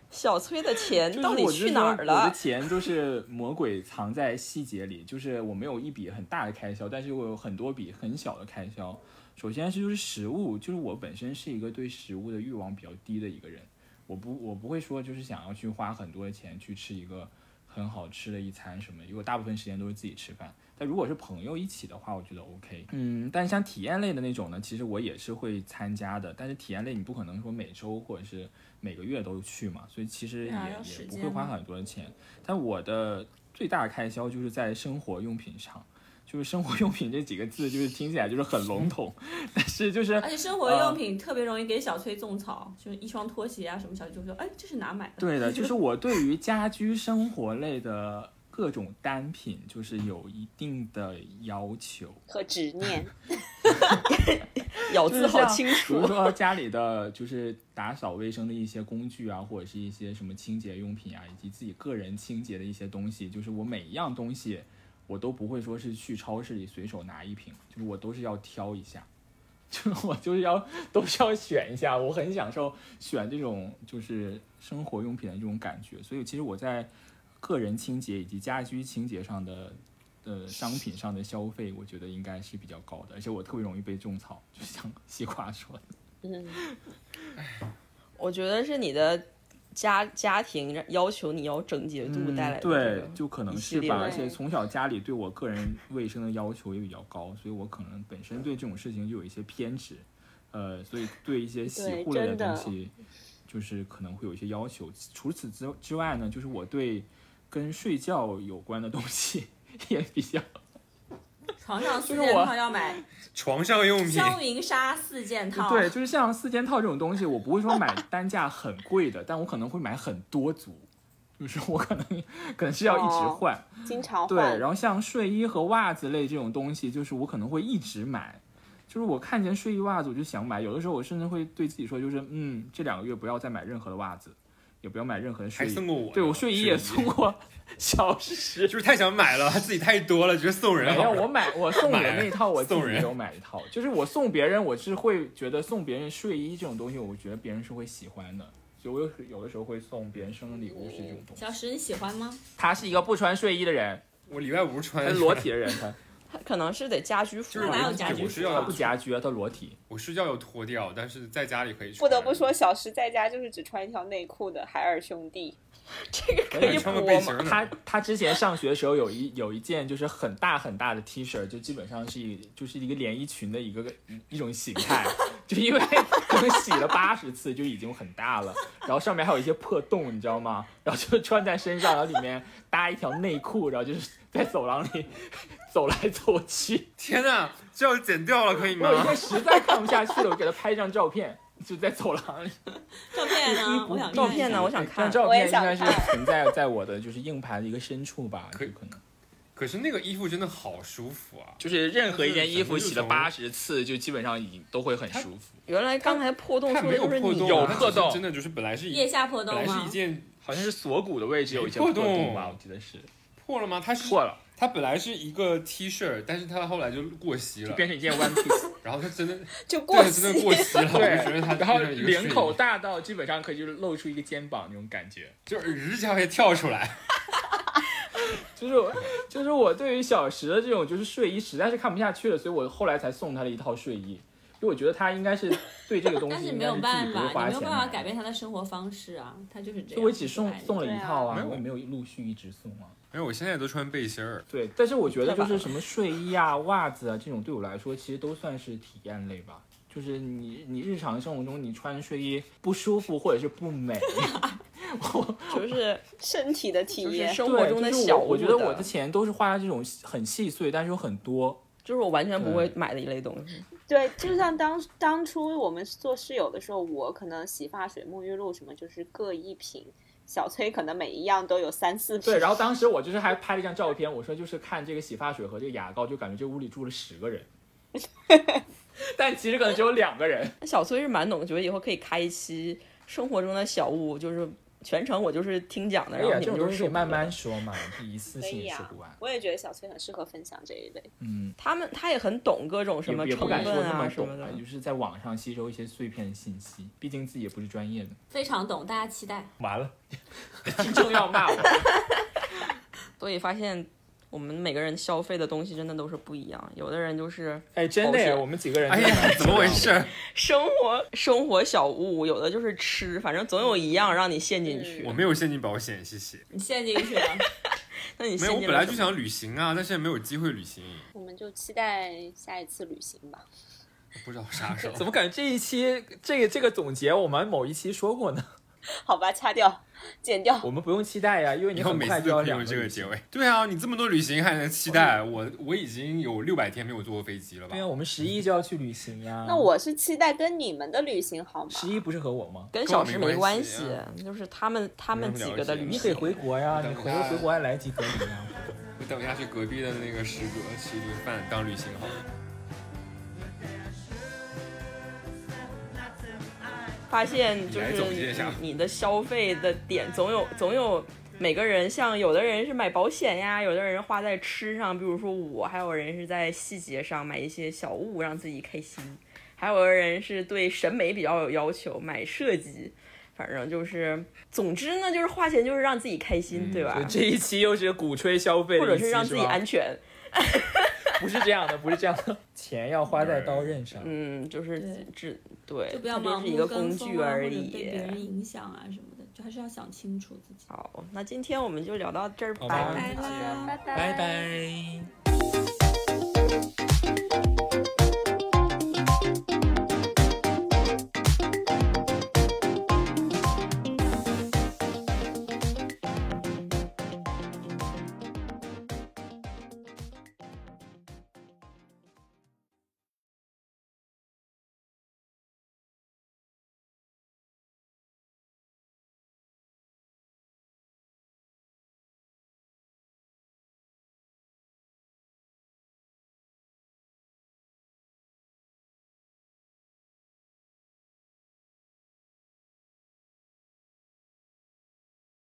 Speaker 2: 小崔的钱
Speaker 5: 就是
Speaker 2: 到底
Speaker 5: 我
Speaker 2: 去
Speaker 5: 就
Speaker 2: 哪
Speaker 5: 说
Speaker 2: 儿
Speaker 5: 我的
Speaker 2: 了？
Speaker 5: 钱就是魔鬼藏在细节里，就是我没有一笔很大的开销，但是我有很多笔很小的开销。首先是就是食物，就是我本身是一个对食物的欲望比较低的一个人，我不我不会说就是想要去花很多的钱去吃一个很好吃的一餐什么，因为我大部分时间都是自己吃饭。但如果是朋友一起的话，我觉得 OK。嗯，但像体验类的那种呢，其实我也是会参加的。但是体验类你不可能说每周或者是每个月都去嘛，所以其实也、
Speaker 1: 对啊要
Speaker 5: 也
Speaker 1: 时
Speaker 5: 不
Speaker 1: 间
Speaker 5: 会花
Speaker 1: 嘛
Speaker 5: 很多的钱。但我的最大的开销就是在生活用品上，就是生活用品这几个字就是听起来就是很笼统， 但是就是
Speaker 1: 而且生活用品特别容易给小崔种草，就是一双拖鞋啊什么，小崔就说，哎，这是哪买的？
Speaker 5: 对的，就是我对于家居生活类的各种单品就是有一定的要求。
Speaker 6: 和执念，
Speaker 2: 咬
Speaker 5: 就
Speaker 2: 字
Speaker 5: 是
Speaker 2: 好
Speaker 5: 像
Speaker 2: 清
Speaker 5: 比如
Speaker 2: 楚。
Speaker 5: 说家里的就是打扫卫生的一些工具啊，或者是一些什么清洁用品啊，以及自己个人清洁的一些东西，就是我每一样东西，我都不会说是去超市里随手拿一瓶，就是我都是要挑一下。就是我就是要都是要选一下，我很享受选这种就是生活用品的这种感觉，所以其实我在个人清洁以及家居清洁上的呃商品上的消费，我觉得应该是比较高的，而且我特别容易被种草，就像 西瓜说的，
Speaker 6: 嗯，
Speaker 2: 我觉得是你的家家庭要求你要整洁度带来的、这个
Speaker 5: 嗯对，就可能
Speaker 2: 一系
Speaker 5: 是
Speaker 2: 列
Speaker 5: 吧。
Speaker 2: 的
Speaker 5: 而且从小家里对我个人卫生的要求也比较高，所以我可能本身对这种事情就有一些偏执，呃，所以对一些洗
Speaker 6: 对
Speaker 5: 护类
Speaker 6: 真的
Speaker 5: 东西，就是可能会有一些要求。除此之之外呢，就是我对跟睡觉有关的东西 也比较
Speaker 1: 床上四
Speaker 5: 就是
Speaker 1: 件
Speaker 5: 我
Speaker 1: 套要买，
Speaker 4: 床上用品，
Speaker 1: 香云纱四件
Speaker 6: 哦
Speaker 1: 套，
Speaker 5: 对，就是像四件套这种东西，我不会说买单价很贵的，但我可能会买很多组，就是我可能可能是要一直
Speaker 6: 哦
Speaker 5: 换。
Speaker 6: 经常
Speaker 5: 对，
Speaker 6: 换。
Speaker 5: 然后像睡衣和袜子类这种东西，就是我可能会一直买，就是我看见睡衣袜子我就想买，有的时候我甚至会对自己说，就是嗯，这两个月不要再买任何的袜子，也不要买任何的睡
Speaker 4: 还
Speaker 5: 衣。
Speaker 4: 送过我呢，
Speaker 5: 对我睡衣也送过 小时，
Speaker 4: 就是太想买了，自己太多了，觉得送人
Speaker 5: 没有
Speaker 4: 好了。
Speaker 5: 我买我送人
Speaker 4: 买
Speaker 5: 那一套，我自
Speaker 4: 送
Speaker 5: 己
Speaker 4: 人
Speaker 5: 有买一套。就是我送别人，我是会觉得送别人睡衣这种东西，我觉得别人是会喜欢的。所以我有时有的时候会送别人生日礼物是这种东西。
Speaker 1: 小石你喜欢吗？
Speaker 5: 他是一个不穿睡衣的人，
Speaker 4: 我礼拜五是穿
Speaker 5: 他是裸体的人，他
Speaker 2: 他可能是得家居 服
Speaker 4: 就，是
Speaker 1: 那哪有
Speaker 4: 我
Speaker 1: 家
Speaker 4: 对
Speaker 1: 居
Speaker 4: 我
Speaker 1: 服
Speaker 4: 睡
Speaker 5: 他
Speaker 4: 觉
Speaker 5: 不家居啊，他裸体。
Speaker 4: 我睡觉要脱掉，但是在家里可以穿。
Speaker 6: 不得不说，小石在家就是只穿一条内裤的海尔兄弟，
Speaker 2: 这个可
Speaker 5: 可
Speaker 2: 以
Speaker 5: 以
Speaker 4: 穿个
Speaker 2: 播
Speaker 4: 背
Speaker 2: 吗？
Speaker 4: 心儿
Speaker 5: 他
Speaker 4: 呢。
Speaker 5: 他之前上学的时候有一有一件就是很大很大的 T 恤，就基本上是一就是一个连衣裙的一个一种形态， 就因为可能洗了八十次就已经很大了，然后上面还有一些破洞，你知道吗？然后就穿在身上，然后里面搭一条内裤，然后就是在走廊里走来走去。
Speaker 4: 天哪，这要剪掉了可以
Speaker 5: 我
Speaker 4: 吗
Speaker 5: 有一？天实在看不下去了，我给他拍一张照片，就在走廊里。
Speaker 1: 照片
Speaker 5: 衣
Speaker 1: 呢？
Speaker 5: 服
Speaker 1: 啊我想看一下
Speaker 2: 照片
Speaker 5: 这张
Speaker 2: 呢？我想看。
Speaker 5: 照
Speaker 6: 我也
Speaker 5: 片应
Speaker 6: 想
Speaker 5: 该是
Speaker 6: 看
Speaker 5: 存在在我的就是硬盘的一个深处吧，就
Speaker 4: 可以
Speaker 5: 可能。
Speaker 4: 可是那个衣服真的好舒服啊！
Speaker 5: 就是任何一件衣服洗了
Speaker 4: 就是
Speaker 5: 八十次，就基本上已经都会很舒服。
Speaker 2: 原来刚才破洞
Speaker 4: 它
Speaker 2: 说
Speaker 4: 没
Speaker 2: 的
Speaker 4: 有
Speaker 2: 就是
Speaker 4: 破
Speaker 2: 你
Speaker 4: 洞，
Speaker 2: 啊，
Speaker 5: 有
Speaker 4: 它只是
Speaker 5: 破洞
Speaker 4: 真的就是本来是一
Speaker 1: 腋下破
Speaker 4: 本
Speaker 1: 洞
Speaker 4: 来是一
Speaker 1: 吗？
Speaker 4: 件
Speaker 5: 好像是锁骨的位置有一些
Speaker 4: 破
Speaker 5: 破
Speaker 4: 洞
Speaker 5: 洞吧，我记得是
Speaker 4: 破了吗？它是
Speaker 5: 破了，
Speaker 4: 它本来是一个 T 恤，但是它后来就过膝
Speaker 5: 就
Speaker 4: 了，
Speaker 5: 变成一件 one piece，
Speaker 4: 然后它真的
Speaker 6: 就过
Speaker 4: 对，真的
Speaker 6: 膝。
Speaker 4: 过膝了，我
Speaker 5: 对
Speaker 4: 就觉得它，
Speaker 5: 然后
Speaker 4: 变成一个
Speaker 5: 领口
Speaker 4: 睡衣
Speaker 5: 大到基本上可以就是露出一个肩膀那种感觉。
Speaker 4: 就是指甲会跳出来，
Speaker 5: 就是我，就是我对于小时的这种就是睡衣实在是看不下去了，所以我后来才送他了一套睡衣，因为我觉得他应该是对这个 东
Speaker 1: 但
Speaker 5: 西
Speaker 1: 是
Speaker 5: 应
Speaker 1: 没
Speaker 5: 该
Speaker 1: 有
Speaker 5: 是自
Speaker 1: 办
Speaker 5: 己不会
Speaker 1: 法，
Speaker 5: 花
Speaker 1: 你没有
Speaker 5: 钱
Speaker 1: 办法
Speaker 5: 买
Speaker 1: 改
Speaker 5: 的。
Speaker 1: 变他的生活方式啊，他就是这样。
Speaker 5: 所以我只送
Speaker 1: 不爱你
Speaker 5: 送了一套
Speaker 6: 对啊
Speaker 5: 啊，我也没有陆续一直送啊。
Speaker 4: 没有，哎我现在都穿背心儿，
Speaker 5: 对，但是我觉得
Speaker 2: 太
Speaker 5: 就
Speaker 2: 晚
Speaker 5: 是
Speaker 2: 了
Speaker 5: 什么睡衣啊、 袜子啊这种，对我来说其实都算是体验类吧。就是你你日常生活中你穿睡衣不舒服或者是不美，
Speaker 2: 就是
Speaker 6: 身体的体
Speaker 2: 就是
Speaker 6: 验，
Speaker 2: 生活中
Speaker 5: 对就是
Speaker 2: 小
Speaker 5: 我
Speaker 2: 物
Speaker 5: 我觉得我的钱都是花在这种很细碎，但是又很多。
Speaker 2: 就是我完全不会买的一类东西。
Speaker 6: 对，就像当当初我们做室友的时候，我可能洗发水、沐浴露什么就是各一瓶，小崔可能每一样都有三四瓶。
Speaker 5: 对，然后当时我就是还拍了一张照片，我说就是看这个洗发水和这个牙膏，就感觉这屋里住了十个人，但其实可能只有两个人。
Speaker 2: 那小崔是蛮懂，觉得以后可以开一期生活中的小物，就是全程我就是听讲的，
Speaker 5: 哎
Speaker 2: 然后
Speaker 5: 呀，
Speaker 2: 你
Speaker 5: 这
Speaker 2: 们
Speaker 5: 种
Speaker 2: 就
Speaker 5: 东
Speaker 2: 是
Speaker 5: 西可以
Speaker 2: 说
Speaker 5: 慢慢说嘛，一次
Speaker 6: 可
Speaker 5: 性
Speaker 6: 以
Speaker 5: 也说
Speaker 6: 啊
Speaker 5: 不完。，
Speaker 6: 我也觉得小崔很适合分享这一类。
Speaker 5: 嗯，
Speaker 2: 他们他也很懂各种什么
Speaker 5: 也不
Speaker 2: 成
Speaker 5: 也不敢
Speaker 2: 分
Speaker 5: 说那
Speaker 2: 啊
Speaker 5: 么
Speaker 2: 什么
Speaker 5: 懂
Speaker 2: 的
Speaker 5: 吧，。就是在网上吸收一些碎片信息，毕竟自己也不是专业的。
Speaker 1: 非常懂，大家期待。
Speaker 3: 完了，
Speaker 5: 听众要骂我，
Speaker 2: 所以发现我们每个人消费的东西真的都是不一样，有的人就是
Speaker 3: 哎，真的耶，
Speaker 2: 保险
Speaker 3: 我们几个人，
Speaker 4: 哎呀，怎么回？事？
Speaker 2: 生活生活小物，有的就是吃，反正总有一样让你陷进去。
Speaker 4: 我没有陷进保险，谢谢。
Speaker 1: 你陷进去了，
Speaker 2: 那你
Speaker 4: 没有，
Speaker 2: 陷
Speaker 4: 我
Speaker 2: 进
Speaker 4: 本来
Speaker 2: 了什
Speaker 4: 就
Speaker 2: 么
Speaker 4: 想旅行啊，但现在没有机会 旅行，
Speaker 6: 我们就期待下一次旅行吧。
Speaker 4: 不知道啥时
Speaker 3: 怎
Speaker 4: 候。
Speaker 3: 么感觉这一期这个这个总结我们某一期说过呢？
Speaker 6: 好吧，掐掉，剪掉。
Speaker 3: 我们不用期待呀，因为
Speaker 4: 以
Speaker 3: 你
Speaker 4: 后
Speaker 3: 很
Speaker 4: 每
Speaker 3: 快
Speaker 4: 次
Speaker 3: 就要
Speaker 4: 都可以
Speaker 3: 两
Speaker 4: 用这个
Speaker 3: 旅
Speaker 4: 结
Speaker 3: 行
Speaker 4: 尾。对啊，你这么多旅行还能期待？我我已经有六百天没有坐过飞机了吧
Speaker 3: 对？呀，啊我们十一就要去旅行呀。
Speaker 1: 嗯
Speaker 6: 那我是期待跟你们的旅行，好吗？
Speaker 3: 十一不是和我吗？
Speaker 2: 跟
Speaker 4: 跟我
Speaker 2: 小
Speaker 4: 没
Speaker 2: 石没
Speaker 4: 关
Speaker 2: 关
Speaker 4: 系啊
Speaker 2: 系，就是他们他们几个的旅
Speaker 3: 你
Speaker 2: 行。
Speaker 3: 可以回国呀，
Speaker 4: 等
Speaker 3: 你
Speaker 4: 一啊
Speaker 3: 回
Speaker 4: 下
Speaker 3: 回国还来及隔离呀。
Speaker 4: 我等一下去隔壁的那个食阁吃一顿饭当旅行好了。
Speaker 2: 发现就是
Speaker 4: 你来总结一下
Speaker 2: 你你的消费的点总有总有每个人像有的人是买保险呀，有的人花在吃上，比如说我，还有人是在细节上买一些小物让自己开心，还有的人是对审美比较有要求，买设计。反正就是，总之呢，就是花钱就是让自己开心，对吧？
Speaker 1: 嗯
Speaker 3: 就这一期又是鼓吹消费的
Speaker 2: 或
Speaker 3: 一期，
Speaker 2: 者是让自己
Speaker 3: 吧
Speaker 2: 安全，
Speaker 3: 不是这样的，不是这样的，钱要花在刀刃上。
Speaker 2: 嗯，就是
Speaker 1: 对
Speaker 2: 只对，
Speaker 1: 就不要
Speaker 2: 它
Speaker 1: 盲
Speaker 2: 就是一
Speaker 1: 目
Speaker 2: 个工
Speaker 1: 跟
Speaker 2: 具
Speaker 1: 风啊，或
Speaker 2: 而
Speaker 1: 者
Speaker 2: 已。
Speaker 1: 被别人影响啊什么的，就还是要想清楚自己。
Speaker 2: 好，那今天我们就聊到这儿
Speaker 4: 好
Speaker 2: 吧。
Speaker 4: 吧
Speaker 1: 拜拜啦。
Speaker 6: 拜拜
Speaker 3: 拜拜。